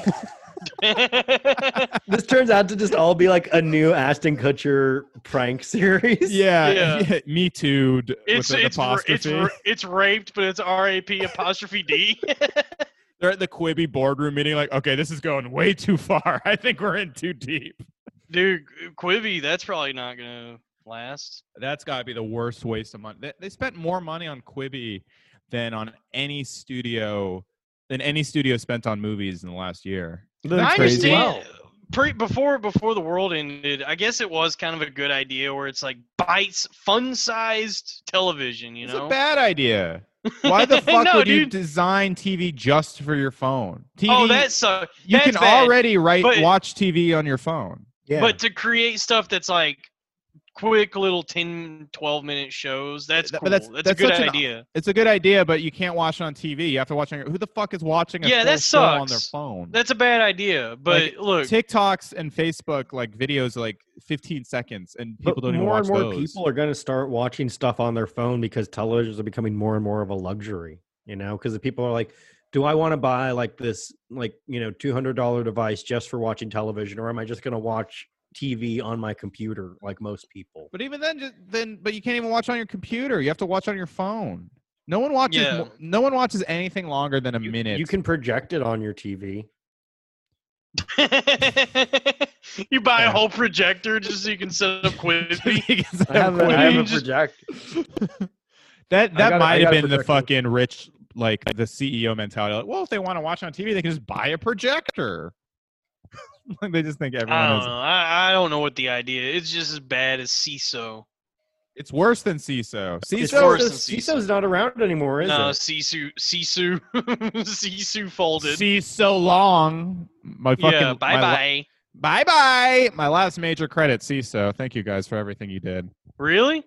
S3: this turns out to just all be like a new Ashton Kutcher prank series.
S2: yeah,
S4: Yeah.
S2: me too. d-
S4: it's
S2: with an
S4: it's ra- it's
S2: apostrophe.
S4: ra- it's raped, but it's R A P apostrophe D.
S2: They're at the Quibi boardroom meeting. Like, okay, this is going way too far. I think we're in too deep.
S4: Dude, Quibi, that's probably not gonna last.
S2: That's got to be the worst waste of money. They, they spent more money on Quibi than on any studio than any studio spent on movies in the last year.
S3: Isn't
S4: I
S3: that crazy?
S4: understand. Pre, before before the world ended, I guess it was kind of a good idea where it's like bites, fun-sized television. You
S2: it's
S4: know,
S2: a bad idea. Why the fuck
S4: No,
S2: would you
S4: dude.
S2: design TV just for your phone? TV,
S4: oh, that sucks.
S2: you
S4: that's
S2: can
S4: bad,
S2: already write
S4: but-
S2: watch TV on your phone.
S3: Yeah.
S4: But to create stuff that's like quick little 10, 12 minute shows, that's
S2: Th-
S4: cool.
S2: but
S4: that's,
S2: that's-
S4: a
S2: that's
S4: good
S2: such an-
S4: idea.
S2: It's a good idea, but you can't watch it on TV. You have to watch on your. Who the fuck is watching a
S4: Yeah,
S2: full
S4: that
S2: show on their
S4: sucks.
S2: phone?
S4: That's a bad idea. But
S2: Like,
S4: look,
S2: TikToks and Facebook like videos are, like 15 seconds, and people
S3: But
S2: don't even
S3: more
S2: watch
S3: and more
S2: those.
S3: people are going to start watching stuff on their phone because televisions are becoming more and more of a luxury you know because the people are like do i want to buy like this like you know $200 device just for watching television or am i just going to watch tv on my computer like most people
S2: But even then, just then, but you can't even watch on your computer. You have to watch on your phone. No one watches.
S4: Yeah.
S2: mo- No one watches anything longer than a
S3: you,
S2: minute.
S3: you can project it on your tv
S4: you buy
S2: Yeah.
S4: a whole projector just so you can set up Quibi.
S2: Because
S3: i have, a,
S2: I'm
S3: I
S4: You
S3: have a
S4: just-
S3: project
S2: that
S3: I
S2: that
S3: gotta- I
S2: might have
S3: gotta
S2: been the
S3: project it.
S2: fucking rich like the CEO mentality. Like, well, if they want to watch on TV, they can just buy a projector. like they just think
S4: I
S2: everyone
S4: don't
S2: is.
S4: know. I, I don't know what the idea. It's just as bad as CISO.
S2: It's worse than CISO.
S3: It's
S2: CISO,
S4: worse
S3: CISO's
S4: than
S3: CISO's not around anymore is
S4: No,
S3: it
S4: Sisu, Sisu, Sisu folded.
S2: CISO long. My fucking
S4: yeah, bye bye.
S2: bye bye. My last major credit, CISO. Thank you guys for everything you did.
S4: Really?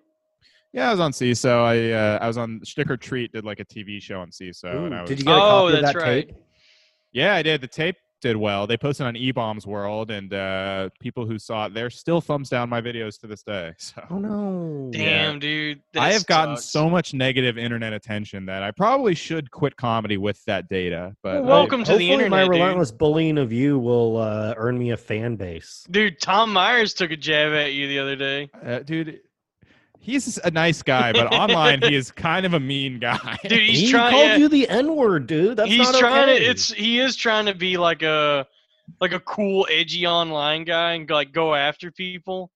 S2: Yeah, I was on CISO. I uh, I was on Stick or Treat did like a TV show on CISO,
S3: Ooh,
S2: and I was
S3: did you get a
S4: Oh,
S3: copy of
S4: that's
S3: that
S4: right.
S3: tape
S2: Yeah, I did. The tape did well. They posted on E-Bombs World, and uh, people who saw it, they're still thumbs down my videos to this day. So
S3: oh no
S2: Yeah.
S4: Damn, dude. That
S2: I have gotten
S4: sucks.
S2: so much negative internet attention that I probably should quit comedy with that data. But
S4: Well, welcome
S3: Hope-
S4: to the
S3: hopefully
S4: internet, dude.
S3: my relentless bullying of you will uh, earn me a fan base
S4: Dude, Tom Myers took a jab at you the other day.
S2: I- uh, dude, he's a nice guy, but online he is kind of a mean guy.
S4: Dude, he's
S3: he
S4: trying.
S3: called
S4: yeah,
S3: you the N word, dude. That's
S4: he's
S3: not
S4: trying
S3: okay.
S4: to. It's he is trying to be like a like a cool, edgy online guy and like go after people.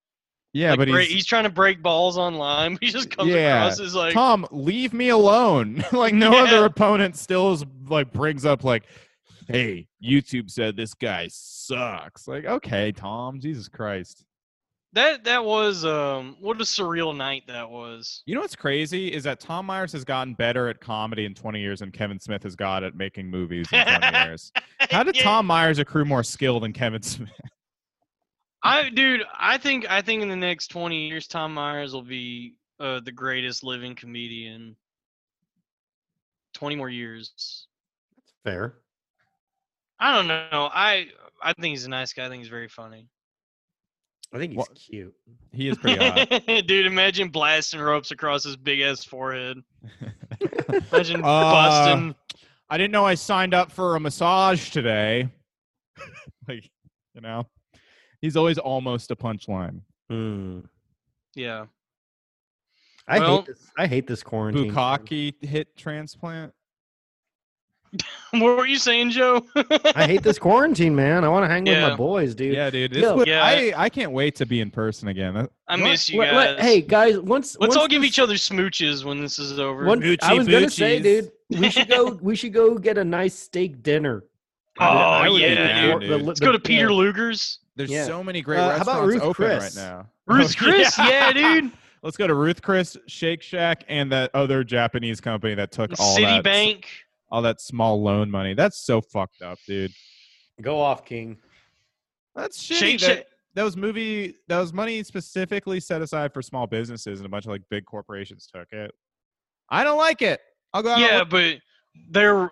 S2: yeah,
S4: Like,
S2: but
S4: break-
S2: he's,
S4: trying to break balls online. But he just comes
S2: Yeah.
S4: across as like,
S2: Tom, leave me alone. like no
S4: Yeah.
S2: other opponent still is, like brings up like, hey, YouTube said this guy sucks. Like okay, Tom, Jesus Christ.
S4: That that was um what a surreal night that was.
S2: You know what's crazy is that Tom Myers has gotten better at comedy in 20 years, and Kevin Smith has got at making movies in 20 years. How did
S4: Yeah.
S2: Tom Myers accrue more skill than Kevin Smith?
S4: I dude, I think I think in the next twenty years, Tom Myers will be uh, the greatest living comedian. Twenty more years.
S3: fair.
S4: I don't know. I I think he's a nice guy. I think he's very funny.
S3: I think he's
S2: What-
S3: cute.
S2: He is pretty hot.
S4: dude, imagine blasting ropes across his big ass forehead.
S2: Uh,
S4: Imagine busting.
S2: I didn't know I signed up for a massage today. like, you know, he's always almost a punchline.
S3: Hmm.
S4: Yeah.
S3: I
S4: Well-
S3: hate this. I hate this quarantine. time.
S2: Bukaki hit transplant.
S4: What were you saying, Joe?
S3: I hate this quarantine, man. I want to hang with
S4: Yeah.
S3: my boys, dude.
S2: Yeah, dude. This
S3: Yo.
S2: would-
S4: Yeah.
S2: I, I can't wait to be in person again. That-
S4: I
S2: What-
S4: miss you
S3: Let-
S4: guys.
S3: let- hey guys, once once
S4: Let's all give
S3: this-
S4: each other smooches when this is over.
S3: once- I
S2: Moochie
S3: was gonna say,
S2: boochies.
S3: dude, we should go. We should go get a nice steak dinner.
S4: Oh,
S3: I would
S4: yeah,
S3: eat the
S4: dude.
S3: cor- the li-
S4: Let's
S3: the-
S4: go to Peter
S3: yeah.
S4: Luger's.
S2: There's
S3: Yeah.
S2: so many great
S3: Uh, how
S2: restaurants
S3: about Ruth
S2: open
S3: Chris?
S2: right now.
S4: Ruth Chris, yeah, dude.
S2: Let's go to Ruth Chris, Shake Shack, and that other Japanese company that took all that,
S4: Citibank.
S2: all that small loan money. That's so fucked up, dude.
S3: Go off, King.
S2: That's shitty.
S4: Shake
S2: that,
S4: Shack.
S2: that was movie. That was money specifically set aside for small businesses, and a bunch of like big corporations took it. I don't like it. I'll go. Out on a
S4: Yeah,
S2: limb.
S4: but they're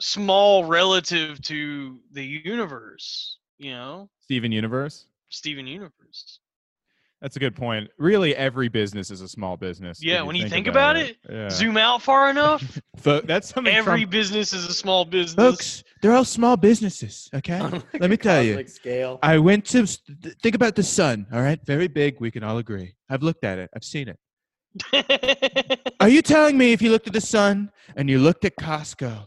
S4: small relative to the universe, you know?
S2: Steven Universe.
S4: Steven Universe.
S2: That's a good point. Really, every business is a small business. if
S4: Yeah, when you think about
S2: Yeah.
S4: Zoom out far enough,
S2: So that's something.
S4: every
S2: Trump-
S4: business is a small business.
S2: they're all small businesses. Okay.
S3: Uh-huh. Oh
S2: Let me tell you.
S3: Cosmic Scale.
S2: I went to s- th- think about the sun. All right, very big. We can all agree. I've looked at it. I've seen it. Are you telling me if you looked at the sun and you looked at Costco,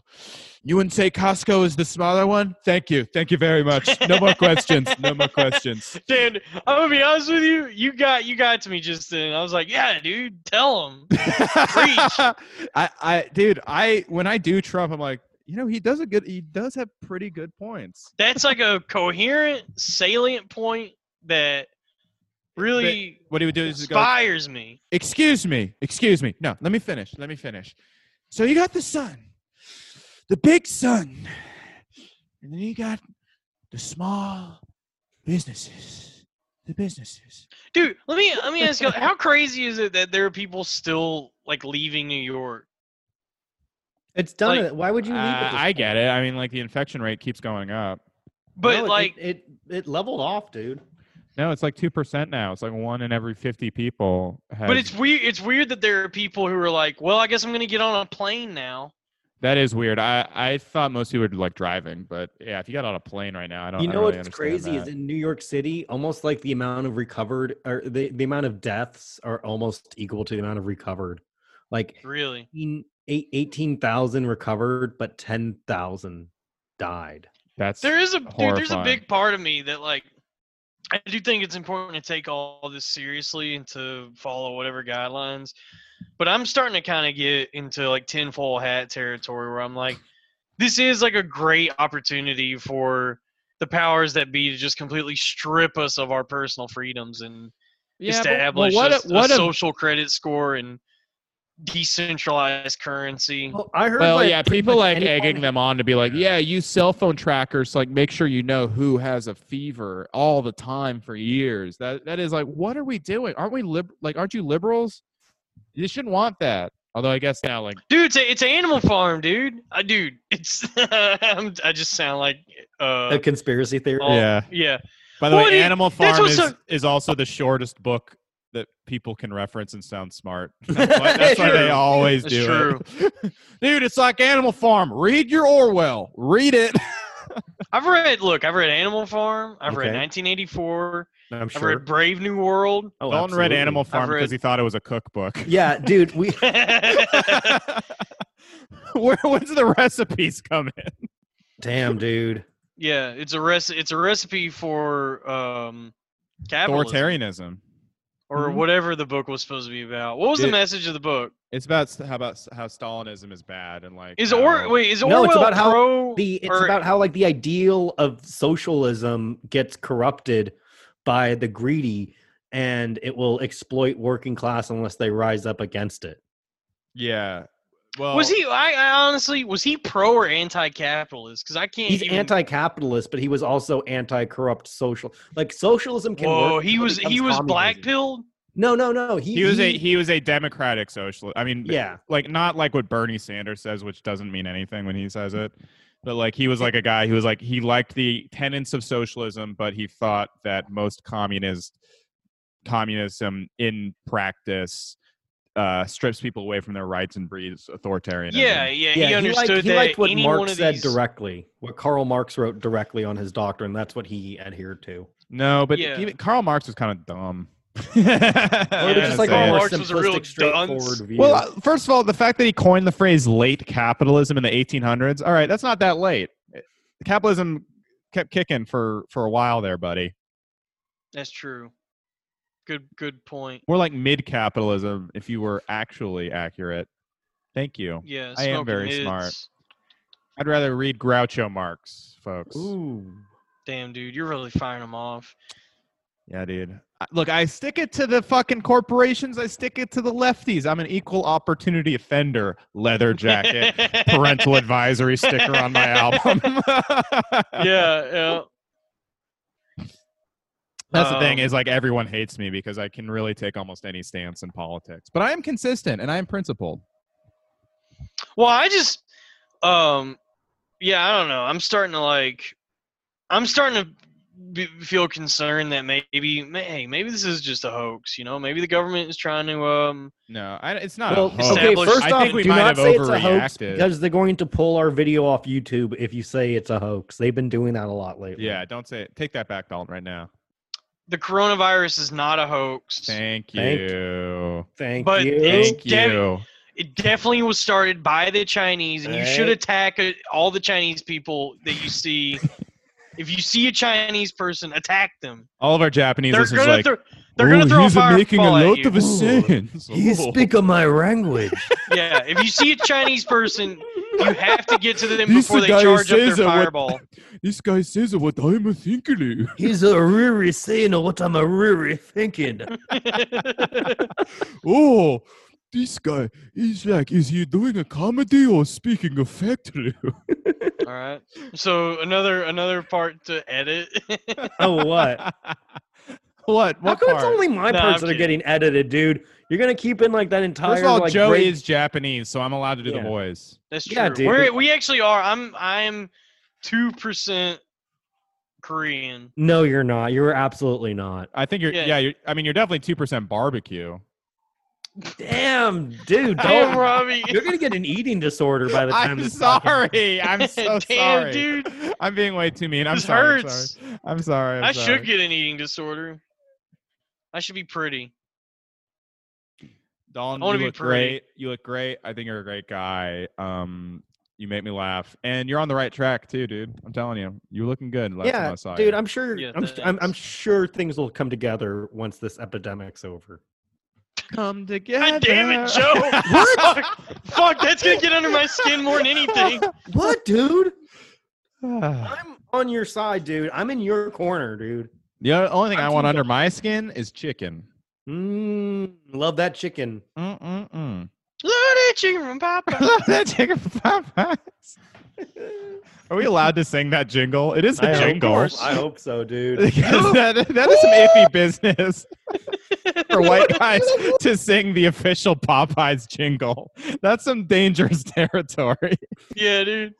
S2: you wouldn't say Costco is the smaller one? Thank you. Thank you very much. No more questions. No more questions.
S4: Dude, I'm gonna be honest with you. You got you got to me just then. I was like, "Yeah, dude, tell him."
S2: I, I, dude, I when I do Trump, I'm like, you know, he does a good. He does have pretty good points.
S4: That's like a coherent, salient point that really
S2: What he would do is just go,
S4: inspires me.
S2: excuse me, excuse me. No, let me finish. Let me finish. So you got the sun, the big sun, and then you got the small businesses, the businesses.
S4: Dude, let me let me ask you how crazy is it that there are people still like leaving New York?
S3: It's done.
S4: Like,
S3: why would you leave? at
S2: Uh,
S3: this
S2: I get it. I mean, like the infection rate keeps going up.
S4: But
S3: No, it-
S4: like
S3: it, it it leveled off, dude.
S2: No, it's like two percent now. It's like one in every fifty people. Has,
S4: but it's weird it's weird that there are people who are like, Well, I guess I'm gonna get on a plane now.
S2: that is weird. I I thought most people would like driving, but yeah, if you got on a plane right now, I don't.
S3: You
S2: I
S3: know
S2: don't really
S3: what's
S2: understand
S3: crazy is
S2: that.
S3: in New York City, almost like the amount of recovered or the, the amount of deaths are almost equal to the amount of recovered. Like
S4: Really?
S3: 18 eight- 18,000 recovered, but 10,000 died.
S2: that's
S4: There is a dude, there's a
S2: horrifying.
S4: big part of me that like I do think it's important to take all this seriously and to follow whatever guidelines. But I'm starting to kind of get into like tinfoil hat territory where I'm like, this is like a great opportunity for the powers that be to just completely strip us of our personal freedoms and establish us- a, social credit score and decentralized currency.
S3: Well, I heard.
S2: well,
S3: like,
S2: yeah,
S3: pretty
S2: people
S3: much
S2: like
S3: anyone-
S2: egging them on to be like, yeah, use cell phone trackers, to, like make sure you know who has a fever all the time for years. That that is like, what are we doing? Aren't we lib- like, aren't you liberals? You shouldn't want that. Although I guess now, like,
S4: Dude, it's, a, it's Animal Farm, dude. I dude, it's I'm, I just sound like uh
S3: A conspiracy theory.
S4: all-
S2: Yeah.
S4: yeah.
S2: by the
S4: What
S2: way,
S4: is-
S2: Animal
S4: that's
S2: Farm is,
S4: what's so-
S2: is also the shortest book that people can reference and sound smart. That's why, that's why they
S4: True.
S2: always
S4: That's
S2: do it. Dude, it's like Animal Farm. Read your Orwell. Read it.
S4: I've read look, I've read Animal Farm, I've read
S3: Okay.
S4: 1984,
S3: I'm
S4: I've
S3: sure.
S4: read Brave New World.
S3: Oh,
S2: Dalton read
S3: absolutely.
S2: Animal Farm because
S4: read-
S2: he thought it was a cookbook.
S3: Yeah, dude. We
S2: Where when's the recipes coming?
S3: damn, dude.
S4: yeah, it's a rec- it's a recipe for um capitalism
S2: Authoritarianism.
S4: or
S3: Mhm.
S4: whatever the book was supposed to be about. What was
S2: It-
S4: the message of the book?
S2: It's about s- how about s- how Stalinism is bad and like
S4: Is
S2: how-
S4: or wait, is
S3: No,
S4: Orwell
S3: it's about how
S4: pro
S3: The it's
S4: or-
S3: about how like the ideal of socialism gets corrupted by the greedy, and it will exploit working class unless they rise up against it.
S2: yeah.
S3: uh,
S2: Well,
S4: was he I, I honestly was he pro or anti-capitalist cuz I can't
S3: He's
S4: even-
S3: anti-capitalist, but he was also anti-corrupt social. Like socialism can.
S4: Whoa,
S3: work
S4: he
S3: until it
S4: was he
S3: becomes
S4: was
S3: communism.
S4: black pilled.
S3: No, no, no. He,
S2: He was a he was a democratic socialist. I mean,
S3: Yeah.
S2: like not like what Bernie Sanders says, which doesn't mean anything when he says it. But like he was like a guy who was like he liked the tenets of socialism, but he thought that most communist communism in practice uh, strips people away from their rights and breeds authoritarianism.
S4: Yeah, yeah,
S3: yeah,
S4: he
S3: liked-
S4: understood
S3: he liked
S4: that
S3: what
S4: any one
S3: Marx
S4: of
S3: said
S4: these
S3: directly, what Karl Marx wrote directly on his doctrine. That's what he adhered to.
S2: No, but
S4: Yeah.
S2: even Karl Marx was kind of dumb. well,
S3: Or
S4: Yeah,
S3: just like
S4: Karl
S3: a more
S4: Marx was a real
S3: simplistic, straightforward
S4: dunce.
S3: view.
S2: well, uh, first of all, the fact that he coined the phrase "late capitalism" in the 1800s. All right, that's not that late. It- Capitalism kept kicking for for a while there, buddy.
S4: That's true. Good good point.
S2: More like mid-capitalism, if you were actually accurate. Thank you.
S4: Yeah,
S2: I am
S4: smoking
S2: very smart.
S4: mids.
S2: I'd rather read Groucho Marx, folks.
S3: Ooh.
S4: Damn, dude, you're really firing them off.
S2: Yeah, dude. I- Look, I stick it to the fucking corporations. I stick it to the lefties. I'm an equal opportunity offender. Leather jacket. parental advisory sticker on my album.
S4: yeah, yeah.
S2: That's the thing
S4: Um,
S2: is like everyone hates me because I can really take almost any stance in politics. But I am consistent and I am principled.
S4: Well, I just, um, yeah, I don't know. I'm starting to like, I'm starting to be, feel concerned that maybe, ma- hey, maybe this is just a hoax. You know, maybe the government is trying to, um,
S2: No, I, it's not.
S3: Well,
S2: a hoax.
S3: okay,
S4: Established-
S3: first
S2: I
S3: off,
S2: think we
S3: do
S2: might
S3: not
S2: have
S3: say it's a hoax
S2: overreacted.
S3: because they're going to pull our video off YouTube if you say it's a hoax. They've been doing that a lot lately.
S2: yeah, don't say it. Take that back, Dalton, right now.
S4: the coronavirus is not a hoax.
S2: Thank you.
S3: Thank
S2: Thank you.
S3: Thank
S4: But
S3: you.
S4: it's- Damn it. It definitely was started by the Chinese, and you should
S3: Right.
S4: attack uh, all the Chinese people that you see. if you see a Chinese person, attack them.
S2: All of our Japanese
S4: They're
S2: listeners are
S4: gonna
S2: like,
S4: throw, They're gonna
S2: Oh,
S4: throw a
S2: he's
S4: fireball at you.
S3: Ooh.
S2: sense.
S3: You
S2: Oh.
S3: speak of my language.
S4: yeah, if you see a Chinese person, you have to get to them
S2: He's
S4: before
S2: the
S4: they
S2: guy who
S4: charge up their
S2: says, uh, what-
S4: fireball.
S2: This guy says what I'm thinking.
S3: He's a really saying of what I'm a really thinking.
S2: Oh, this guy is like, is he doing a comedy or speaking of factory?
S4: All right. So another another part to edit.
S3: Oh, what?
S2: what?
S3: How
S2: What
S3: come
S2: part?
S3: it's only my
S4: No, I'm
S3: parts that are
S4: kidding.
S3: getting edited, dude? You're gonna keep in like that entire.
S2: First of all,
S3: like,
S2: Joey
S3: great-
S2: is Japanese, so I'm allowed to do
S3: Yeah.
S2: the voice.
S4: That's true.
S3: Yeah, dude.
S4: We're, we actually are. I'm I'm two percent Korean.
S3: No, you're not. You're absolutely not.
S2: I think you're. Yeah,
S4: Yeah.
S2: you're, I mean, you're definitely two percent barbecue.
S3: Damn, dude,
S4: Damn,
S3: don't.
S4: Robbie.
S3: you're gonna get an eating disorder by the time.
S2: I'm
S3: this podcast-
S2: sorry. I'm so
S4: Damn,
S2: sorry,
S4: dude.
S2: I'm being way too mean. I'm
S4: this
S2: sorry. I'm
S4: hurts.
S2: sorry. I'm sorry. I'm
S4: I
S2: sorry.
S4: should get an eating disorder. I should be pretty.
S2: Don,
S4: I wanna
S2: you
S4: be
S2: look
S4: pretty.
S2: great. You look great. I think you're a great guy. Um, you make me laugh, and you're on the right track too, dude. I'm telling you, you're looking good. Last time
S3: Yeah,
S2: I saw
S3: dude,
S2: you.
S3: I'm sure.
S4: Yeah,
S3: I'm, I'm, I'm
S4: thanks.
S3: sure things will come together once this epidemic's over.
S2: come together.
S4: God damn it, Joe. Fuck, fuck, that's gonna get under my skin more than anything.
S3: What, dude?
S2: Joe.
S3: I'm on your side, dude. I'm in your corner, dude.
S2: the o- only thing
S4: I'm
S2: I want
S4: team
S2: under my skin is chicken.
S3: Mm, love that chicken.
S2: Mm-mm-mm.
S4: Loaded chicken from Papa.
S2: that chicken from Popeyes. Are we allowed to sing that jingle? It is
S3: I
S2: a
S3: hope-
S2: jingle.
S3: I hope so, dude.
S2: Because that, that is some iffy business for white guys to sing the official Popeyes jingle. That's some dangerous territory.
S4: Yeah, dude.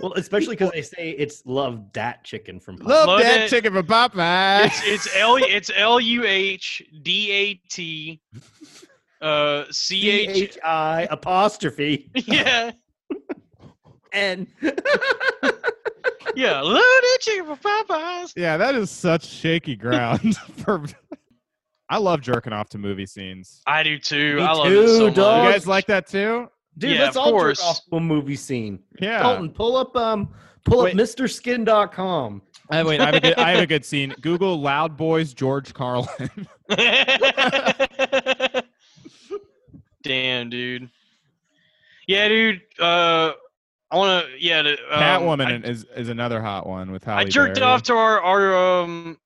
S3: Well, especially because they say it's love that chicken from Popeyes.
S2: Love,
S4: Love
S2: that
S4: it.
S2: chicken from Popeyes.
S4: It's it's L it's L U H D A T uh C H
S3: C-H-I apostrophe
S4: Yeah.
S3: N.
S4: Yeah. Loaded chicken from Popeyes.
S2: Yeah, that is such shaky ground. for, I love jerking off to movie scenes.
S4: I do too.
S3: Me
S4: I love it so
S3: too,
S2: You
S3: dog.
S4: much.
S2: guys like that too?
S3: Dude,
S4: Yeah,
S3: let's
S4: of
S3: all jerk
S4: course.
S3: off to a movie scene.
S2: Yeah.
S3: Dalton, pull up um pull up
S2: Wait.
S3: MrSkin.com.
S2: I, wait, I have, a good, I have a good scene. Google Loud Boys George
S4: Um,
S2: Carlin.
S4: Damn, dude. Yeah, dude. Uh, I want to. Yeah, the, um, I,
S2: Catwoman is, is another hot one with Halle
S4: I jerked
S2: Berry.
S4: off to our our um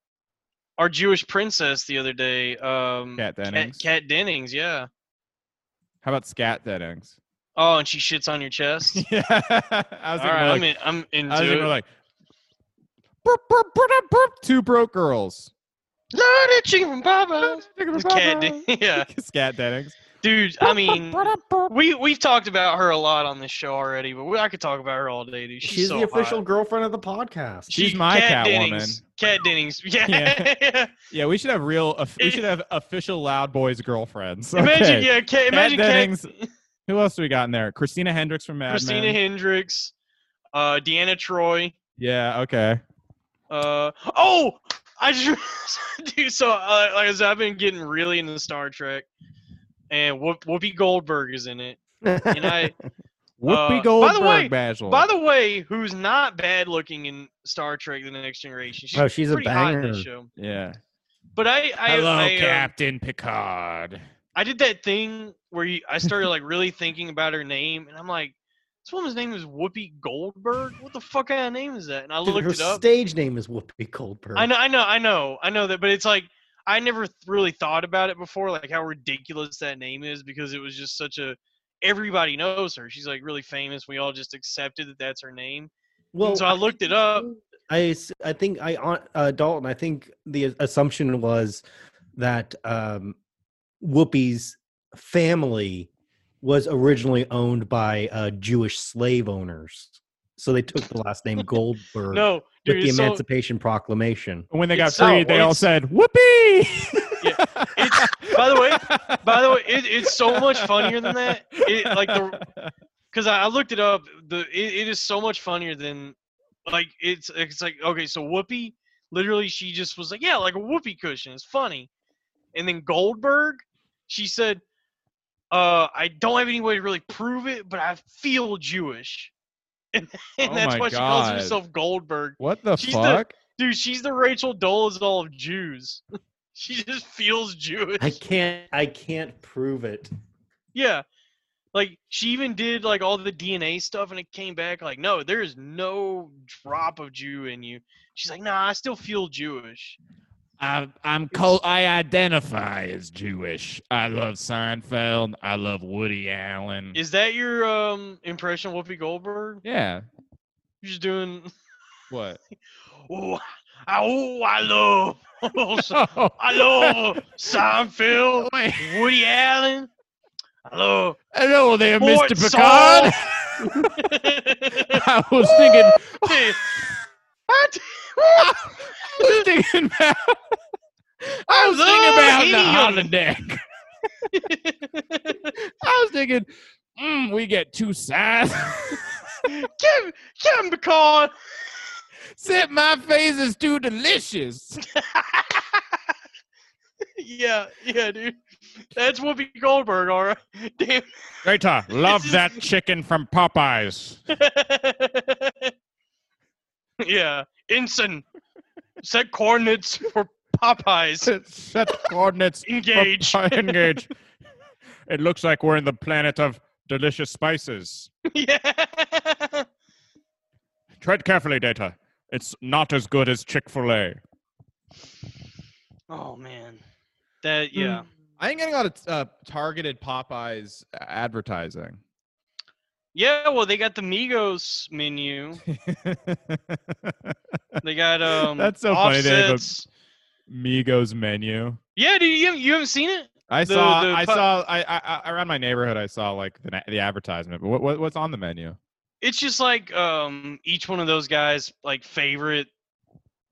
S4: our Jewish princess the other day. Um,
S2: Kat Dennings.
S4: Kat, Kat Dennings. Yeah.
S2: How about Scat Dennings?
S4: Oh, and she shits on your chest.
S2: Yeah. I
S4: All
S2: was
S4: right,
S2: like,
S4: I'm in, I'm into
S2: I was
S4: it.
S2: even like, burp, burp, burp, burp, burp, two broke girls.
S4: Loaded chicken from Papa's. Kat, Den- yeah,
S2: Scat Dennings.
S4: dude. I mean, we we've talked about her a lot on this show already, but we, I could talk about her all day, dude. She's,
S3: She's,
S4: so
S3: the official
S4: hot.
S3: girlfriend of the podcast.
S2: She's
S4: She-
S2: my
S4: Kat
S2: Catwoman.
S4: Dennings. Cat Dennings. Yeah.
S2: Yeah, we should have real. Of, we should have official Loud Boys girlfriends.
S4: Imagine,
S2: Okay.
S4: yeah, Kat, imagine
S2: Dennings,
S4: Kat,
S2: Who else do we got in there? Christina Hendricks from Mad
S4: Christina
S2: Men.
S4: Hendricks, uh, Deanna Troy.
S2: yeah. Okay.
S4: Uh, oh, I just dude. So, uh, like I said, I've been getting really into Star Trek, and Whoop, Whoopi Goldberg is in it. And I,
S2: Whoopi
S4: Uh, by the
S2: Goldberg.
S4: way-
S2: Basil.
S4: by the way, who's not bad looking in Star Trek: The Next Generation? She's
S3: oh, she's a
S4: pretty hot in
S3: banger.
S4: this show.
S2: yeah.
S4: But I, I, I, um,
S2: Picard.
S4: I did that thing where you, I started like really thinking about her name, and I'm like, this woman's name is Whoopi Goldberg. What the fuck kind of name is that? And I
S3: Dude,
S4: looked
S3: her
S4: it up.
S3: stage name is Whoopi Goldberg.
S4: I know, I know, I know, I know that, but it's like I never th- really thought about it before, like how ridiculous that name is because it was just such a everybody knows her. She's like really famous. We all just accepted that that's her name.
S3: Well,
S4: so I looked it up.
S3: I, s- I think I on- uh, Dalton. I think the assumption was that um, Whoopi's family was originally owned by uh, Jewish slave owners, so they took the last name Goldberg
S4: No,
S3: with
S4: dude,
S3: the
S4: it's so,
S3: Emancipation Proclamation.
S2: When they got
S4: It's- oh,
S2: freed, they all
S4: it's-
S2: said "Whoopee."
S4: by the way, by the way, it, it's so much funnier than that. It like the because I, I looked it up. The it, it is so much funnier than like it's it's like okay, so Whoopi literally she just was like yeah, like a whoopee cushion. It's funny, and then Goldberg she said, uh, I don't have any way to really prove it, but I feel Jewish, and, and
S2: Oh
S4: that's
S2: my
S4: why she
S2: God.
S4: calls herself Goldberg.
S2: What the
S4: She's the-
S2: fuck?
S4: Dude, she's the Rachel Dolezal of Jews. She just feels Jewish.
S3: I can't. I can't prove it.
S4: Yeah. Like she even did like all the DNA stuff and it came back like, no, there is no drop of Jew in you. She's like, nah, I still feel Jewish.
S2: I, I'm col- I identify as Jewish. I love Seinfeld. I love Woody Allen.
S4: Is that your um impression of Whoopi Goldberg?
S2: yeah.
S4: You're just doing
S2: What?
S4: oh I, oh, I love oh, Sa-
S2: Oh,
S4: I love Seinfeld,
S2: wait.
S4: Woody Allen. I love
S2: Hello there,
S4: Fort
S2: Mr. Picard. I was thinking.
S4: What?
S2: I was thinking about. I was thinking about the
S4: Love
S2: holodeck. I was thinking, mm, we get two sides.
S4: Kim, Kim Picard.
S2: Said my face is too delicious.
S4: yeah, yeah, dude. That's Whoopi Goldberg, all right. Damn.
S2: Greta,
S4: love that
S2: chicken from Popeyes.
S4: yeah, ensign. Set coordinates for Popeyes.
S2: Set coordinates.
S4: Engage.
S2: Engage. It looks like we're in the planet of delicious spices.
S4: yeah.
S2: Tread carefully, Data. It's not as good as Chick fil A.
S4: Oh man. That
S2: Hmm.
S4: yeah.
S2: I ain't getting a lot of uh, targeted Popeyes advertising.
S4: Yeah, well they got the Migos menu. They got um
S2: That's so funny they have a-
S4: offsets.
S2: Migos menu.
S4: Yeah, dude, you, haven't- you haven't seen it?
S2: I
S4: The-
S2: saw.
S4: the
S2: I
S4: pu-
S2: saw. I, I, I around my neighborhood. I saw like the, na- the advertisement. But what, what what's on the menu?
S4: It's just like um each one of those guys like favorite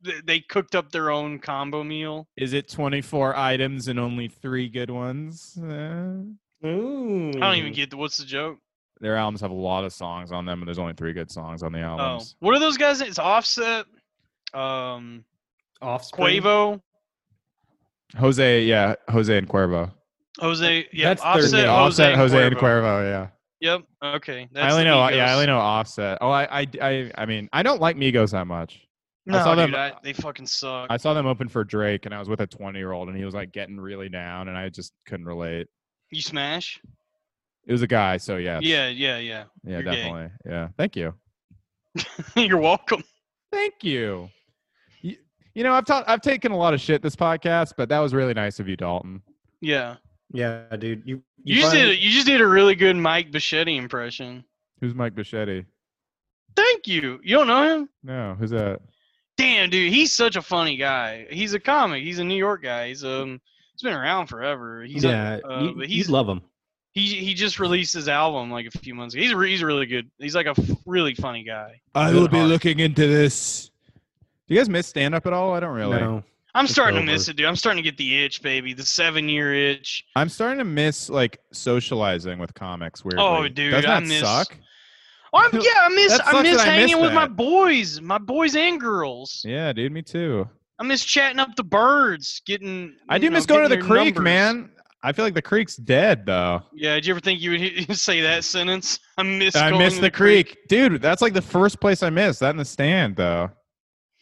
S4: th- they cooked up their own combo meal.
S2: Is it twenty four items and only three good ones? Uh,
S3: Ooh.
S4: I don't even
S2: Mm-hmm.
S4: get the, what's the joke.
S2: their albums have a lot of songs on them, and there's only three good songs on the
S4: Oh,
S2: albums.
S4: what are those guys? It's Offset, um,
S3: Offspring?
S4: Quavo,
S2: Jose, yeah, Jose and Cuervo.
S4: Jose. Yeah,
S3: That's their
S4: Offset,
S3: name.
S4: Jose,
S2: Offset,
S4: and
S2: Jose and
S4: Quavo.
S2: Cuervo. Yeah,
S4: Yep. Okay.
S2: I
S4: that's
S2: only
S4: the
S2: know. Yeah,
S4: Migos.
S2: I only know Offset. Oh, I, I, I, I mean, I don't like Migos that much.
S4: No,
S2: saw
S4: dude,
S2: them-
S4: I, they fucking suck.
S2: I saw them open for Drake, and I was with a 20 year old, and he was like getting really down, and I just couldn't relate.
S4: you smash?
S2: It was a guy, so yeah,
S4: Yeah, yeah, yeah.
S2: yeah,
S4: you're gay.
S2: definitely, yeah. Thank you,
S4: You're welcome.
S2: thank you. You, you know, I've taught, I've taken a lot of shit this podcast, but that was really nice of you, Dalton.
S4: Yeah.
S3: Yeah, dude. You
S4: You, just did.
S3: finally-
S4: A, you just did a really good Mike Bichetti impression.
S2: Who's Mike Bichetti?
S4: Thank you. You don't know him?
S2: No, who's that?
S4: Damn, dude, he's such a funny guy. He's a comic. He's a New York guy. He's um, he's been around forever. He's a-
S3: yeah,
S4: uh,
S3: you,
S4: but
S3: would
S4: he's
S3: love him.
S4: he he just released his album like a few months ago. He's a, re- he's really good. He's like a f- really funny guy.
S2: I
S4: will be
S2: looking into this. Do you guys miss stand up at all? I don't really.
S3: No.
S4: I'm
S2: It's
S4: starting
S2: over.
S4: to miss it, dude. I'm starting to get the itch, baby. The seven year itch.
S2: I'm starting to miss like socializing with comics. Weirdly,
S4: Oh, dude,
S2: doesn't
S4: I
S2: that
S4: miss-
S2: suck?
S4: Oh, I'm, yeah, I miss
S2: That
S4: I
S2: sucks
S4: miss
S2: that I
S4: hanging
S2: missed
S4: with my
S2: that.
S4: boys, my boys and girls.
S2: Yeah, dude, me too.
S4: I miss chatting up the birds, getting.
S2: I
S4: you
S2: do
S4: know,
S2: miss going to the
S4: getting their
S2: creek,
S4: numbers.
S2: man. I feel like the creek's dead though.
S4: Yeah, did you ever think you would he- say that sentence? I miss.
S2: I
S4: going
S2: miss
S4: to
S2: the, creek. dude. That's like the first place I missed. That in the stand though.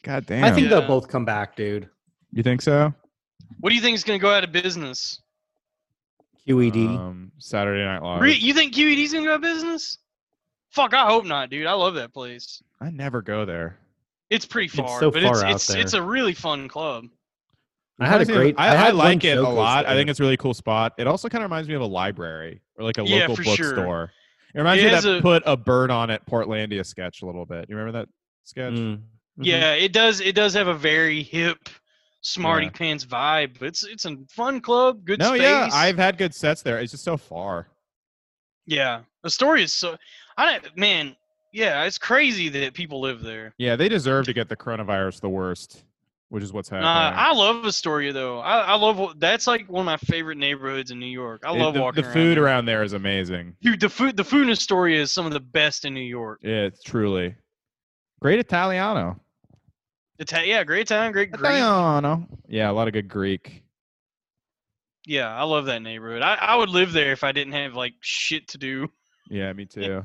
S2: God damn.
S3: I think
S4: Yeah.
S3: they'll both come back, dude.
S2: you think so?
S4: What do you think is going to go out of business?
S3: QED.
S2: Um, Saturday Night Live.
S4: Re- you think QED's going to go out of business? Fuck, I hope not, dude. I love that place.
S2: I never go there.
S4: It's pretty far,
S3: so
S4: but
S3: far
S4: it's
S3: out
S4: it's, it's
S3: there.
S4: a really fun club.
S2: Mm-hmm.
S3: I had a
S2: Reminds me of-
S3: great.
S2: I, I,
S3: had one
S2: like it a
S3: showcase
S2: lot. I
S3: there.
S2: think it's a really cool spot. It also kind of reminds me of a library or like a
S4: Yeah,
S2: local
S4: for sure.
S2: bookstore. It reminds
S4: It
S2: me of
S4: has
S2: that
S4: a-
S2: put a bird on it Portlandia sketch a little bit. You remember that sketch?
S3: Mm. Mhm.
S4: Yeah, it does. It does have a very hip, smarty
S2: Yeah.
S4: pants vibe. It's it's a fun club. Good.
S2: No,
S4: space.
S2: yeah, I've had good sets there. It's just so far.
S4: Yeah, the story is so. I don't- man. Yeah, it's crazy that people live there.
S2: Yeah, they deserve to get the coronavirus the worst, which is what's
S4: Uh,
S2: happening.
S4: I love Astoria though. I, I love what- that's like one of my favorite neighborhoods in New York. I
S2: It-
S4: love
S2: the,
S4: walking
S2: the
S4: around
S2: food
S4: there.
S2: around there is amazing.
S4: Dude, the food the food in Astoria is some of the best in New York.
S2: Yeah, it's truly great Italiano.
S4: Ita- yeah, great time, great Greek.
S2: Italiano. Yeah, a lot of good Greek.
S4: Yeah, I love that neighborhood. I, I would live there if I didn't have like shit to do.
S2: Yeah, me too.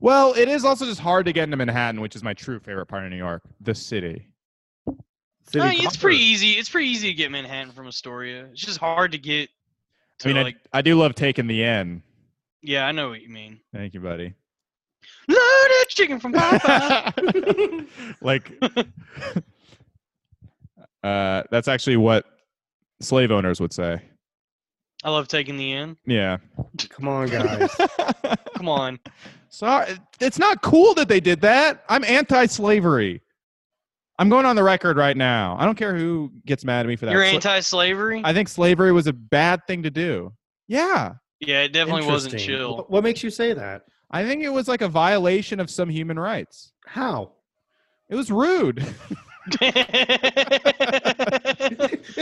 S2: Well, it is also just hard to get into Manhattan, which is my true favorite part of New York, the city.
S3: City
S4: I mean, it's
S3: proper.
S4: pretty easy. It's pretty easy to get Manhattan from Astoria. It's just hard to
S2: I
S4: get. To
S2: mean,
S4: like,
S2: I, I do love taking the N.
S4: yeah, I know what you mean.
S2: Thank you, buddy.
S4: Loaded chicken from Popeye.
S2: like, uh, that's actually what slave owners would say.
S4: I love taking the in.
S2: Yeah.
S3: Come on, guys.
S4: Come on.
S2: So it's not cool that they did that. I'm anti-slavery. I'm going on the record right now. I don't care who gets mad at me for that.
S4: You're
S2: Sla-
S4: anti-slavery.
S2: I think slavery was a bad thing to do. Yeah,
S4: yeah, it definitely wasn't
S3: Interesting.
S4: chill.
S3: Wh- What makes you say that?
S2: I think it was like a violation of some human rights.
S3: How?
S2: It was rude.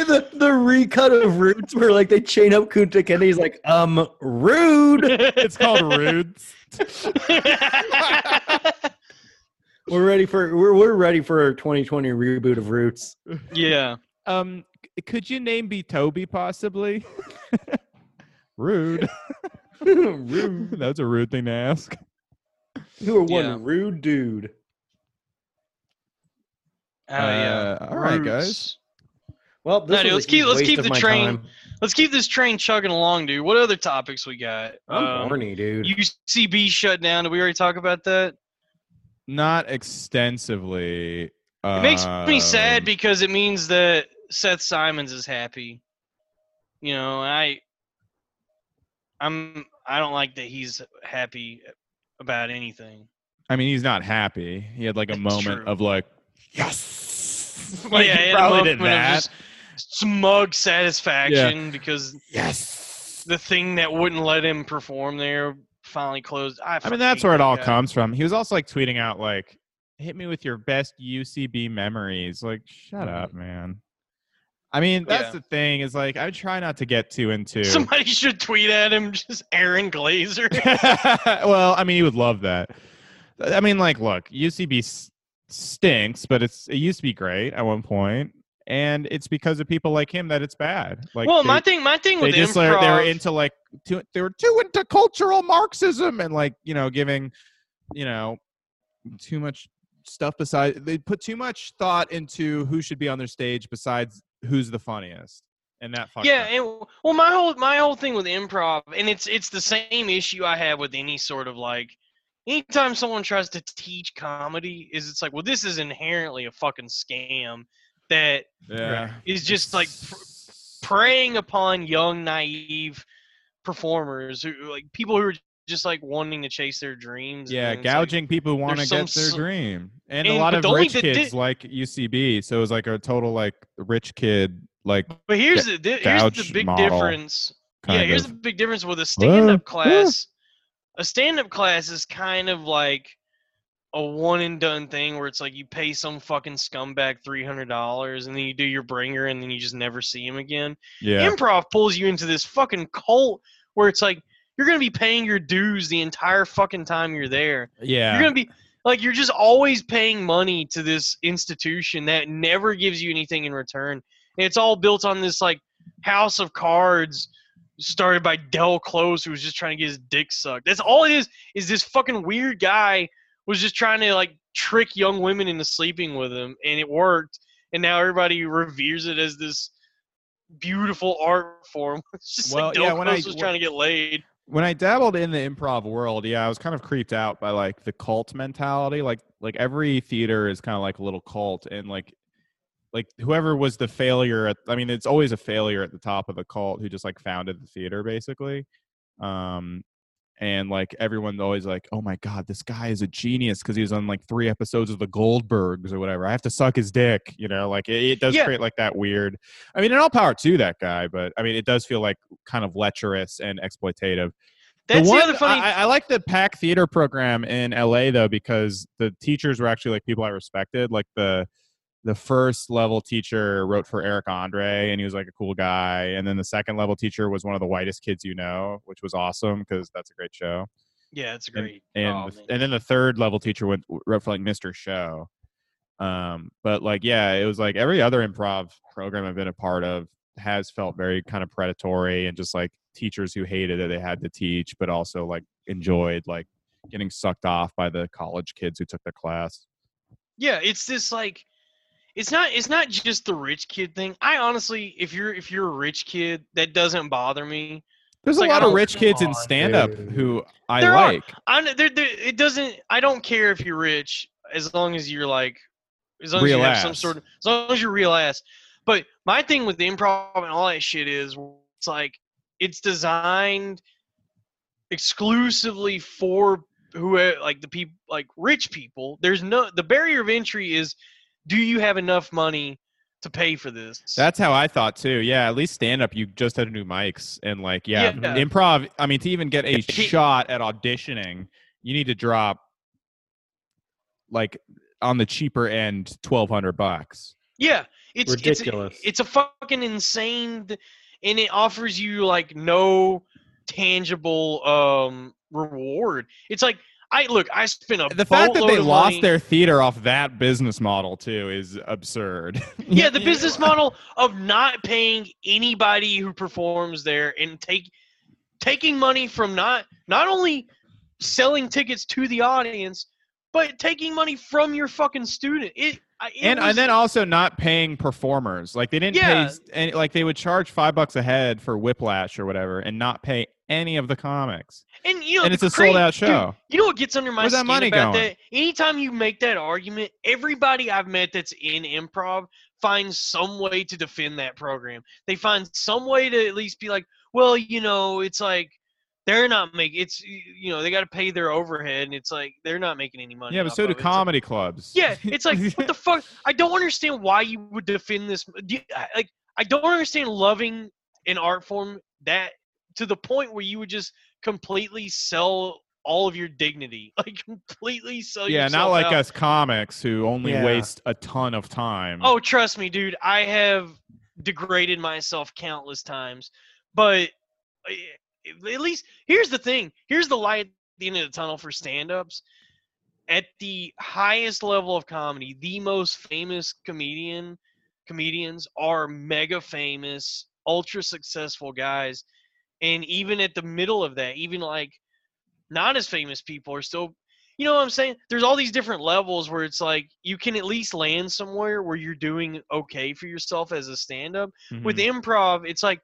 S3: the the recut of roots where like they chain up Kunta and he's like, um, rude.
S2: it's called rude.
S3: We're ready for we're we're ready for a 2020 reboot of Roots.
S4: yeah.
S2: Um, c- could you name be Toby possibly? rude.
S3: rude.
S2: That's a rude thing to ask.
S3: You are one
S4: Yeah.
S3: rude dude.
S4: Oh yeah.
S2: Uh, all right, guys.
S4: Roots.
S3: Well, this
S4: No,
S3: was
S4: dude,
S3: a
S4: let's keep-
S3: huge
S4: let's
S3: waste
S4: keep
S3: of
S4: the
S3: my
S4: train-
S3: time.
S4: Let's keep this train chugging along, dude. What other topics we got?
S3: I'm
S4: Um,
S3: horny, dude.
S4: UCB shut down. Did we already talk about that?
S2: Not extensively. um,
S4: It makes
S2: Uh,
S4: me sad because it means that Seth Simons is happy. You know, I I'm I don't like that he's happy about anything.
S2: I mean, he's not happy. He had like a
S4: That's
S2: moment
S4: true.
S2: of like, yes. like
S4: yeah, he
S2: he
S4: had a
S2: probably did
S4: moment of
S2: that.
S4: just smug satisfaction because
S2: yes.
S4: the thing that wouldn't let him perform there finally closed. I,
S2: I mean,
S4: fucking
S2: that's
S4: hate
S2: where it
S4: that
S2: all
S4: guy.
S2: comes from. He was also like tweeting out like, "Hit me with your best UCB memories." Like, shut up, man. I mean, that's
S4: Mm. Yeah.
S2: the thing is like, I try not to get too into.
S4: Somebody should tweet at him, just Aaron Glazer.
S2: well, I mean, he would love that. I mean, like, look, UCB s- stinks, but it's it used to be great at one point, and it's because of people like him that it's bad. Like,
S4: well,
S2: they-
S4: my thing, my thing
S2: they
S4: with
S2: just are, they're
S4: improv,
S2: into like too, they were too into cultural Marxism and like you know giving you know too much stuff besides they put too much thought into who should be on their stage besides who's the funniest and that fucked
S4: yeah.
S2: up.
S4: And, well, my whole my whole thing with improv, and it's it's the same issue I have with any sort of like, anytime someone tries to teach comedy, is it's like, well, this is inherently a fucking scam that
S2: yeah
S4: is just like pr- preying upon young naive performers who like people who are just like wanting to chase their dreams.
S2: yeah
S4: and it's like-
S2: gouging people who want to
S4: there's some
S2: get their
S4: s-
S2: dream and, a
S4: and-
S2: lot
S4: but
S2: of
S4: the only
S2: rich
S4: that
S2: kids
S4: did-
S2: like UCB so it was like a total like rich kid like
S4: but here's the di- here's the
S2: Gouge
S4: big
S2: model.
S4: difference.
S2: kind
S4: yeah, here's
S2: of
S4: the big difference with a
S2: Whoa,
S4: stand-up
S2: whoa.
S4: class. A stand-up class is kind of like a one and done thing where it's like you pay some fucking scumbag three hundred dollars and then you do your bringer and then you just never see him again.
S2: yeah
S4: Improv pulls you into this fucking cult where it's like you're gonna be paying your dues the entire fucking time you're there.
S2: yeah
S4: You're gonna be like you're just always paying money to this institution that never gives you anything in return. And it's all built on this like house of cards started by Del Close who was just trying to get his dick sucked. That's all it is is this fucking weird guy was just trying to like trick young women into sleeping with him and it worked and now everybody reveres it as this beautiful art form. It's just
S2: Well,
S4: like Del
S2: yeah, when I-
S4: Close was trying to get laid.
S2: when I dabbled in the improv world, yeah, I was kind of creeped out by like the cult mentality. Like like every theater is kind of like a little cult, and like like whoever was the failure at I mean, it's always a failure at the top of the cult who just like founded the theater basically. Um and like everyone's always like, oh my god, this guy is a genius because he was on like three episodes of the Goldbergs or whatever. I have to suck his dick, you know. Like it, it does
S4: Yeah.
S2: create like that weird. I mean, in all power to that guy, but I mean, it does feel like kind of lecherous and exploitative
S4: That's the,
S2: one,
S4: other funny
S2: I, I like the pack theater program in LA though because the teachers were actually like people I respected. Like the the first level teacher wrote for Eric Andre and he was like a cool guy, and then the second level teacher was one of the whitest kids you know, which was awesome because that's a great show.
S4: Yeah, it's great.
S2: And
S4: Oh,
S2: the-
S4: man.
S2: and then the third level teacher went wrote for like Mr. Show. Um, but like yeah, it was like every other improv program I've been a part of has felt very kind of predatory and just like teachers who hated that they had to teach, but also like enjoyed like getting sucked off by the college kids who took the class.
S4: Yeah, it's this like it's not it's not just the rich kid thing. I honestly, if you're if you're a rich kid, that doesn't bother me.
S2: There's
S4: Like,
S2: a
S4: I
S2: lot of
S4: don't-
S2: rich kids in
S4: Come on,
S2: stand up
S3: dude.
S2: who I
S4: There are.
S2: like.
S4: I don't- there, there, it doesn't. I don't care if you're rich as long as you're like as long as
S2: Real
S4: you have some
S2: ass.
S4: sort of as long as you're real ass. But my thing with the improv and all that shit is it's like it's designed exclusively for who like the people like rich people. There's no the barrier of entry is do you have enough money to pay for this?
S2: That's how I thought too. Yeah, at least stand up, you just had new mics and like, yeah,
S4: Yeah.
S2: improv. I mean, to even get a
S4: He-
S2: shot at auditioning, you need to drop like on the cheaper end, twelve hundred bucks.
S4: Yeah, it's it's-
S3: Ridiculous.
S4: It's, a fucking insane, th- and it offers you like no tangible um reward. It's like I look, I spent a
S2: The fact that
S4: boatload
S2: they
S4: of
S2: lost
S4: money-
S2: their theater off that business model too is absurd.
S4: yeah the business model of not paying anybody who performs there and take taking money from not not only selling tickets to the audience but taking money from your fucking student. It, I- it
S2: and
S4: was-
S2: and then also not paying performers like they didn't
S4: Yeah.
S2: pay and like they would charge five bucks a head for whiplash or whatever and not pay any of the comics
S4: and you know
S2: and
S4: the
S2: it's a
S4: cra-
S2: sold out
S4: dude,
S2: show
S4: You know what gets under my
S2: Where's that
S4: skin
S2: money
S4: about
S2: going?
S4: that? Anytime you make that argument, everybody I've met that's in improv finds some way to defend that program. They find some way to at least be like, well, you know, it's like they're not making it's you know they got to pay their overhead, and it's like they're not making any money.
S2: yeah but
S4: off
S2: so do
S4: of it. It's like-
S2: comedy clubs
S4: yeah, it's like what the fuck? I don't understand why you would defend this. do you- I- Like, I don't understand loving an art form that to the point where you would just completely sell all of your dignity, like completely sell.
S2: yeah not
S4: yourself
S2: like
S4: out.
S2: us comics who only
S3: Yeah.
S2: waste a ton of time
S4: Oh, trust me, dude. I have degraded myself countless times, but uh, at least here's the thing. Here's the light at the end of the tunnel for stand-ups. At the highest level of comedy, the most famous comedian comedians are mega famous, ultra successful guys, and even at the middle of that, even like not as famous people are still you know what I'm saying? There's all these different levels where it's like you can at least land somewhere where you're doing okay for yourself as a stand up.
S2: Mhm.
S4: With improv, it's like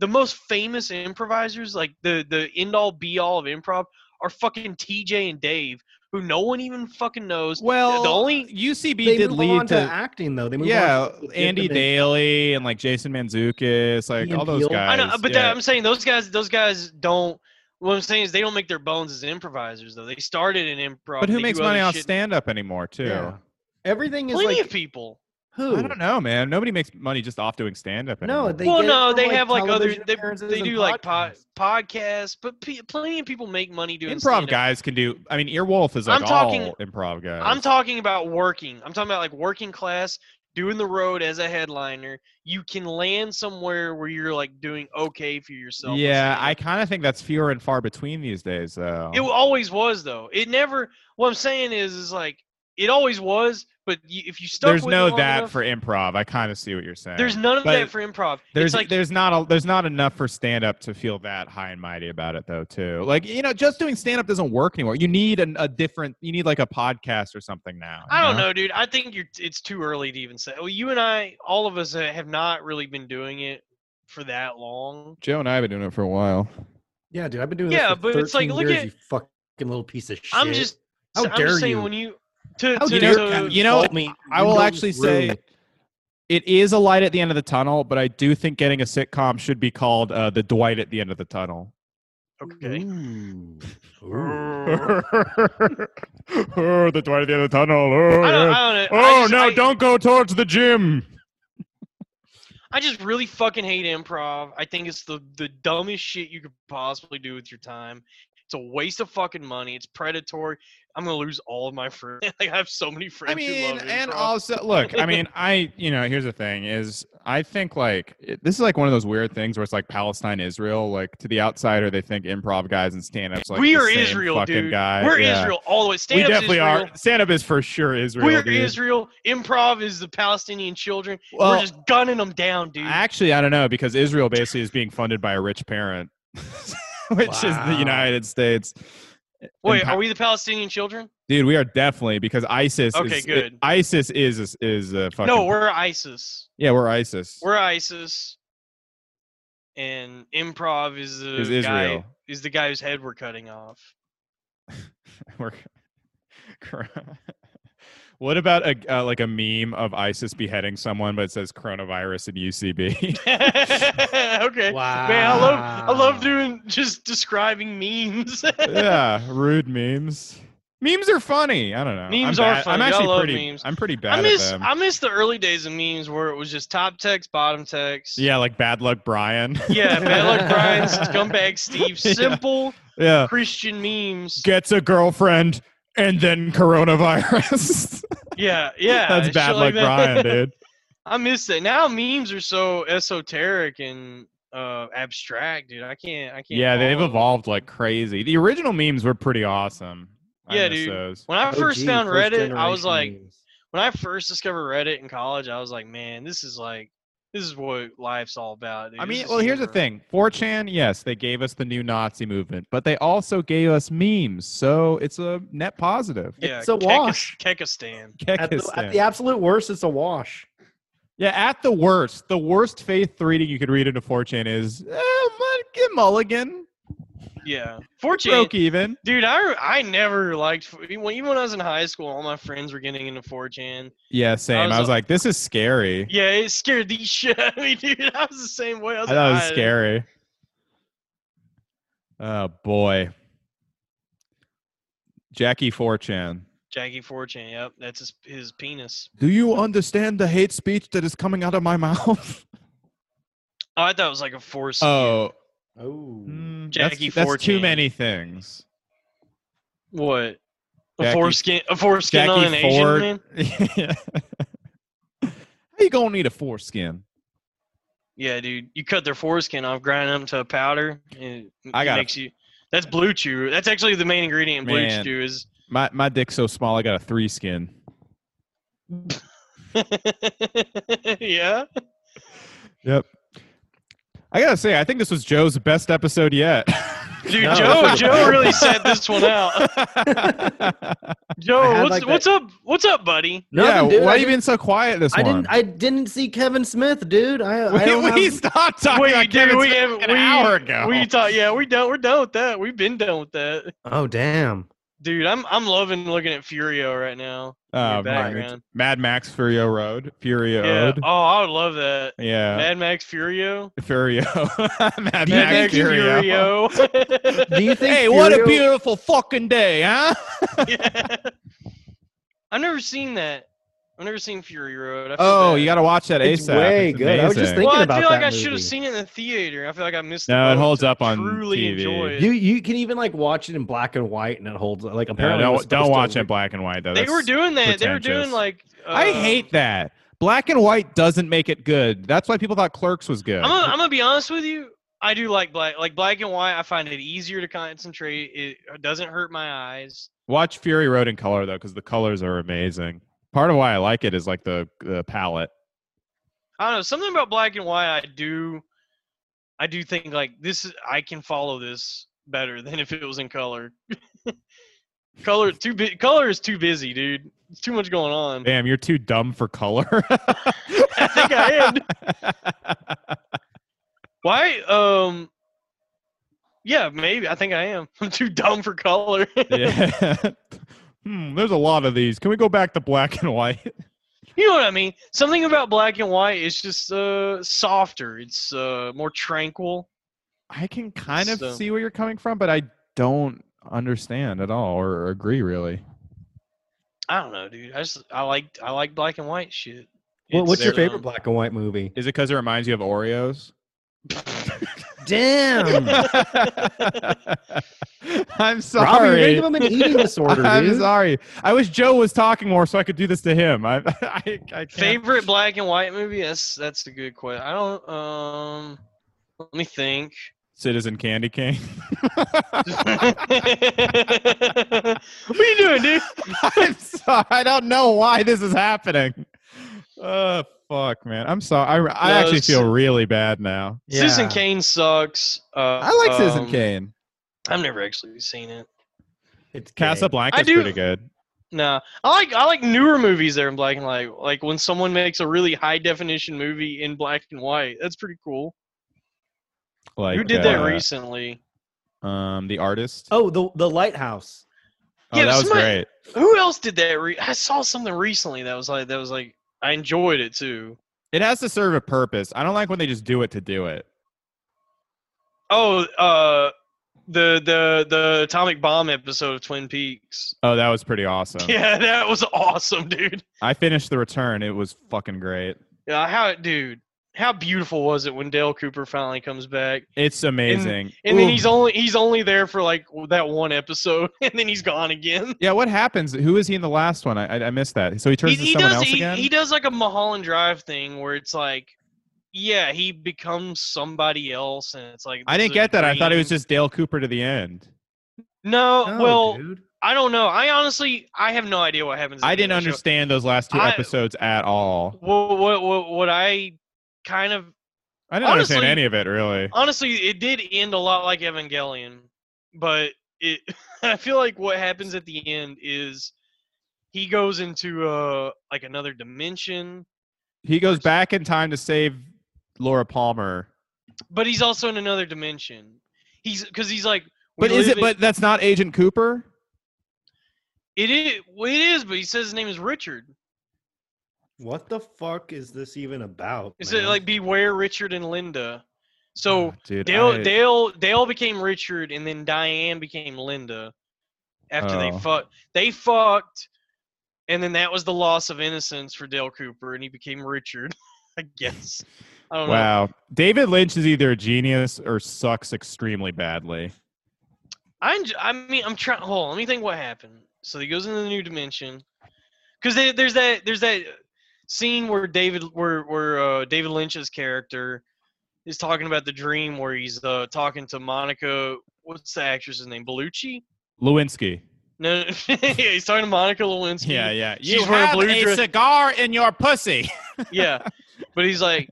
S4: the most famous improvisers, like the the end all be all of improv, are fucking TJ and Dave, who no one even fucking knows.
S2: well
S4: the only
S2: ucb
S3: They
S2: did
S3: move
S2: lead
S3: on to,
S2: to
S3: acting though. They move
S2: yeah
S3: on to
S2: andy
S3: legitimate-
S2: daly and like jason manzukis like
S3: Ian
S2: all those
S3: Peele.
S2: guys
S4: I know, but
S2: yeah.
S4: that, I'm saying those guys, those guys don't. What I'm saying is they don't make their bones as improvisers though. They started in improv.
S2: but who
S4: they
S2: makes
S4: do other
S2: money off
S4: shit.
S2: stand up anymore too
S3: Yeah. Everything is
S4: Plenty
S3: like
S4: of people.
S3: who?
S2: I don't know, man. Nobody makes money just off doing stand up.
S3: No, they
S4: well,
S3: get it
S4: no,
S3: from,
S4: they have like other
S3: television
S4: they,
S3: appearances
S4: they
S3: and
S4: do like pod,
S3: podcasts.
S4: podcasts, but pe- plenty of people make money doing
S2: improv
S4: stand-up.
S2: guys can do. I mean, Earwolf is like
S4: I'm talking-
S2: all improv guys.
S4: I'm talking about working. I'm talking about like working class, doing the road as a headliner. You can land somewhere where you're like doing okay for yourself. with
S2: Yeah,
S4: stand-up.
S2: I kind of think that's fewer and far between these days, though.
S4: It always was though. It never. What I'm saying is, is like it always was. But you, if you stuck
S2: there's
S4: with
S2: no
S4: it long
S2: that
S4: enough,
S2: for improv. I kind of see what you're saying.
S4: there's none of
S2: but
S4: that for improv.
S2: there's
S4: it's like
S2: there's not a, there's not enough for stand up to feel that high and mighty about it though too. Like you know, just doing stand up doesn't work anymore. You need an, a different. You need like a podcast or something now.
S4: I
S2: you
S4: don't know, dude. I think you're. It's too early to even say. Well, you and I, all of us, uh, have not really been doing it for that long.
S2: Joe and I have been doing it for a while.
S3: Yeah, dude, I've been doing
S4: Yeah,
S3: this for
S4: but it's like,
S3: 13
S4: look
S3: years,
S4: at-
S3: you fucking little piece of shit.
S4: I'm just.
S3: How
S4: I'm
S3: dare
S4: just saying
S3: you.
S4: when you. To,
S3: How
S4: to,
S2: dare
S4: to-
S2: you know,
S3: insult me.
S2: I
S3: You
S2: will
S3: don't
S2: actually say
S3: ruin-
S2: it is a light at the end of the tunnel, but I do think getting a sitcom should be called uh, the Dwight at the end of the tunnel.
S4: Okay.
S3: Ooh. Ooh.
S2: the Dwight at the end of the tunnel. Oh,
S4: I don't,
S2: yeah.
S4: I don't know. I
S2: Oh,
S4: just-
S2: no,
S4: I-
S2: don't go towards the gym.
S4: I just really fucking hate improv. I think it's the the dumbest shit you could possibly do with your time. It's a waste of fucking money. It's predatory. I'm gonna lose all of my friends. like I have so many friends
S2: I
S4: who
S2: mean,
S4: love
S2: and
S4: improv.
S2: also look, I mean, I you know, here's the thing is I think like it- this is like one of those weird things where it's like Palestine Israel, like to the outsider they think improv guys and stand ups like
S4: we
S2: the
S4: are
S2: same
S4: Israel,
S2: fucking
S4: dude.
S2: guy.
S4: We're
S2: Yeah.
S4: Israel all the way.
S2: We
S4: Stand
S2: definitely
S4: Israel.
S2: are. Stand up is for sure Israel.
S4: We're
S2: dude.
S4: Israel. Improv is the Palestinian children.
S2: Well,
S4: We're just gunning them down, dude.
S2: Actually, I don't know because Israel basically is being funded by a rich parent, which is the
S3: Wow.
S2: United States.
S4: Wait,
S2: Impo-
S4: are we the Palestinian children?
S2: Dude, we are definitely because ISIS.
S4: Okay,
S2: is,
S4: good.
S2: ISIS is is, is uh, fucking.
S4: No, we're ISIS.
S2: yeah, we're ISIS.
S4: We're ISIS. And improv is the
S2: is
S4: guy
S2: Israel.
S4: is the guy whose head we're cutting off.
S2: We're. Cor- what about a uh, like a meme of ISIS beheading someone, but it says coronavirus and UCB?
S4: okay. Man, I love I love doing just describing memes.
S2: yeah, rude memes. Memes are funny. I don't know.
S4: Memes
S2: I'm
S4: are
S2: bad- I'm
S4: funny. I
S2: actually
S4: love
S2: pretty.
S4: memes.
S2: I'm pretty bad
S4: I miss
S2: at them.
S4: I miss the early days of memes where it was just top text, bottom text.
S2: yeah, like bad luck, Brian.
S4: Yeah, bad luck Brian, scumbag Steve.
S2: Yeah. Uh,
S4: Simple
S2: yeah,
S4: Christian memes.
S2: gets a girlfriend and then coronavirus.
S4: Yeah, yeah.
S2: That's
S4: shit
S2: bad
S4: like
S2: luck,
S4: that.
S2: Brian, dude.
S4: I miss that. Now memes are so esoteric and uh abstract, dude. I can't I can't
S2: Yeah, they've
S4: follow.
S2: evolved like crazy. The original memes were pretty awesome. I
S4: Yeah,
S2: miss
S4: dude.
S2: those.
S4: When I first
S3: OG,
S4: found
S3: first
S4: Reddit, I was
S3: generation
S4: like
S3: memes.
S4: when I first discovered Reddit in college, I was like, man, this is like this is what life's all about. dude.
S2: I
S4: This
S2: mean,
S4: is
S2: well, here's the
S4: super-
S2: thing. 4chan, yes, they gave us the new Nazi movement, but they also gave us memes. So it's a net positive.
S4: Yeah,
S3: It's a
S4: Kekis-
S3: wash.
S4: Kekistan.
S3: At the, at
S2: Kekistan.
S3: the absolute worst, it's a wash.
S2: Yeah, at the worst, the worst faith reading you could read into 4chan is eh, mu- get Mulligan,
S4: Yeah, fortune.
S2: broke even.
S4: Dude, I I never liked even when even when I was in high school. All my friends were getting into 4chan.
S2: Yeah, same. I was,
S4: was a-
S2: like, this is scary.
S4: Yeah, it scared the shit out of me, dude. I was the same way. I
S2: I
S4: was,
S2: thought it was
S4: like, "Ah,
S2: scary. Oh boy, Jackie 4chan.
S4: Jackie 4chan. Yep, that's his his penis.
S2: Do you understand the hate speech that is coming out of my mouth?
S4: Oh, I thought it was like a force.
S2: Oh,
S3: Oh.
S2: mm,
S4: Jackie
S2: that's, that's too
S4: 4chan.
S2: many things.
S4: What? A
S2: Jackie-
S4: foreskin? A foreskin on an
S2: Jackie
S4: Asian
S2: Ford.
S4: man?
S2: Yeah. How you gonna need a foreskin?
S4: Yeah, dude. You cut their foreskin off, grind them to a powder. And it
S2: I got a-
S4: makes you. That's blue chew. That's actually the main ingredient in blue
S2: Man.
S4: chew is.
S2: My my dick's so small, I got a three skin.
S4: yeah.
S2: Yep. I gotta say, I think this was Joe's best episode yet.
S4: Dude,
S3: No,
S4: Joe,
S3: that's a-
S4: Joe really set this one out. Joe,
S3: had,
S4: what's
S3: like, that-
S4: what's up? What's up, buddy?
S2: yeah,
S3: Nothing, dude.
S2: why
S3: I
S2: you
S3: didn't-
S2: being so quiet this
S3: I
S2: one?
S3: didn't. I didn't see Kevin Smith, dude. I, I
S2: we,
S3: don't have-
S2: we stopped talking
S4: Wait,
S2: about
S4: dude,
S2: Kevin
S4: we
S2: Smith
S4: haven't-
S2: an
S4: we-
S2: hour ago.
S4: We talk. Yeah, we done. We're done with that. We've been done with that,
S3: Oh damn!
S4: dude. I'm I'm loving looking at Furio right now. in your
S2: oh, man.
S4: background.
S2: Mad Max Furio Road. Furio
S4: Yeah.
S2: Road.
S4: Oh, I would love that.
S2: Yeah.
S4: Mad Max Furio.
S2: Furio. Mad
S4: Mad Max
S2: Max Furio.
S4: Furio.
S3: Do you think?
S2: Hey, what a
S3: Furio-
S2: beautiful fucking day, huh?
S4: yeah. I've never seen that. I've never seen Fury Road. I feel
S2: Oh,
S4: bad.
S2: you gotta watch that
S3: It's
S2: ASAP.
S3: way
S2: It's
S3: good. I was
S2: amazing.
S3: just thinking
S4: Well, I
S3: about
S4: feel like
S3: that
S4: I should
S3: movie.
S4: have seen it in the theater. I feel like I missed. the
S2: No, it
S4: boat
S2: holds
S4: to
S2: up on
S4: truly
S2: TV.
S4: Enjoy it.
S3: You you can even like watch it in black and white, and it holds like
S2: No,
S3: apparently. it was
S2: don't, don't
S3: supposed
S2: watch
S3: to-
S2: it in black and white though.
S4: they
S2: That's-
S4: were doing that. They were
S2: pretentious.
S4: doing like.
S2: I
S4: uh,
S2: hate that. Black and white doesn't make it good. That's why people thought Clerks was good.
S4: I'm gonna, I'm gonna be honest with you. I do like black, like black and white. I find it easier to concentrate. It doesn't hurt my eyes.
S2: Watch Fury Road in color though, because the colors are amazing. Part of why I like it is like the the palette.
S4: I don't know something about black and white. I do, I do think like this. is- I can follow this better than if it was in color. color too bu- Color is too busy, dude. It's too much going on.
S2: Damn, you're too dumb for color.
S4: I think I am. Why? Um. Yeah, maybe. I think I am. I'm too dumb for color.
S2: yeah. Hmm, there's a lot of these. Can we go back to black and white?
S4: you know what I mean? Something about black and white is just uh softer. It's uh more tranquil.
S2: I can kind of
S4: So-
S2: see where you're coming from, but I don't understand at all or agree really.
S4: I don't know, dude. I just I like I like black and white shit.
S3: What- what's your
S4: It's,
S3: favorite
S4: um,
S3: black and white movie?
S2: Is it because it reminds you of Oreos?
S3: Damn!
S2: I'm
S3: Robbie, you're gonna
S2: sorry.
S3: give him an eating disorder,
S2: I'm
S3: dude.
S2: sorry. I wish Joe was talking more so I could do this to him. I, I, I can't.
S4: Favorite black and white movie? That's that's a good question. I don't um let me think.
S2: Citizen Candy Cane.
S4: what are you doing, dude?
S2: I'm sorry. I don't know why this is happening. Uh, fuck, man. I'm sorry. I, I
S4: No,
S2: actually
S4: it's-
S2: feel really bad now.
S4: Citizen
S3: Yeah.
S4: Kane sucks. Uh,
S2: I like Citizen
S4: um,
S2: Kane.
S4: I've never actually seen it.
S3: It's gay.
S2: Casablanca's
S4: I do-
S2: pretty good.
S4: No, I like I like newer movies that are in black and white. Like when someone makes a really high definition movie in black and white, that's pretty cool.
S2: Like
S4: Who did that
S2: uh,
S4: recently?
S2: Um, the artist.
S3: Oh, the the lighthouse.
S2: Oh,
S4: yeah,
S2: that was
S4: somebody-
S2: great.
S4: Who else did that? Re- I saw something recently that was like that was like I enjoyed it too.
S2: It has to serve a purpose. I don't like when they just do it to do it.
S4: Oh, uh, the the the atomic bomb episode of Twin Peaks.
S2: Oh, that was pretty awesome.
S4: Yeah, that was awesome, dude.
S2: I finished the return. It was fucking great.
S4: Yeah, how dude, how beautiful was it when Dale Cooper finally comes back?
S2: It's amazing.
S4: And then
S2: Ooh.
S4: he's only he's only there for like that one episode, and then he's gone again.
S2: yeah. What happens? Who is he in the last one? I I, I missed that. So he turns
S4: He,
S2: to
S4: he
S2: someone
S4: does
S2: else
S4: he,
S2: again.
S4: he does like a Mulholland Drive thing where it's like, yeah, he becomes somebody else, and it's like
S2: I
S4: this
S2: didn't
S4: is a
S2: get that. I thought it was
S4: dream.
S2: just Dale Cooper to the end.
S3: No,
S4: no. Oh, well,
S3: dude.
S4: I don't know. I honestly I have no idea what happens. at
S2: I
S4: the
S2: didn't
S4: end of the show.
S2: understand those last two
S4: I-
S2: episodes at all.
S4: What what what what I kind of
S2: I didn't understand
S4: Honestly-
S2: any of it really.
S4: honestly it did end a lot like evangelion but it i feel like what happens at the end is he goes into uh like another dimension
S2: He goes back in time to save Laura Palmer.
S4: but he's also in another dimension he's because he's like we
S2: But is
S4: live
S2: it?
S4: in-
S2: But that's not Agent Cooper.
S4: it is well, it is but he says his name is richard
S3: What the fuck is this even about?
S4: is
S3: man?
S4: it like beware richard and linda so
S2: Oh,
S3: Hmm.
S2: dude,
S4: dale
S2: I-
S4: dale dale became richard and then diane became linda after they
S2: Oh.
S4: fucked they fucked and then that was the loss of innocence for dale cooper and he became richard i guess i don't know
S2: Wow. David Lynch is either a genius or sucks extremely badly.
S4: I, enj- I mean i'm trying hold on let me think what happened so he goes into the new dimension because there's that there's that scene where david where where uh, david lynch's character is talking about the dream where he's uh, talking to monica what's the actress's name bellucci
S2: Lewinsky.
S4: No, yeah, he's talking to Monica Lewinsky.
S2: yeah.
S4: She's wearing a blue dress.
S2: cigar in your pussy.
S4: yeah. But he's like,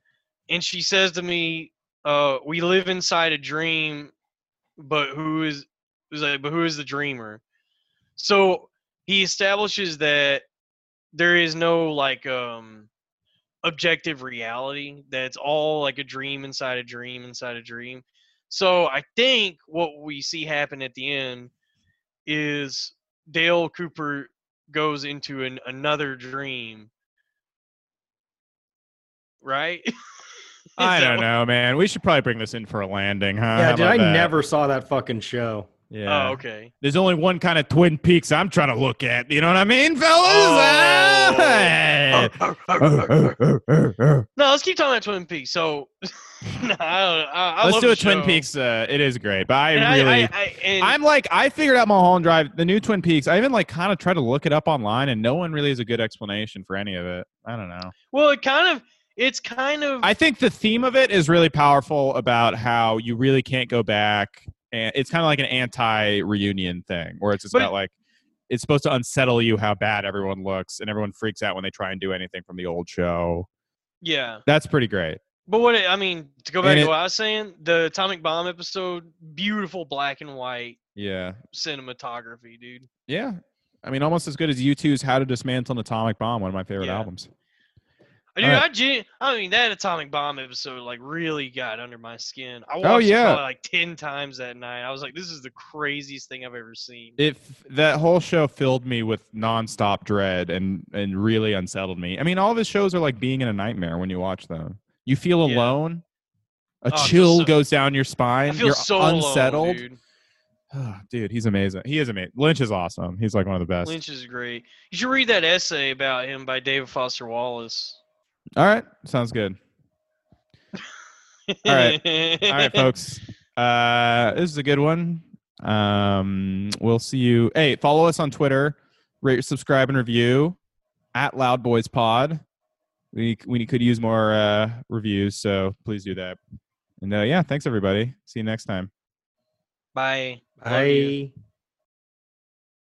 S4: and she says to me, uh, "We live inside a dream, but who is?" He's like, "But who is the dreamer?" So he establishes that there is no like um objective reality. That it's all like a dream inside a dream inside a dream. So I think what we see happen at the end is Dale Cooper goes into an another dream. Right? Is
S2: I
S4: that
S2: don't
S4: what-
S2: know, man. We should probably bring this in for a landing, huh?
S3: Yeah,
S2: How
S3: dude,
S2: about
S3: I
S2: that?
S3: never saw that fucking show.
S2: Yeah.
S4: Oh, okay.
S2: There's only one kind of Twin Peaks I'm trying to look at. You know what I mean, fellas?
S4: Oh.
S2: Hey.
S4: No, let's keep talking about Twin Peaks. So, no, I don't, I, I
S2: Let's
S4: love
S2: do
S4: the
S2: a Twin
S4: show.
S2: Peaks. Uh, it is great, but I
S4: And I-
S2: really,
S4: I, I, and
S2: I'm like, I figured out Mulholland Drive, the new Twin Peaks. I even like kind of tried to look it up online, and no one really has a good explanation for any of it. I don't know.
S4: well, it kind of, it's kind of,
S2: I think the theme of it is really powerful about how you really can't go back, and it's kind of like an anti-reunion thing, where it's just
S4: But-
S2: about like it's supposed to unsettle you how bad everyone looks, and everyone freaks out when they try and do anything from the old show.
S4: yeah.
S2: That's pretty great.
S4: But what it, I mean, to go back
S2: And
S4: to
S2: it-
S4: what I was saying, the atomic bomb episode, beautiful black and white
S2: Yeah,
S4: cinematography, dude.
S2: yeah. I mean, almost as good as U2's "How to Dismantle an Atomic Bomb," one of my favorite
S4: Yeah.
S2: albums.
S4: Dude,
S2: Alright.
S4: I gen- I mean that atomic bomb episode like really got under my skin. I watched
S2: Oh, yeah.
S4: it probably like ten times that night. I was like, this is the craziest thing I've ever seen.
S2: If that whole show filled me with nonstop dread and and really unsettled me. I mean, all of his shows are like being in a nightmare when you watch them. You feel
S4: Yeah.
S2: alone. A
S4: Oh, I feel
S2: chill
S4: so-
S2: goes down your spine.
S4: I feel
S2: You're
S4: so alone,
S2: unsettled.
S4: dude.
S2: Ah, dude. he's amazing. He is amazing. Lynch is awesome. He's like one of the best.
S4: Lynch is great. You should read that essay about him by David Foster Wallace.
S2: All right, sounds good. Alright. All right, folks. Uh, this is a good one. Um, we'll see you. Hey, follow us on Twitter. Rate, subscribe, and review at Loud Boys Pod. We we could use more uh, reviews, so please do that. And uh, yeah, thanks everybody. See you next time.
S4: Bye. Love you.
S3: I.